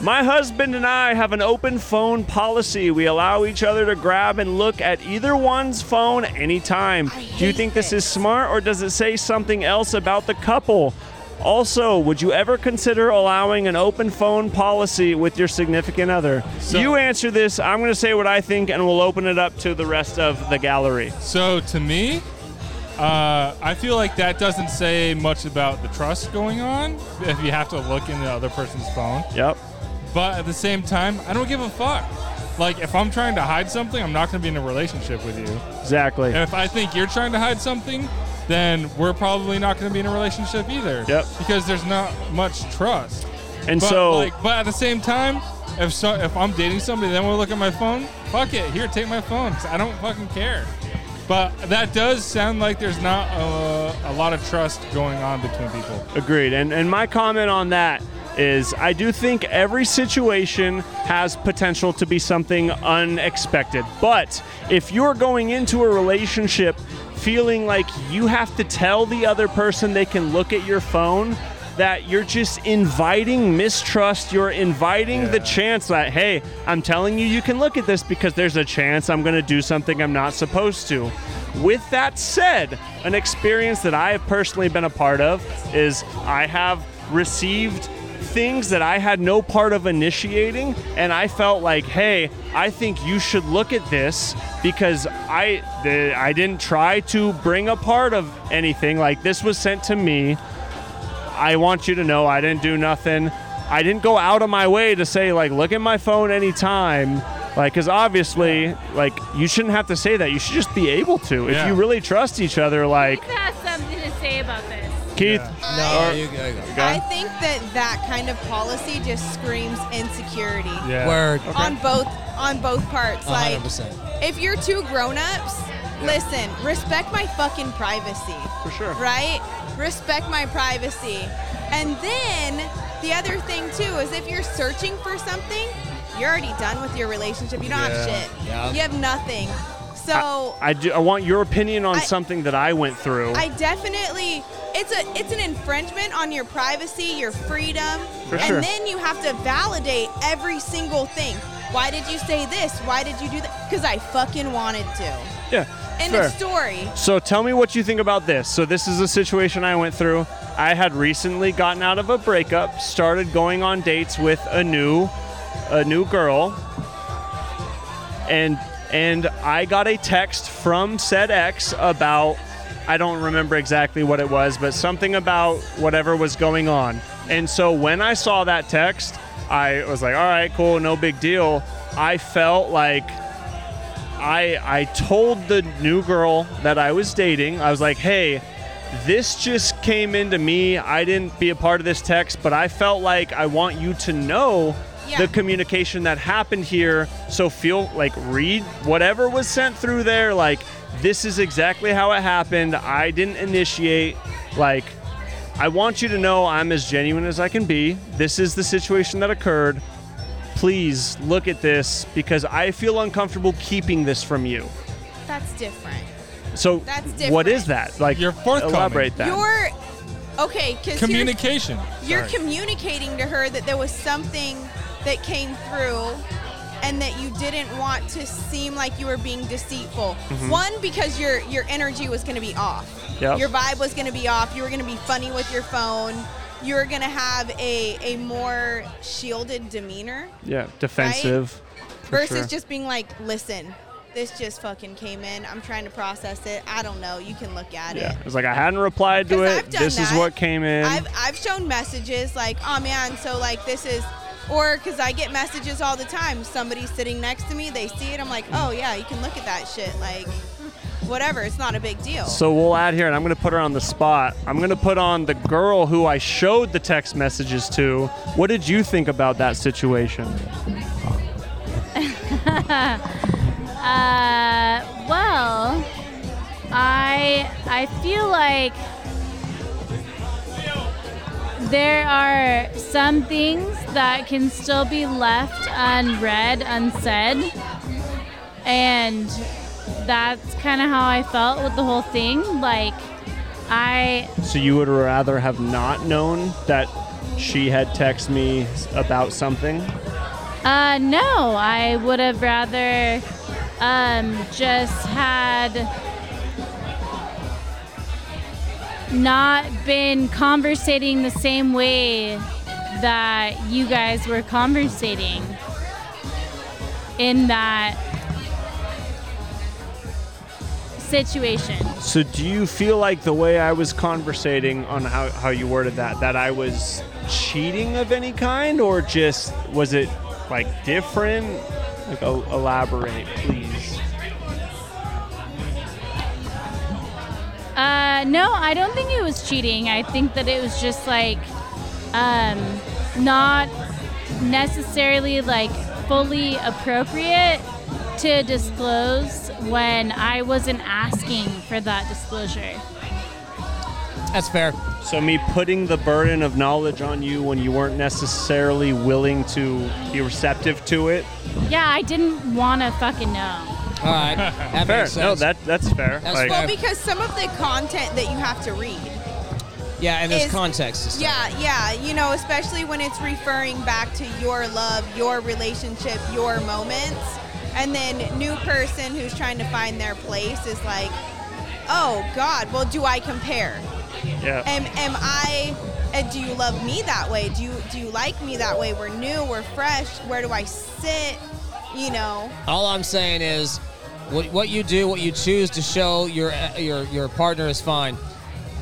My husband and I have an open phone policy. We allow each other to grab and look at either one's phone anytime. Do you think this is smart or does it say something else about the couple? Also, would you ever consider allowing an open phone policy with your significant other? you answer this, I'm going to say what I think, and we'll open it up to the rest of the gallery.
So to me, uh, I feel like that doesn't say much about the trust going on if you have to look in the other person's phone.
Yep.
But at the same time, I don't give a fuck. Like if I'm trying to hide something, I'm not going to be in a relationship with you.
Exactly.
And if I think you're trying to hide something, then we're probably not going to be in a relationship either.
Yep.
Because there's not much trust.
And
But,
so-
like, but at the same time, if so, if I'm dating somebody, then we'll look at my phone. Fuck it. Here, take my phone. 'cause I don't fucking care. But that does sound like there's not a, a lot of trust going on between people.
Agreed. And and my comment on that is I do think every situation has potential to be something unexpected. But if you're going into a relationship feeling like you have to tell the other person they can look at your phone, that you're just inviting mistrust, you're inviting the chance that hey, I'm telling you you can look at this because there's a chance I'm going to do something I'm not supposed to. With that said, an experience that I have personally been a part of is I have received things that I had no part of initiating, and I felt like, hey, I think you should look at this because I the, I didn't try to bring a part of anything. Like this was sent to me. I want you to know I didn't do nothing. I didn't go out of my way to say like look at my phone anytime. Like cuz obviously like you shouldn't have to say that. You should just be able to. If
Yeah.
you really trust each other like
Keith has something to say about this.
Keith
No,
or-
you I think that that kind of policy just screams insecurity.
Yeah. Word.
On both on both parts. Like
100%.
if you're two grown-ups, listen, respect my fucking privacy.
For sure.
Right? Respect my privacy. And then the other thing too is if you're searching for something, you're already done with your relationship. You don't have
Yeah.
shit.
Yeah.
You have nothing. So
I do, I want your opinion on
I-
something that I went through.
I definitely it's a it's an infringement on your privacy, your freedom,
For
and
sure.
then you have to validate every single thing. Why did you say this? Why did you do that? Because I fucking wanted to.
yeah.
End
fair.
of story.
So tell me what you think about this. So this is a situation I went through. I had recently gotten out of a breakup, started going on dates with a new a new girl. And and I got a text from said ex about I don't remember exactly what it was, but something about whatever was going on. And so when I saw that text, I was like, "All right, cool, no big deal." I felt like I I told the new girl that I was dating. I was like, "Hey, this just came into me. I didn't be a part of this text, but I felt like I want you to know the communication that happened here. So feel like read whatever was sent through there. Like this is exactly how it happened. I didn't initiate. Like I want you to know I'm as genuine as I can be. This is the situation that occurred please look at this because I feel uncomfortable keeping this from you.
That's different.
So
That's
what
different.
is that? Like you're
forthcoming.
elaborate that.
You're okay. Cause here's-
Communication.
You're
Sorry.
communicating to her that there was something that came through and that you didn't want to seem like you were being deceitful.
Mm-hmm.
Mhm.
One because your your energy was going to be off.
Yep.
Your vibe was going to be off. You were going to be funny with your phone. You were going to have a a more shielded demeanor
yeah, defensive. for
versus
sure.
just being like, "Listen, this just fucking came in. I'm trying to process it. I don't know. You can look at
yeah.
it."
It's like I hadn't replied to
Because
it.
I've done
This is
that.
what came in.
I've, I've shown messages like, oh man, so like this is, or because I get messages all the time. Somebody's sitting next to me, they see it. I'm like, oh yeah, you can look at that shit. Like, whatever, it's not a big deal.
so we'll add here, and I'm going to put her on the spot. I'm going to put on the girl who I showed the text messages to. What did you think about that situation?
uh, well, I I feel like there are some things that can still be left unread, unsaid, and that's kind of how I felt with the whole thing. Like, I
So you would rather have not known that she had texted me about something?
Uh, no, I would have rather um, just had not been conversating the same way that you guys were conversating. In that situation.
So do you feel like the way I was conversating on how, how you worded that, that I was cheating of any kind or just was it like different? Like el- elaborate, please.
Uh, no, I don't think it was cheating. I think that it was just like um, not necessarily like fully appropriate to disclose when I wasn't asking for that disclosure.
That's fair. So me putting the burden of knowledge on you when you weren't necessarily willing to be receptive to it.
Yeah, I didn't want to fucking know.
All right.
that
fair.
makes
No,
sense.
that that's fair. Like-
well, because some of the content that you have to read.
Yeah, and there's
is-
context. and stuff.
Yeah, yeah. You know, especially when it's referring back to your love, your relationship, your moments. And then new person who's trying to find their place is like, oh God, well, do I compare?
Yeah.
Am, am I? uh, Do you love me that way? Do you do you like me that way? We're new, we're fresh. Where do I sit? You know.
All I'm saying is, what, what you do, what you choose to show your your your partner is fine.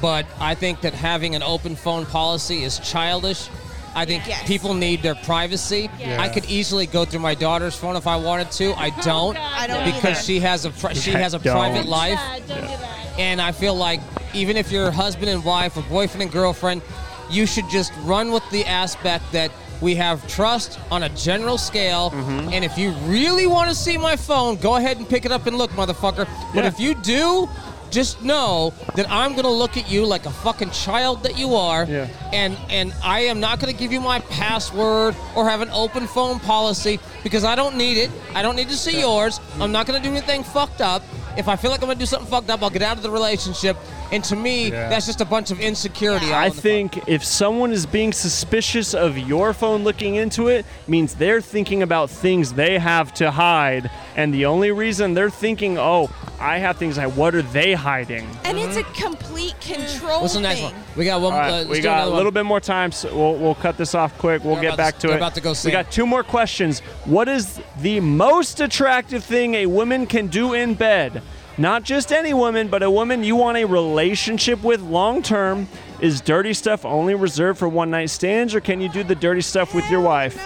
But I think that having an open phone policy is childish. I think
Yes.
people need their privacy.
Yes.
I could easily go through my daughter's phone if I wanted to. I
Oh,
don't,
I don't
because
either.
she has a pri- she
Yeah,
has a
don't.
private life.
don't do that.
And I feel like even if you're husband and wife or boyfriend and girlfriend, you should just run with the aspect that we have trust on a general scale.
Mm-hmm.
And if you really want to see my phone, go ahead and pick it up and look, motherfucker. But
Yeah.
if you do, just know that I'm gonna look at you like a fucking child that you are,
Yeah.
and and I am not gonna give you my password or have an open phone policy because I don't need it. I don't need to see yours. I'm not gonna do anything fucked up. If I feel like I'm gonna do something fucked up, I'll get out of the relationship. And to me,
Yeah.
that's just a bunch of insecurity. all
I
in the-
think if someone is being suspicious of your phone looking into it, means they're thinking about things they have to hide, and the only reason they're thinking, "Oh, I have things. I what are they hiding?"
And it's a complete control
Mm-hmm. What's the next
thing.
one? We got one.
All right,
uh, let's
we
do
got
another
a
one.
little bit more time, so we'll, we'll cut this off quick. We'll
They're
get
about
back
to-
to
they're
it.
about to go
we
sing.
got two more questions. What is the most attractive thing a woman can do in bed? Not just any woman, but a woman you want a relationship with long term. Is dirty stuff only reserved for one night stands, or can you do the dirty stuff with your wife?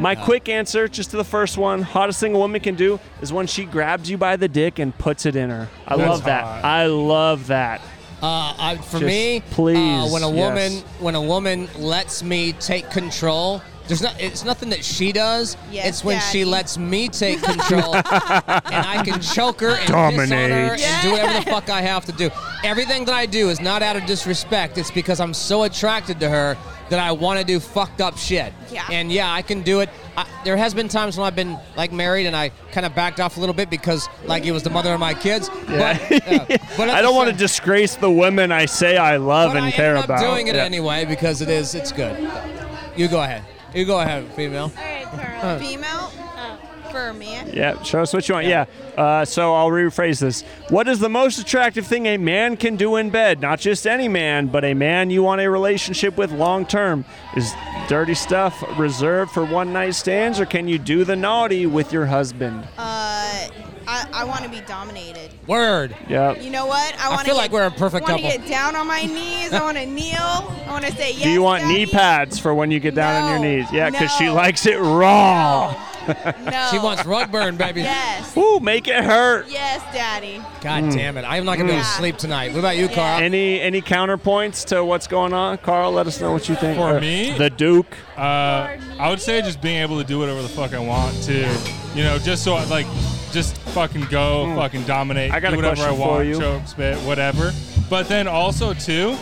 My quick answer, just to the first one, hottest thing a woman can do is when she grabs you by the dick and puts it in her. I
That's
love that.
hot.
I love that.
Uh, I, for
Just
me, uh,
please,
when a woman
yes.
when a woman lets me take control, there's not it's nothing that she does.
Yes,
it's when she
Daddy.
lets me take control, and I can choke her and piss on her
Dominate.
and do whatever the fuck I have to do. Everything that I do is not out of disrespect. It's because I'm so attracted to her that I want to do fucked up shit.
Yeah.
And yeah, I can do it. I, there has been times when I've been like married and I kind of backed off a little bit because like it was the mother of my kids. But, uh, but at
I
the
don't want
same-
to disgrace the women I say I love
but
and
I
care
ended up
about.
doing it anyway because it is it's good. You go ahead. You go ahead, female.
Carl. Female for a man.
Yeah, show us what you want. Yeah. Uh, so I'll rephrase this. What is the most attractive thing a man can do in bed? Not just any man, but a man you want a relationship with long term. Is dirty stuff reserved for one night stands, or can you do the naughty with your husband?
Uh, I, I want to be dominated.
Word.
Yep.
You know what?
I
I want to
feel like we're a perfect
want to
couple.
get down on my knees. I want to kneel. I want to say yes.
do you want knee
daddy.
pads for when you get down on
No,
your knees? Yeah, because she
no,
likes it raw.
No.
She wants rug burn, baby.
Yes.
Ooh, make it hurt.
Yes, daddy.
God
Hmm.
damn it. I'm not gonna be able to
Mm.
sleep tonight. What about you, Carl?
Any any counterpoints to what's going on, Carl? Let us know what you think.
For
Or
me?
the Duke.
Uh, I would say just being able to do whatever the fuck I want to, you know, just so I like, just fucking go,
Mm.
fucking dominate,
I got
do
a
whatever I
question for
want,
you.
choke, spit, whatever. But then also too,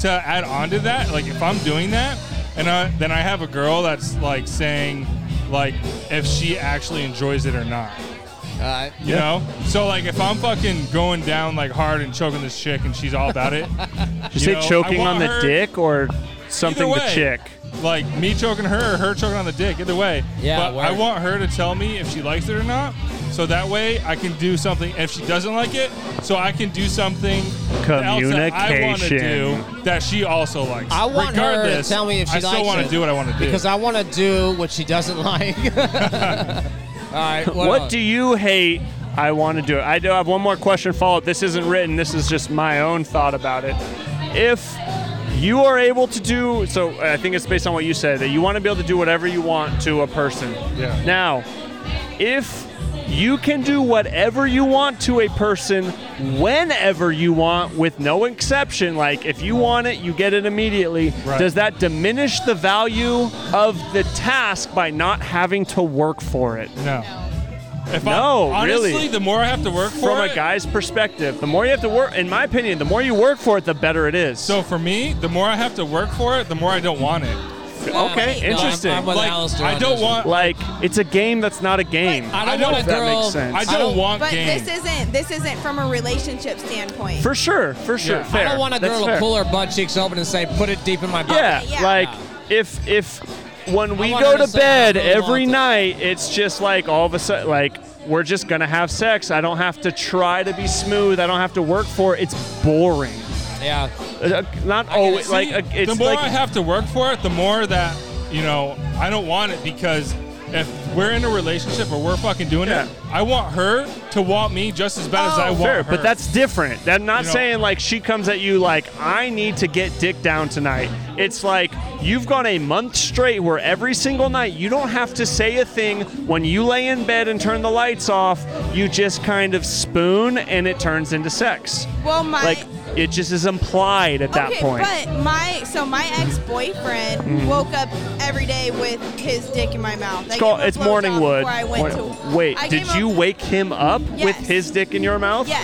to add on to that, like if I'm doing that, and I, then I have a girl that's like saying, like if she actually enjoys it or not.
Uh,
right.
You know? So, like, if I'm fucking going down, like, hard and choking this chick and she's all about it.
You
you
say
know, I
choking
want
on the
her-
dick or something
Either
the
way.
chick?
Like, me choking her or her choking on the dick. Either way.
Yeah,
But
word.
I want her to tell me if she likes it or not. So that way I can do something. If she doesn't like it, so I can do something else that I want to
Communication.
do that she also likes.
I want
Regardless,
her to tell me if she
I
likes
still want
it,
to do what I want to do.
because I want to do what she doesn't like. All right. What,
What, do you hate? I want to do it. I do have one more question follow up. This isn't written. This is just my own thought about it. If you are able to do so, I think it's based on what you said that you want to be able to do whatever you want to a person.
Yeah.
Now, if you can do whatever you want to a person whenever you want with no exception, like if you want it, you get it immediately,
Right.
does that diminish the value of the task by not having to work for it?
No. If
no,
I, honestly,
really.
the more I have to work for
From
it,
a guy's perspective, the more you have to work, in my opinion, the more you work for it, the better it is.
So for me, the more I have to work for it, the more I don't want it.
okay, interesting.
Like, I don't want.
Like, it's a game that's not a game.
I don't
if that makes sense.
I don't want
But
game.
this isn't this isn't from a relationship standpoint.
For sure, for sure.
Yeah. I
Fair.
I don't want a
That's
girl
fair.
to pull her butt cheeks open and say, "Put it deep in my butt."
Yeah, like if if when we
want
go
her to
to
say,
bed
"I really
every
want it."
night, it's just like all of a sudden, like we're just gonna have sex. I don't have to try to be smooth. I don't have to work for it. It's boring.
Yeah.
Uh, Not always
See,
like uh, it's
the more
like
I have to work for it, the more that you know I don't want it because if we're in a relationship or we're fucking doing
Yeah. Oh.
it, I want her to want me just as bad as
Oh.
I want
fair,
her.
but that's different. I'm not
You know-
saying like she comes at you like I need to get dick down tonight. It's like you've gone a month straight where every single night you don't have to say a thing. When you lay in bed and turn the lights off, you just kind of spoon and it turns into sex.
Well, my
like it just is implied at that
okay,
point.
but my so my ex boyfriend
Mhm.
woke up every day with his dick in my mouth. I
it's called
gave him a
it's
blowjob
morning wood.
before I went
Wait,
to-
wait,
I
did
gave him-
you wake him up with
Yes.
his dick in your mouth?
Yes.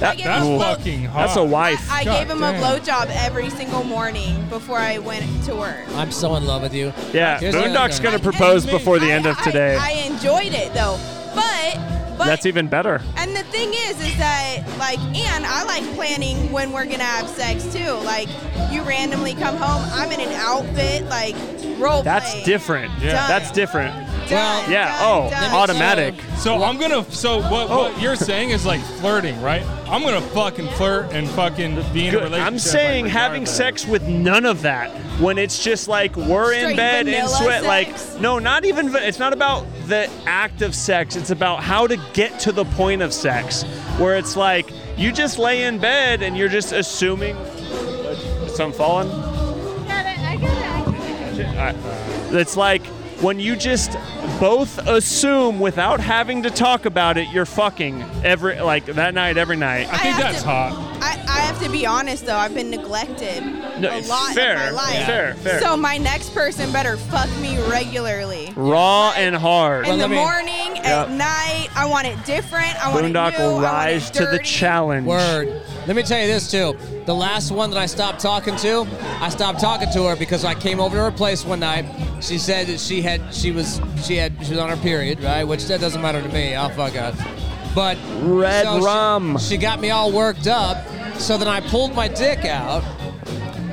That-
gave him a blow-
That's a wife.
I gave him a blowjob every single morning before I went to work.
I'm so in love with you.
Yeah,
Here's what I'm
Boondock's
gonna-
gonna propose before the end of today.
I enjoyed it though, but but
That's even better.
And the thing is, is that like, and I like planning when we're gonna have sex too. Like, you randomly come home, I'm in an outfit, like role
That's
play.
different.
Yeah. Done.
That's different.
Done,
yeah. oh,
done.
automatic.
So I'm gonna. So what,
Oh.
what you're saying is like flirting, right? I'm gonna fucking flirt and fucking be in a
Good.
relationship.
I'm saying
like,
having
regardless.
sex with none of that when it's just like we're in
Straight
bed and
vanilla
sweat.
sex?
Like, no, not even. va- It's not about the act of sex. It's about how to get to the point of sex, where it's like you just lay in bed and you're just assuming. Some falling. Alright. It's like when you just both assume without having to talk about it, you're fucking every like that night, every night. I think that's hot.
I, I have to be honest though, I've been neglected
No,
a lot
fair,
in my life.
yeah. fair, fair.
So my next person better fuck me regularly.
Raw and hard.
In the morning,
Yep.
at night, I want it different. I want
Boondock
it new.
will rise to the challenge.
Word. Let me tell you this too. The last one that I stopped talking to, I stopped talking to her because I came over to her place one night. She said that she had she was she had she was on her period, right? Which that doesn't matter to me. I'll fuck up. But
Red
so she-
rum.
She, got me all worked up. So then I pulled my dick out.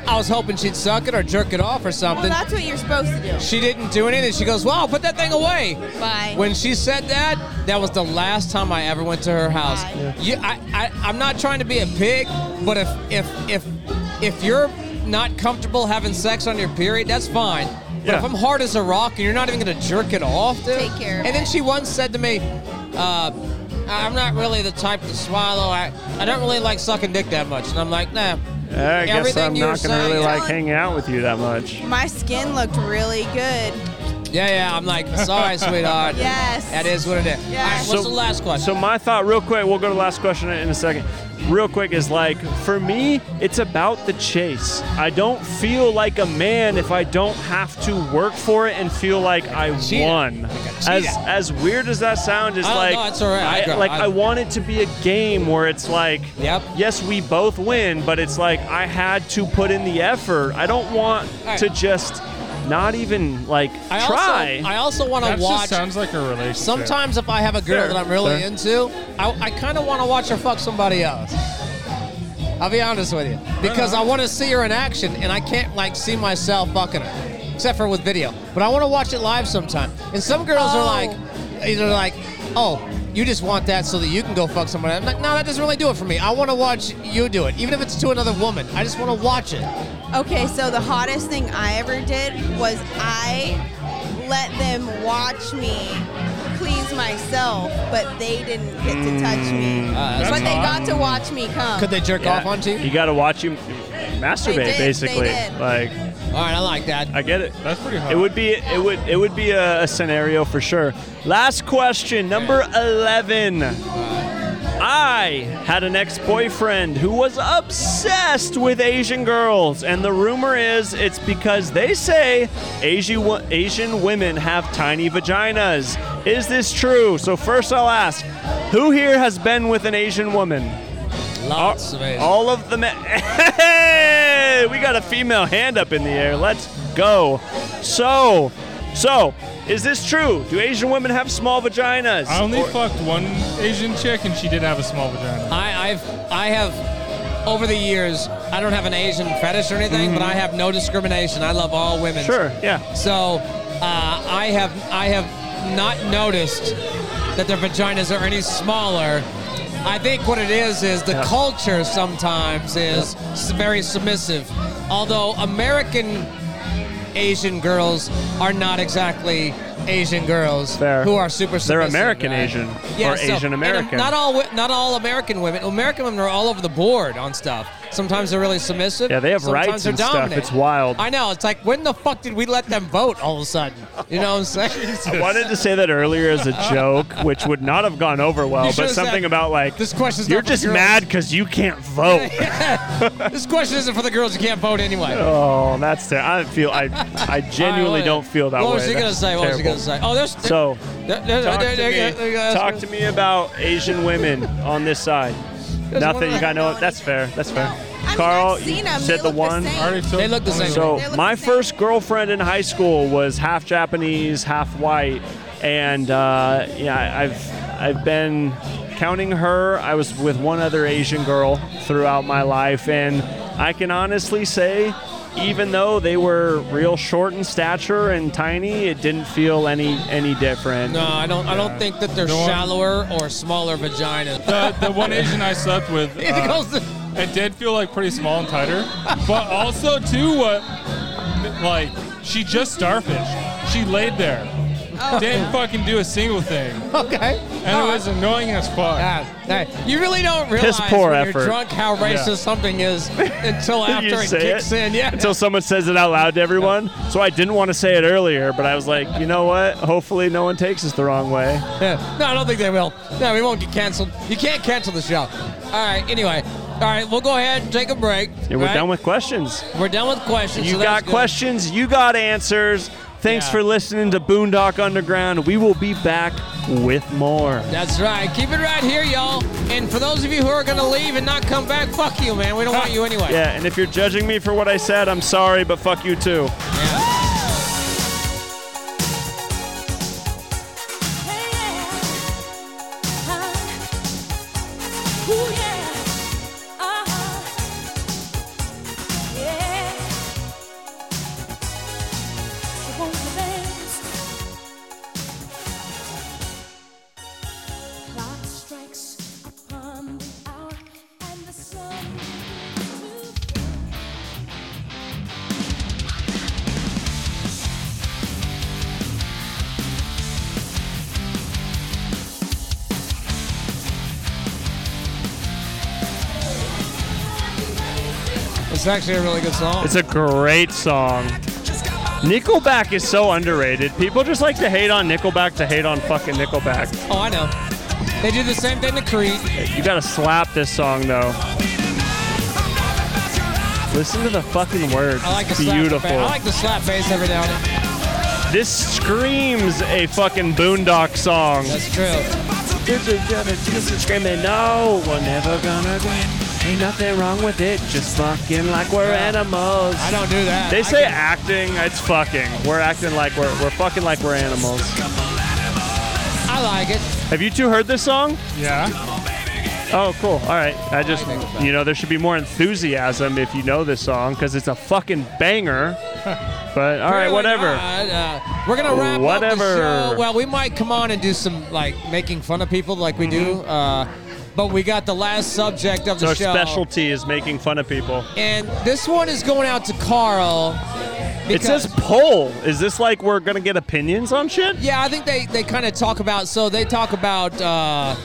I was hoping she'd suck it or jerk it off or
Well,
something.
that's what you're supposed to do.
she didn't do anything. She goes, "Wow, put that thing away."
Bye.
When she said that, that was the last time I ever went to her house. You, I, I, I'm not trying to be a pig, but if if if if you're not comfortable having sex on your period, that's fine. But
Yeah.
if I'm hard as a rock and you're not even gonna jerk it off, dude.
Take care of
And then
it.
she once said to me, uh, "I'm not really the type to swallow. I, I don't really like sucking dick that much." And I'm like, "Nah."
I guess
Everything
I'm
you were
not gonna
saying-
really like hanging out with you that much.
My skin looked really good.
Yeah, yeah. I'm like, "Sorry, sweetheart.
Yes.
That is what it is." All right, what's the last question?
So my thought, real quick, we'll go to the last question in a second. Real quick is like for me, it's about the chase. I don't feel like a man if I don't have to work for it and feel like I
Cheetah.
won. As
cheetah.
as weird as that sound is,
I don't
like
know, Oh, it's all right. I
I-
got-
like
I-
I want it to be a game where it's like,
Yep.
yes, we both win, but it's like I had to put in the effort. I don't want
All right.
to just not even like
I
try.
Also, I also want
That
to
just
watch.
sounds like a relationship.
Sometimes if I have a girl
Fair,
that I'm really
fair.
into, I, I kind of want to watch her fuck somebody else. I'll be honest with you, because I want to see her in action, and I can't like see myself fucking her, except for with video. But I want to watch it live sometime. And some girls are like, either like, oh, you just want that so that you can go fuck somebody. I'm like, no, that doesn't really do it for me. I want to watch you do it, even if it's to another woman. I just want to watch it.
Okay, so the hottest thing I ever did was I let them watch me please myself, but they didn't get to touch me.
Mm. Ah, that's
but they
hot.
got to watch me come.
Could they jerk
Yeah.
off onto you?
You got to watch him masturbate,
They did, they
basically.
did.
Like,
all right, I like that.
I get it.
That's pretty hot.
It would be it would it would be a, a scenario for sure. Last question, number eleven. I had an ex-boyfriend who was obsessed with Asian girls, and the rumor is it's because they say Asian wo- Asian women have tiny vaginas. Is this true? So first, I'll ask, who here has been with an Asian woman?
Lots of Asian.
All of the men. Hey, we got a female hand up in the air. Let's go. So, so is this true? Do Asian women have small vaginas?
I only
Or-
fucked one Asian chick and she did have a small vagina.
I, I've I have over the years I don't have an Asian fetish or anything, but I have no discrimination. I love all women.
Sure. Yeah.
So uh, I have I have not noticed that their vaginas are any smaller. I think what it is is the
Yeah.
culture sometimes is s very submissive. Although American Asian girls are not exactly Asian girls
Fair.
who are super
They're
submissive.
American
right?
Asian
Yeah,
or
so-
Asian American.
and Not all, wi- not all American women. American women are all over the board on stuff. Sometimes they're really submissive.
Yeah, they have
sometimes
rights
they're
and stuff.
dominant.
It's wild.
I know. It's like when the fuck did we let them vote all of a sudden? You know what I'm saying?
I wanted to say that earlier as a joke, which would not have gone over well,
You
but
should've
something
said,
about like
"This question's
you're
not for
just
girls."
mad because you can't vote.
this question isn't for the girls who can't vote anyway.
oh, that's ter- I feel I I genuinely
All right,
don't feel that
what
way.
was she gonna
That's
say? What was she
terrible.
gonna say? Oh, there's there-
So,
there- there-
Talk,
there-
to,
there-
me.
there- there-
Talk to me about Asian women on this side. Nothing. You got no. That's fair. That's fair.
I mean,
Carl,
I've seen 'em.
you
They
said the
look the
one.
same.
I already took
They look the
one of
same.
them.
So
They look
my
the same.
first girlfriend in high school was half Japanese, half white, and uh, yeah, I've I've been counting her. I was with one other Asian girl throughout my life, and I can honestly say, even though they were real short in stature and tiny, it didn't feel any any different.
No, I don't. I don't think that they're
No one-
shallower or smaller vaginas.
the, uh, the one Asian I slept with,
It
uh,
goes to-
it did feel like pretty small and tighter. But also too, what like she just starfished. She laid there,
Oh.
didn't fucking do a single thing,
okay.
and it was annoying as fuck.
God, hey, you really don't realize
poor
when
effort.
you're drunk how racist
Yeah.
something is until
You
after it
say
kicks in. Yeah.
Until someone says it out loud to everyone. So I didn't want to say it earlier, but I was like, you know what? Hopefully no one takes us the wrong way.
Yeah. No, I don't think they will. No, we won't get canceled. You can't cancel the show. All right. Anyway, all right. We'll go ahead and take a break.
Yeah, we're
right?
done with questions.
We're done with questions.
You
so that's
got
good.
questions, you got answers. Thanks
Yeah.
for listening to Boondock Underground. We will be back with more.
That's right. Keep it right here, y'all. And for those of you who are gonna leave and not come back, fuck you, man. We don't want you anyway.
Yeah, and if you're judging me for what I said, I'm sorry, but fuck you too.
It's actually a really good song.
It's a great song. Nickelback is so underrated. People just like to hate on Nickelback to hate on fucking Nickelback.
oh, I know. They do the same thing to Creed.
You gotta slap this song though. Listen to the fucking words.
I like the
it's
slap.
beautiful.
I like the slap bass every now and then.
this screams a fucking boondock song.
That's true.
This is gonna, this is screaming, no, we're never gonna go. Ain't nothing wrong with it, just fucking like we're animals.
I don't do that.
They
I
say
can-
acting, it's fucking. We're acting like we're we're fucking like we're animals.
I like it.
Have you two heard this song?
Yeah.
Oh, cool. All right. I just, you know, there should be more enthusiasm if you know this song because it's a fucking banger. But all right,
Apparently
whatever.
not. Uh, we're gonna wrap
Whatever.
up the show. Well, we might come on and do some like making fun of people, like we do. Uh, but we got the last subject of
So
the
Mm-hmm. our
show,
specialty is making fun of people.
and this one is going out to Carl.
It says
because-
poll. Is this like we're gonna get opinions on shit?
Yeah, I think they, they kind of talk about. So they talk about uh,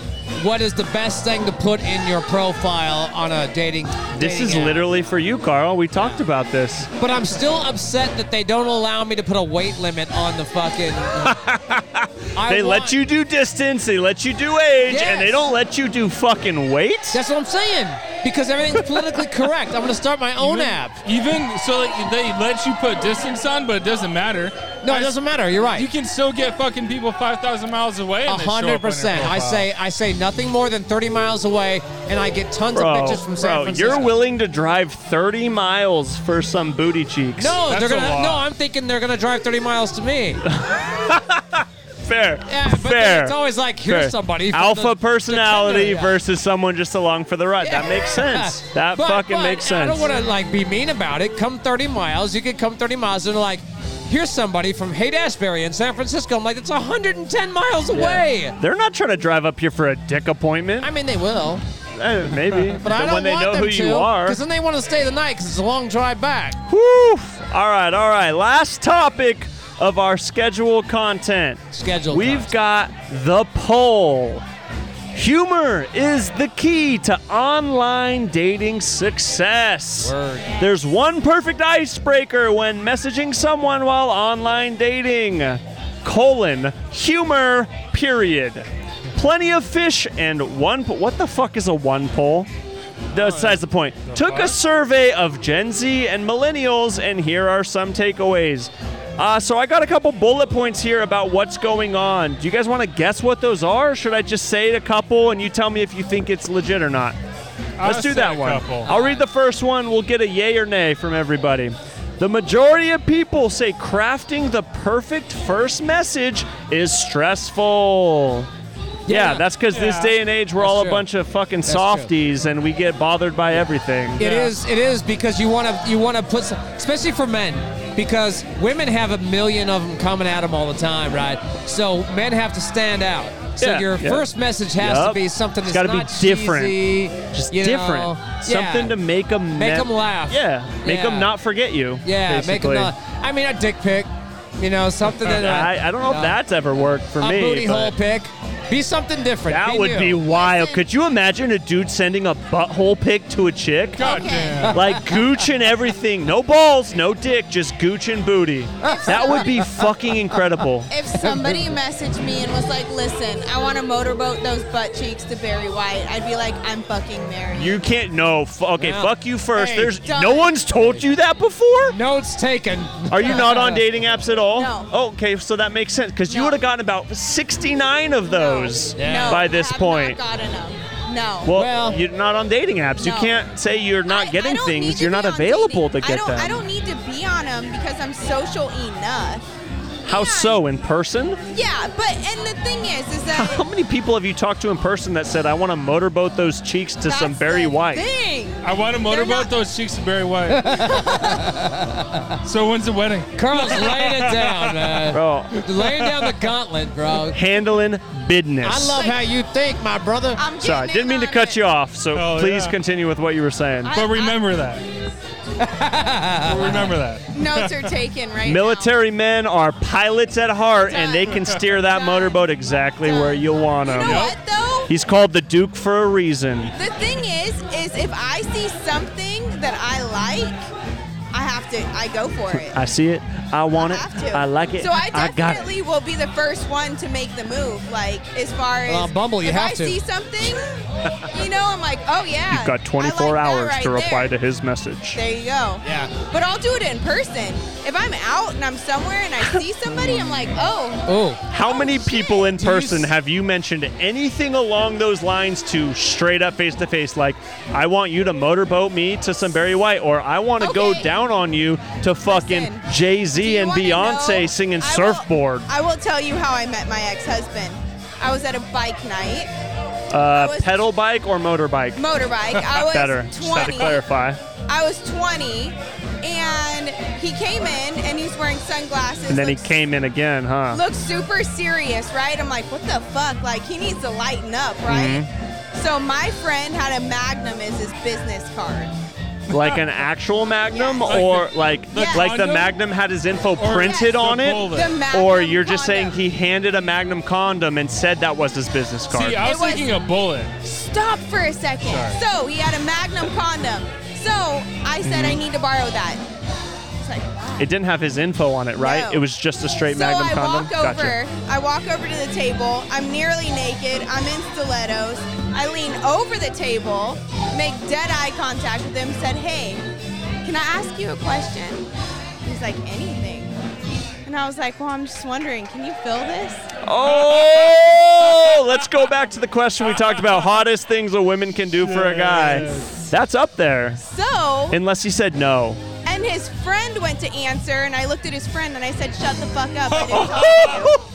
what is the best thing to put in your profile on a dating.
This
dating
is
app.
literally for you, Carl. We talked about this.
But I'm still upset that they don't allow me to put a weight limit on the fucking. I
They
want-
let you do distance, they let you do age, and they
Yes.
don't let you do fucking weight.
That's what I'm saying. Because everything's politically correct. I'm gonna start my own
Even-
app.
Even so, like, they let you put distance on, but it doesn't matter.
No,
I
it
s-
doesn't matter. You're right.
You can still get fucking people five thousand miles away. and they show up on your
hundred percent. I
profile.
say I say nothing more than thirty miles away, and I get tons
Bro,
of bitches from San
bro,
Francisco.
you're willing to drive 30 miles for some booty cheeks.
no,
That's
they're
a lot.
gonna. No, I'm thinking they're gonna drive thirty miles to me.
Fair.
Yeah, but
Fair.
then it's always like here's
Fair.
somebody. from
Alpha
the- the
personality
Tinder, yeah.
versus someone just along for the ride. That makes sense. That
But-
fucking
but
makes
I
sense.
don't want to like be mean about it. Come 30 miles, you could come 30 miles, and they're like, here's somebody from Haight Ashbury in San Francisco. I'm like, it's 110 miles away.
They're not trying to drive up here for a dick appointment.
I mean, they will,
Eh, maybe.
but I don't
when they
want
know
them
who
to,
you are.
because then they want to stay the night because it's a long drive back.
Whew. All right, all right. Last topic of our scheduled content.
Scheduled
We've
times.
got the poll. Humor is the key to online dating success.
Word.
There's one perfect icebreaker when messaging someone while online dating. Colon humor period. Plenty of fish and one. Po- what the fuck is a one poll? Besides the point. Took a survey of Gen Z and millennials, and here are some takeaways. Uh, so I got a couple bullet points here about what's going on. Do you guys want to guess what those are? Should I just say a couple and you tell me if you think it's legit or not?
I'll
Let's do
say
that
a
one.
couple.
I'll read the first one. We'll get a yay or nay from everybody. The majority of people say crafting the perfect first message is stressful. Yeah,
Yeah.
that's because this day and age we're all a
true.
bunch of fucking
true.
softies and we get bothered by everything.
It is. It is because you want to. You want to put, some, especially for men, because women have a million of them coming at them all the time, right? So men have to stand out. So
Yeah,
your
yeah.
first message has to
Yup.
be something
It's
that's
gotta be
not
different.
cheesy,
Just
you
different.
know.
Something
Yeah.
to make them
Make 'em laugh.
Yeah, make them
Yeah.
not forget you.
Yeah, make them
basically. Uh,
not. I mean, a dick pic, you know, something that
I, I don't know if
No.
that's ever worked for
a
me.
booty
but-
hole pic. Be something different.
That would
new.
be wild. Could you imagine a dude sending a butthole pic to a chick?
God
Okay.
damn.
Like gooch and everything. No balls, no dick, just gooch and booty. That would be fucking incredible.
If somebody messaged me and was like, "Listen, I want to motorboat those butt cheeks to Barry White," I'd be like, "I'm fucking married."
You can't no. F- okay,
Yeah.
fuck you first.
Hey,
There's
done.
no one's told you that before.
Notes taken.
Are you not on dating apps at all?
No.
Oh, okay, so that makes sense because you
No.
would have gotten about 69 of those
no,
by this
I have
point.
not gotten 'em. No.
well,
Well-
you're not on dating apps. You
No.
can't say you're not
I- I
getting
don't need
things.
to
You're
be
not
on
available
dating.
to get
I don't,
them.
I don't need to be on them because I'm social enough.
How
And-
so? In person?
Yeah, but and the thing is, is that
How many people have you talked to in person that said, I want to motorboat those cheeks to
that's
some Barry
the
White?
Thing.
I want to motorboat
not-
those cheeks to Barry White. so when's the wedding?
Carl's laying it down, man.
Bro,
Laying down the gauntlet, bro.
handling business.
I love how you think, my brother.
I'm getting
Sorry,
in
didn't mean to
on
cut
it.
you off, so
Oh,
please
yeah.
continue with what you were saying.
But remember that. But remember that.
Notes are taken right
Military men are pilots at heart, and they can steer that
Done.
motorboat exactly where you want
now.
them.
You know what though?
He's called the Duke for a reason.
The thing is, is if I see something that I like, I have have to. I go for it.
I see it. I want it.
have to.
I like it.
So I
got it.
definitely will be the first one to make the move. Like as far as
Well, Bumble, you
if
have
I
to.
see something, you know, I'm like, oh yeah.
You've got 24
I like that
hours
right
to reply
there.
to his message.
There you go.
Yeah.
But I'll do it in person. If I'm out and I'm somewhere and I see somebody, I'm like, oh,
Oh.
How many people in person have you mentioned anything along those lines to straight up face to face? Like, I want you to motorboat me to some Barry White, or I want to go down on you to fucking Jay Z and Beyonce singing surfboard.
I will tell you how I met my ex-husband. I was at a bike night,
uh, pedal bike or motorbike?
Motorbike. I was
Better. Just had to
20.
clarify.
I was 20, and he came in and he's wearing sunglasses.
And then he came in again, huh?
Looks super serious, right? I'm like, what the fuck? Like, he needs to lighten up, right?
Mm-hmm.
So, my friend had a Magnum as his business card.
like an actual Magnum, or like
the
like the
condom?
Magnum had his info
Or
printed
the
on it,
bullet. The Magnum
or you're just saying he handed a Magnum condom and said that was his business card.
I was It was- thinking
a bullet.
Stop for a second.
Sorry.
So, he had a Magnum condom. So, I said, I need to borrow that. It's like,
It didn't have his info on it, right?
No.
It was just a straight
so
Magnum
I
condom.
walk over.
Gotcha.
I walk over to the table. I'm nearly naked. I'm in stilettos. I lean over the table, make dead eye contact with him. Said, "Hey, can I ask you a question?" He's like, "Anything." And I was like, "Well, I'm just wondering. Can you fill this?"
Oh, let's go back to the question we talked about: hottest things a woman can do for a guy. That's up there.
So,
Unless he said no.
and his friend went to answer, and I looked at his friend and I said, "Shut the fuck up." I didn't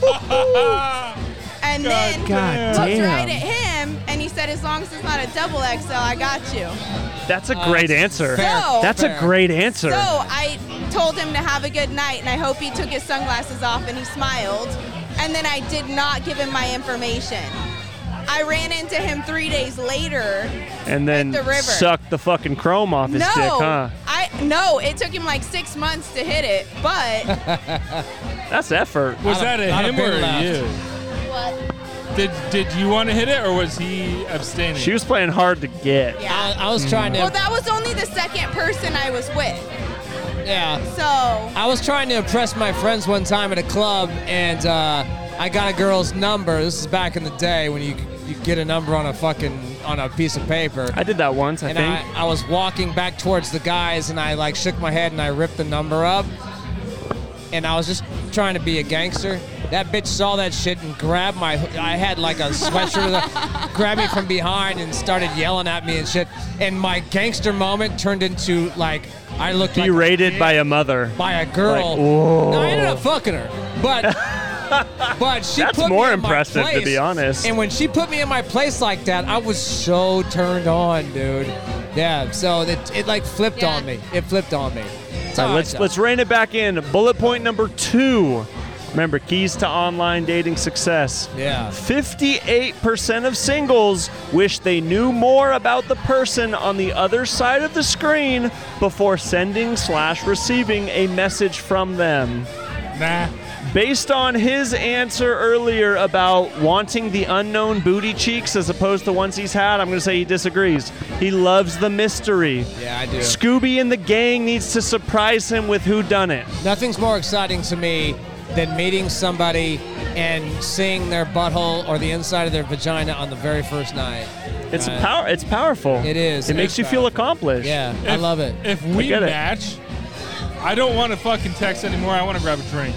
talk to you. And then
God
looked
damn.
right at him, and he said, "As long as it's not a double XL, I got you."
That's a great answer.
fair,
That's
fair.
a great answer.
Uh, So I told him to have a good night, and I hope he took his sunglasses off and he smiled. And then I did not give him my information. I ran into him three days later.
and then
the river.
sucked the fucking chrome off his
no,
dick, huh?
I no. It took him like six months to hit it, but
That's effort.
Was that a him or a you?
What?
Did did you want to hit it or was he abstaining?
She was playing hard to get.
Yeah.
I, was trying
well, that was only the second person I was with.
Yeah.
Oh.
So
I was trying to impress my friends one time at a club, and uh, I got a girl's number. This is back in the day when you you get a number on a fucking on a piece of paper.
I did that once, I
and
think.
I, I was walking back towards the guys, and I like shook my head and I ripped the number up, and I was just trying to be a gangster. That bitch saw that shit and grabbed my. I had like a sweatshirt, that- grabbed me from behind and started yelling at me and shit. And my gangster moment turned into like I looked like
Berated by a mother.
by a girl.
Like, whoa.
No, I ended up fucking her, but but she
That's
put
more
me in my
impressive, to
place,
be honest.
And when she put me in my place like that, I was so turned on, dude. Yeah, so it, it like flipped on me. It flipped on me. That's
All right,
how I
let's
felt.
let's rein it back in. Bullet point number two. Remember, keys to online dating success.
Yeah.
58% of singles wish they knew more about the person on the other side of the screen before sending slash receiving a message from them.
Nah.
Based on his answer earlier about wanting the unknown booty cheeks as opposed to ones he's had, I'm going to say he disagrees. He loves the mystery.
Yeah, I do.
Scooby and the gang needs to surprise him with who done it.
Nothing's more exciting to me than meeting somebody and seeing their butthole or the inside of their vagina on the very first night.
It's
Right?
power. It's powerful.
It is.
It makes you feel accomplished.
Yeah, I love it.
If we
get it.
match, I don't want to fucking text anymore. I want to grab a drink.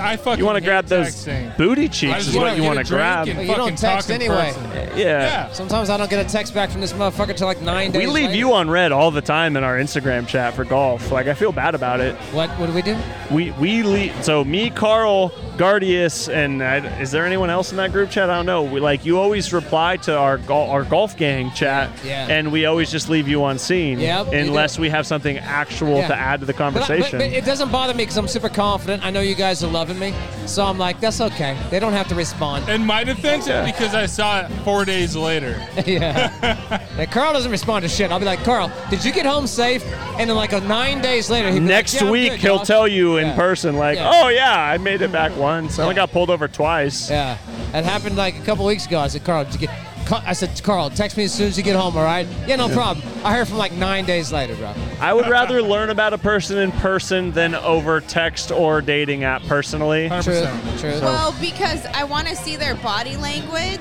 I fucking
You want to
hate
grab those
texting.
booty
I
cheeks
just
is what
wanna
you
get
want
a
to
drink
grab.
and
But you
fucking
don't text
talk in
anyway.
person.
Yeah.
Sometimes I don't get a text back from this motherfucker till like nine days.
We leave
later.
you on red all the time in our Instagram chat for golf. Like I feel bad about it.
What? What do we do?
We we leave. So me, Carl, Guardius, and I, is there anyone else in that group chat? I don't know. We like you always reply to our gol- our golf gang chat,
Yeah.
and we always just leave you on scene
Yep, we do.
unless we have something actual
Yeah.
to add to the
But I- but-
conversation.
but it doesn't bother me because I'm super confident. I know you guys are loving me, so I'm like, that's okay. They don't have to respond.
In my defense,
Yeah.
it's because I saw it four days later.
yeah. Like, Carl doesn't respond to shit. I'll be like, Carl, did you get home safe? And then like uh, nine days later, he'd be like,
Next
"Yeah, I'm
week,
good,
he'll
dog."
tell you in
Yeah.
person, like,
Yeah.
oh, yeah, I made it back once. I only got pulled over twice.
Yeah, that happened like a couple weeks ago. I said, Carl, did you get?
Ca- I said, Carl, text me as soon as you get home, all right? Yeah, no
Yeah.
problem. I heard from like nine days later, bro.
I would rather learn about a person in person than over text or dating app personally.
True, true.
Well, because I want to see their body language.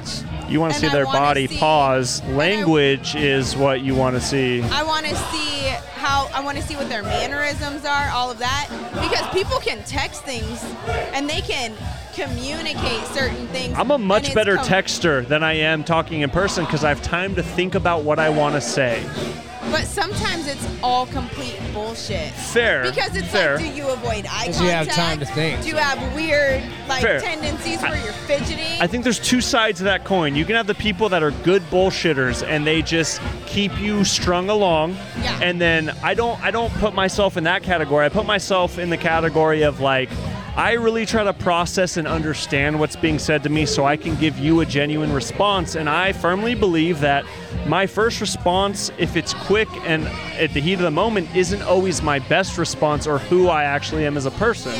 you want to
and
see
I
their
wanna
body
see-
pause. Language is what you want to see.
I want to see how I want to see what their mannerisms are, all of that, because people can text things and they can communicate certain things.
I'm a
and it's
much better
com-
texter than I am talking in person because I have time to think about what I want to say.
but sometimes it's all complete bullshit.
Fair,
Because it's
fair.
like, do you avoid eye contact?
Because you have time to think.
Do you have weird like
Fair.
tendencies
I-
where you're fidgeting?
I think there's two sides of that coin. You can have the people that are good bullshitters and they just keep you strung along.
Yeah.
And then I don't I don't put myself in that category. I put myself in the category of like I really try to process and understand what's being said to me so I can give you a genuine response and I firmly believe that my first response if it's quick and at the heat of the moment isn't always my best response or who I actually am as a person.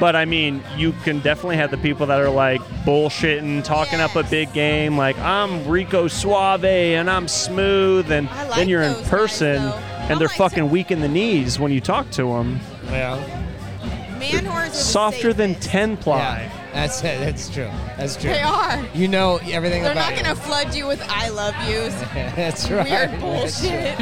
But I mean, you can definitely have the people that are like bullshitting, talking up a big game, like I'm Rico Suave and I'm smooth, and then you're in person and they're fucking weak in the knees when you talk to them.
Yeah,
Man whores
softer than ten ply.
That's it. That's true. That's true.
They are.
You know everything
They're
about
not gonna flood you with I love yous.
That's
Weird
right.
bullshit.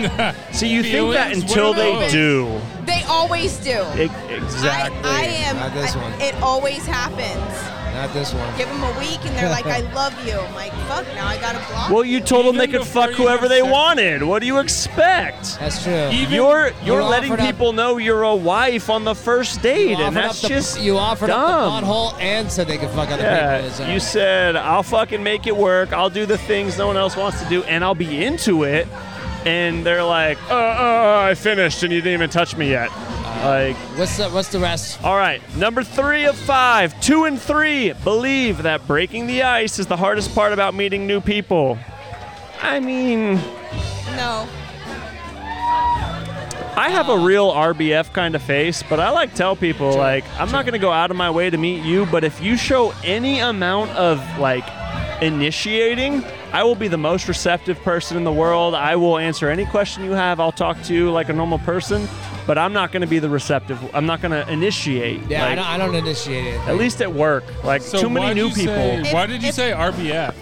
See, you think that
Feelings?
until
What are
they
those?
do.
They always do.
E- exactly.
I am.
Not this
I-
one.
It always happens.
Not this one.
Give them a week and they're like, I love you. I'm like, fuck, now I gotta block.
well, you told them they could fuck whoever they
sex-
wanted. What do you expect?
That's true. Even-
you're you're
You
letting
offered up-
people know you're a wife on the first
You
date,
offered
and that's
up the-
just
you offered
dumb.
up the pothole and said they could fuck other people.
uh,
so-
Yeah, you said I'll fucking make it work. I'll do the things no one else wants to do, and I'll be into it. And they're like, "Uh, uh, I finished, and you didn't even touch me yet." like,
what's the what's the rest?
All right, number three of five, two and three believe that breaking the ice is the hardest part about meeting new people. I mean,
No.
I have
Um,
a real RBF kind of face, but I like tell people like I'm not gonna go out of my way to meet you, but if you show any amount of like initiating, I will be the most receptive person in the world. I will answer any question you have. I'll talk to you like a normal person, but I'm not gonna be the receptive. I'm not gonna initiate.
Yeah,
like,
I, don't, I don't initiate it.
At least at work, like
So
too many
why'd
new
you
people.
say- why did you say RBF?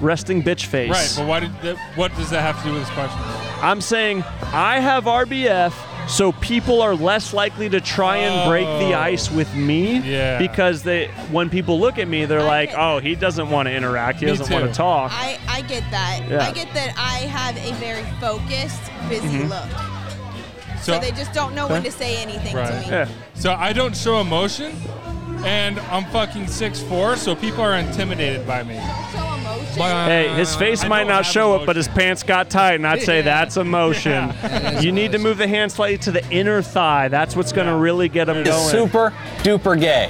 resting bitch face?
Right, but why did that, what does that have to do with this question?
I'm saying I have RBF, so people are less likely to try and break the ice with me.
Yeah.
Because they, when people look at me, they're like, "Oh, he doesn't want to interact. He
Me
doesn't want
too.
to talk."
I, I get that.
Yeah.
I get that I have a very focused, busy
Mhm.
look. So,
So-
they just don't know when to say anything to me.
So I don't show emotion, and I'm fucking 6'4", so people are intimidated by me.
Hey, his face might not show it, but his pants got tight, and I'd say that's emotion. You need to move the hand slightly to the inner thigh. That's what's going to really get him
It's
going.
super
duper gay.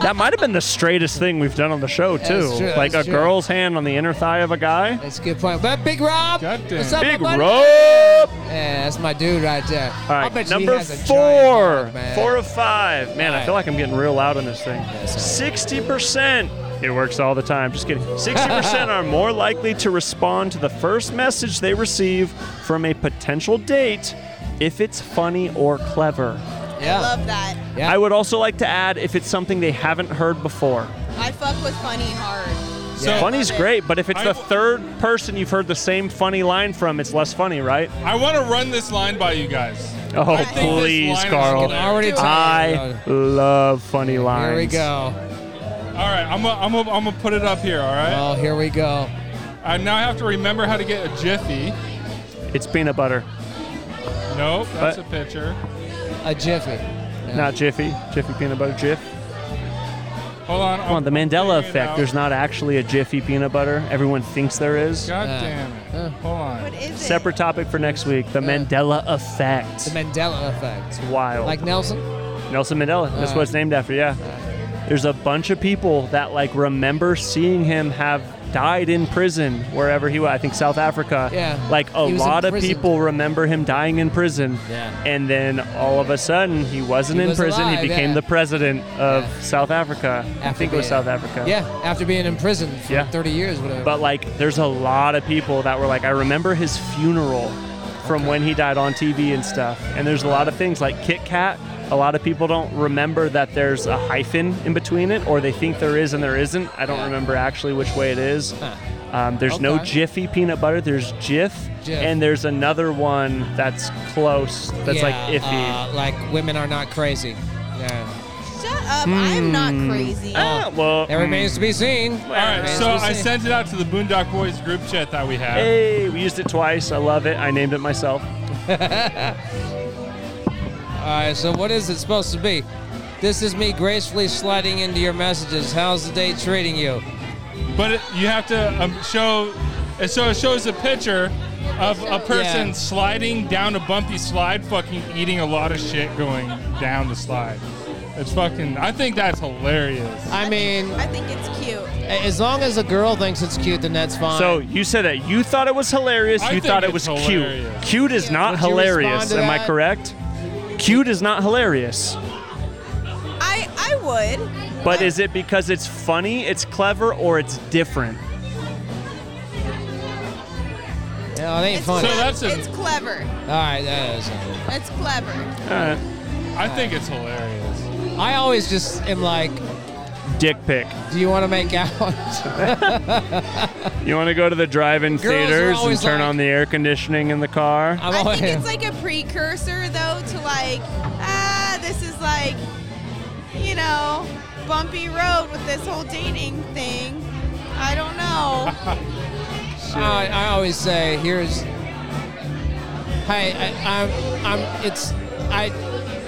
that might have been the straightest thing we've done on the show
That's
too.
true,
like
that's
a
true.
girl's hand on the inner thigh of a guy.
That's a good point. But Big Rob, what's up, my
Big
buddy?
Rob.
Yeah, that's my dude right there.
All right,
I bet you he
number
has a giant
four,
cock, man.
four of five. Man, I feel like I'm getting real loud on this thing. Sixty percent. It works all the time. Just kidding. Sixty percent are more likely to respond to the first message they receive from a potential date if it's funny or clever.
I love that.
I would also like to add if it's something they haven't heard before.
I fuck with funny hard.
So-
Funny's great, but if it's
I
the
w-
third person you've heard the same funny line from, it's less funny, right?
I want to run this line by you guys.
Oh,
I think this line
please,
is
Carl.
hilarious.
I love funny lines.
we
go.
All right, I'm gonna I'm gonna- I'm gonna put it up here. All right.
Oh, here we go.
I now have to remember how to get a jiffy.
It's peanut butter,
Nope, that's
But-
a picture.
A jiffy.
not Jiffy. Jiffy peanut butter, Jiff.
Hold on.
Come on, the Mandela effect. There's not actually a Jiffy peanut butter. Everyone thinks there is.
God damn it. Hold on. What
is
Separate topic for next week. The Mandela effect.
The Mandela effect.
It's wild.
Like Nelson?
Nelson Mandela. That's
Uh.
what it's named after. Yeah. There's a bunch of people that like remember seeing him have died in prison wherever he was. I think South Africa.
Yeah.
Like a
He was
lot
in
of
prison.
people remember him dying in prison.
Yeah.
And then all of a sudden he wasn't
He
in
was
prison.
alive,
he became
yeah.
the president of South Africa. I think it was
being-
South Africa.
Yeah, after being in prison for
Yeah.
30 years, whatever.
But like, there's a lot of people that were like, I remember his funeral from when he died on TV and stuff. And there's a lot of things like Kit Kat. A lot of people don't remember that there's a hyphen in between it, or they think there is and there isn't. I don't remember actually which way it is. Um, there's no
Okay.
Jiffy peanut butter. There's Jif,
Jif.
and there's another one that's close. That's like
Yeah,
iffy.
uh, like women are not crazy. Yeah.
Shut up. I'm not crazy.
Ah, well,
That remains to be seen.
Hmm. All right,
Remains
so
to be
I
seen.
sent it out to the Boondock Boys group chat that we have.
mm, Hey, we used it twice. I love it. I named it myself.
All right, so what is it supposed to be? This is me gracefully sliding into your messages. How's the day treating you?
But it, you have to um, show, and so it shows a picture of a person
Yeah.
sliding down a bumpy slide, fucking eating a lot of shit going down the slide. It's fucking. I think that's hilarious.
I mean,
I think it's cute.
as long as a girl thinks it's cute, then that's fine.
So you said that you thought it was hilarious.
I
you
think
thought it was
it's hilarious.
cute. Cute is not
Would you respond
hilarious.
to
Am I
that?
correct? Cute is not hilarious.
I I would.
But is it because it's funny, it's clever, or it's different?
no, it ain't
It's,
funny.
So
cle-
that's a-
it's clever.
All right, that is.
It's clever.
Uh,
I think it's hilarious.
I always just am like,
dick pic.
do you want to make out?
You want to go to the drive-in
are
theaters and
always
turn
like-
on the air conditioning in the car?
I'm
I
always,
think it's like a precursor though to like ah this is like you know bumpy road with this whole dating thing. I don't know.
Uh, I, I always say, here's, hey, I, I'm, I'm, it's, I,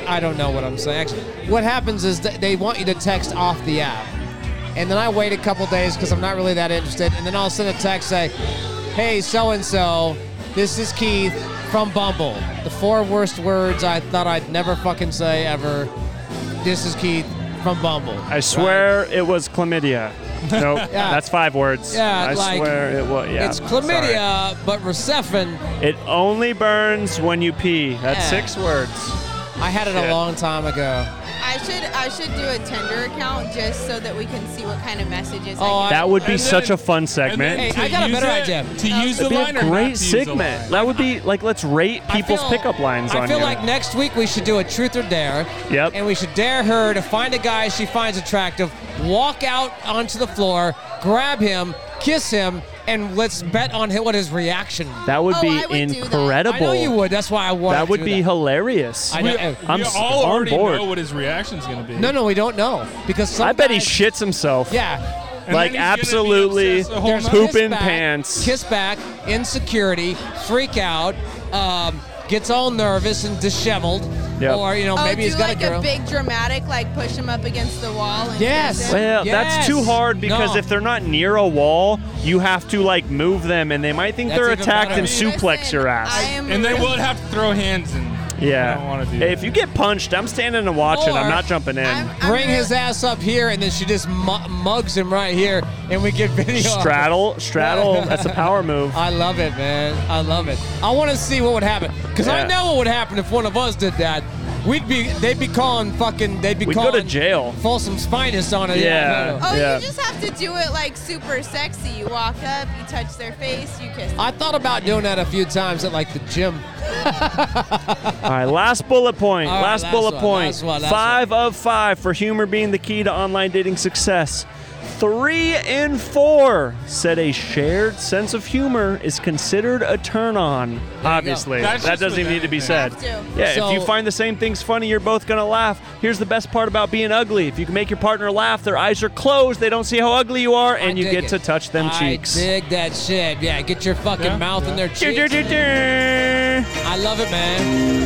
I don't know what I'm saying. Actually, what happens is that they want you to text off the app, and then I wait a couple days because I'm not really that interested, and then I'll send a text say, hey, so and so, this is Keith from Bumble. The four worst words I thought I'd never fucking say ever. This is Keith from Bumble.
I swear it was chlamydia. Nope,
Yeah.
that's five words.
Yeah,
I
like,
swear it was. Yeah,
it's
sorry.
chlamydia, but Receffin
It only burns when you pee. That's
Yeah.
six words.
I had it
Shit.
a long time ago.
I should I should do a Tinder account just so that we can see what kind of messages.
Oh,
I
I-
get.
That would be
And
such
then-
a fun
And
segment.
then
Hey,
to
I got a
use
better
it-
idea.
To use the
That'd
line
be
or
a
not to
great
use the
segment.
line?
That would be like let's rate
I
people's
feel-
pickup lines
I
on
feel
here.
like next week we should do a truth or dare.
Yep.
And we should dare her to find a guy she finds attractive, walk out onto the floor, grab him, kiss him, and let's bet on him what his reaction.
that would
Oh,
be
I would do that.
incredible.
I know you would. That's why I want.
That
to
would
do
be hilarious.
I
We,
know-
I'm
we
s-
all
on
already
board.
know what his reaction's gonna be.
No, no, we don't know because some
I bet he
guys-
shits himself.
Yeah.
And
like
then he's gonna be
absolutely
obsessed the whole
There's
night.
poop
kiss
in
back,
pants.
Kiss back, insecurity, freak out, um, gets all nervous and disheveled,
Yep.
or you know
Oh,
maybe
do
he's got
like
a girl.
big dramatic like push him up against the wall. And
Yes.
kiss him?
Well, that's too
Yes.
hard because
No.
if they're not near a wall, you have to like move them, and they might think
That's
they're
even
attacked
better.
and suplex
Listen,
your ass.
I am
And they
really-
will have to throw hands and.
yeah.
I don't want to do.
Hey,
that.
if you get punched, I'm standing and watching. I'm
Or-
not jumping in.
I'm- I'm
Bring
really-
his ass up here, and then she just mu- mugs him right here, and we get video. of it.
straddle, straddle. that's a power move.
I love it, man. I love it. I want to see what would happen, cause I
Yeah.
know what would happen if one of us did that. We'd be, they'd be calling fucking, they'd be
We'd go
calling
to jail.
Folsom Spinus on it.
Yeah.
I know.
Oh,
Yeah.
you just have to do it like super sexy. You walk up, you touch their face, you kiss.
I thought about doing that a few times at like the gym.
All right, last bullet point.
All right,
last,
last
bullet
one,
point.
last one, last
five of five for humor being the key to online dating success. Three in four said a shared sense of humor is considered a turn on. Obviously,
That's
that
just
doesn't
with
even need to be
anything.
said.
Have to.
Yeah,
So-
if you find the same things funny, you're both gonna laugh. Here's the best part about being ugly: if you can make your partner laugh, their eyes are closed, they don't see how ugly you are, and
I
you
dig
get
it.
to touch them
I
cheeks.
dig that shit. Yeah, get your fucking
Yeah,
mouth in their
Do, do,
cheeks.
do, do.
I love it, man.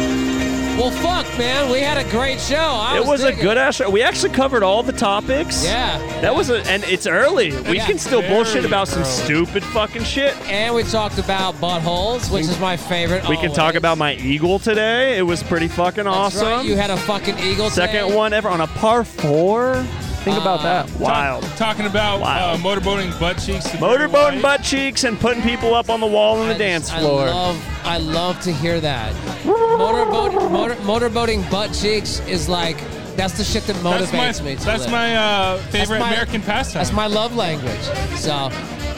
Well, fuck, man. We had a great show. I
It was a
digging
good ass show. We actually covered all the topics.
Yeah.
That was a, and it's early. We
Yeah.
can still
Very
bullshit about some
early.
stupid fucking shit.
And we talked about buttholes, which is my favorite.
We can talk
always.
about my eagle today. It was pretty fucking
Oh, That's
awesome.
Right, you had a fucking eagle.
Second
today.
one ever on a par four. Think
Ah,
about that. Wild.
Talking about uh, motorboating butt cheeks. to
Motorboat and butt cheeks and putting people up on the wall on the dance
I
floor.
love, I love to hear that. Motorboat, motor, motorboating butt cheeks is like that's the shit that motivates
That's my,
me. To
that's
live.
my uh, favorite
my-
American pastime.
That's my love language. So,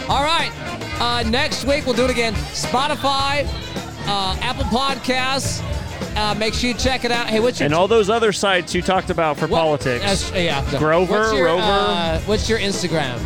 all right. Uh, next week we'll do it again. Spotify, uh, Apple Podcasts. Uh, make sure you check it out. Hey, what's your
and all those other sites you talked about for politics.
That's- yeah, no.
Grover,
What's your,
Rover.
uh, what's your Instagram?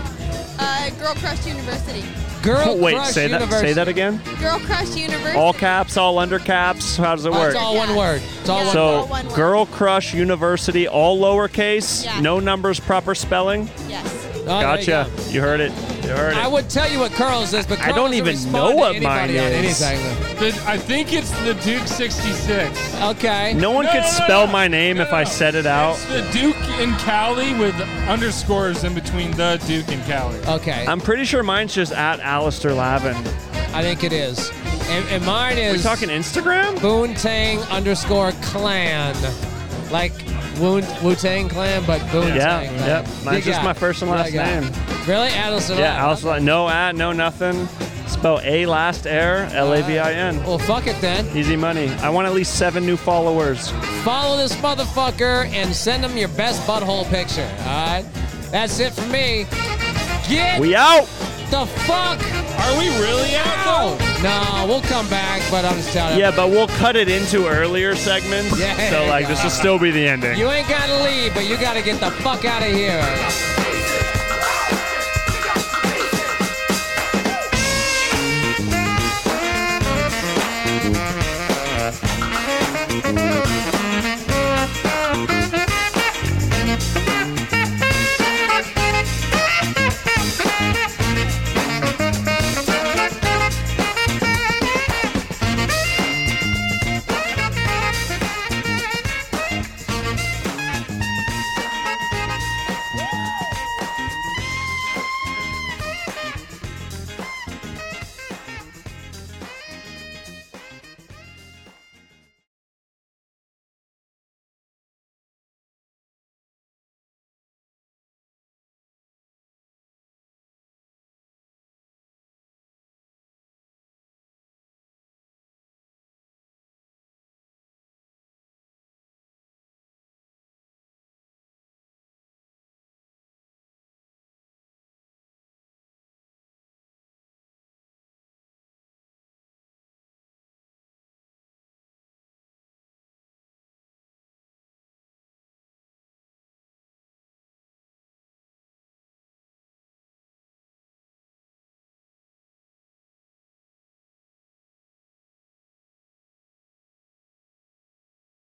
Uh, Girl Crush University.
Girl
Wait,
Crush
say that. Say
University.
that again.
Girl Crush University.
All caps, all under caps. How does it
Oh,
work?
it's all one word. It's all one
so,
all one word.
Girl Crush University, all lowercase,
Yeah.
no numbers, proper spelling.
Yes.
Oh, there you
Gotcha.
go.
You, heard it. You heard it.
I would tell you what curls is, but
I
curls
don't
doesn't
even
respond
know
to
what
anybody
mine
on
is.
anything.
The- I think it's the Duke 66.
Okay.
no one
No,
could
no,
spell
no.
my name
No,
if
no,
I
no.
said it out.
It's the Duke and Cali with underscores in between the Duke and Cali.
Okay.
I'm pretty sure mine's just at Alistair Lavin.
I think it is. And, and mine
Are we
is
talking Instagram?
Boontang underscore clan. Like Wu Tang clan, but Boontang.
Yeah,
clan.
yep. Mine's
Big
just
guy.
my first and last
Big guy.
name.
Really? Addison?
Yeah, Alistair Lavin. No at, no nothing. Spell A last air, L A V I N.
Well, fuck it then.
Easy money. I want at least seven new followers.
Follow this motherfucker and send him your best butthole picture. All right? That's it for me. Get
We out!
the fuck
Are we really out?
out. No, we'll come back, but I'm just telling you.
Yeah, but we'll cut it into earlier segments.
Yeah.
So like this will still be the ending.
You ain't got to leave, but you got to get the fuck out of here.
Thank you.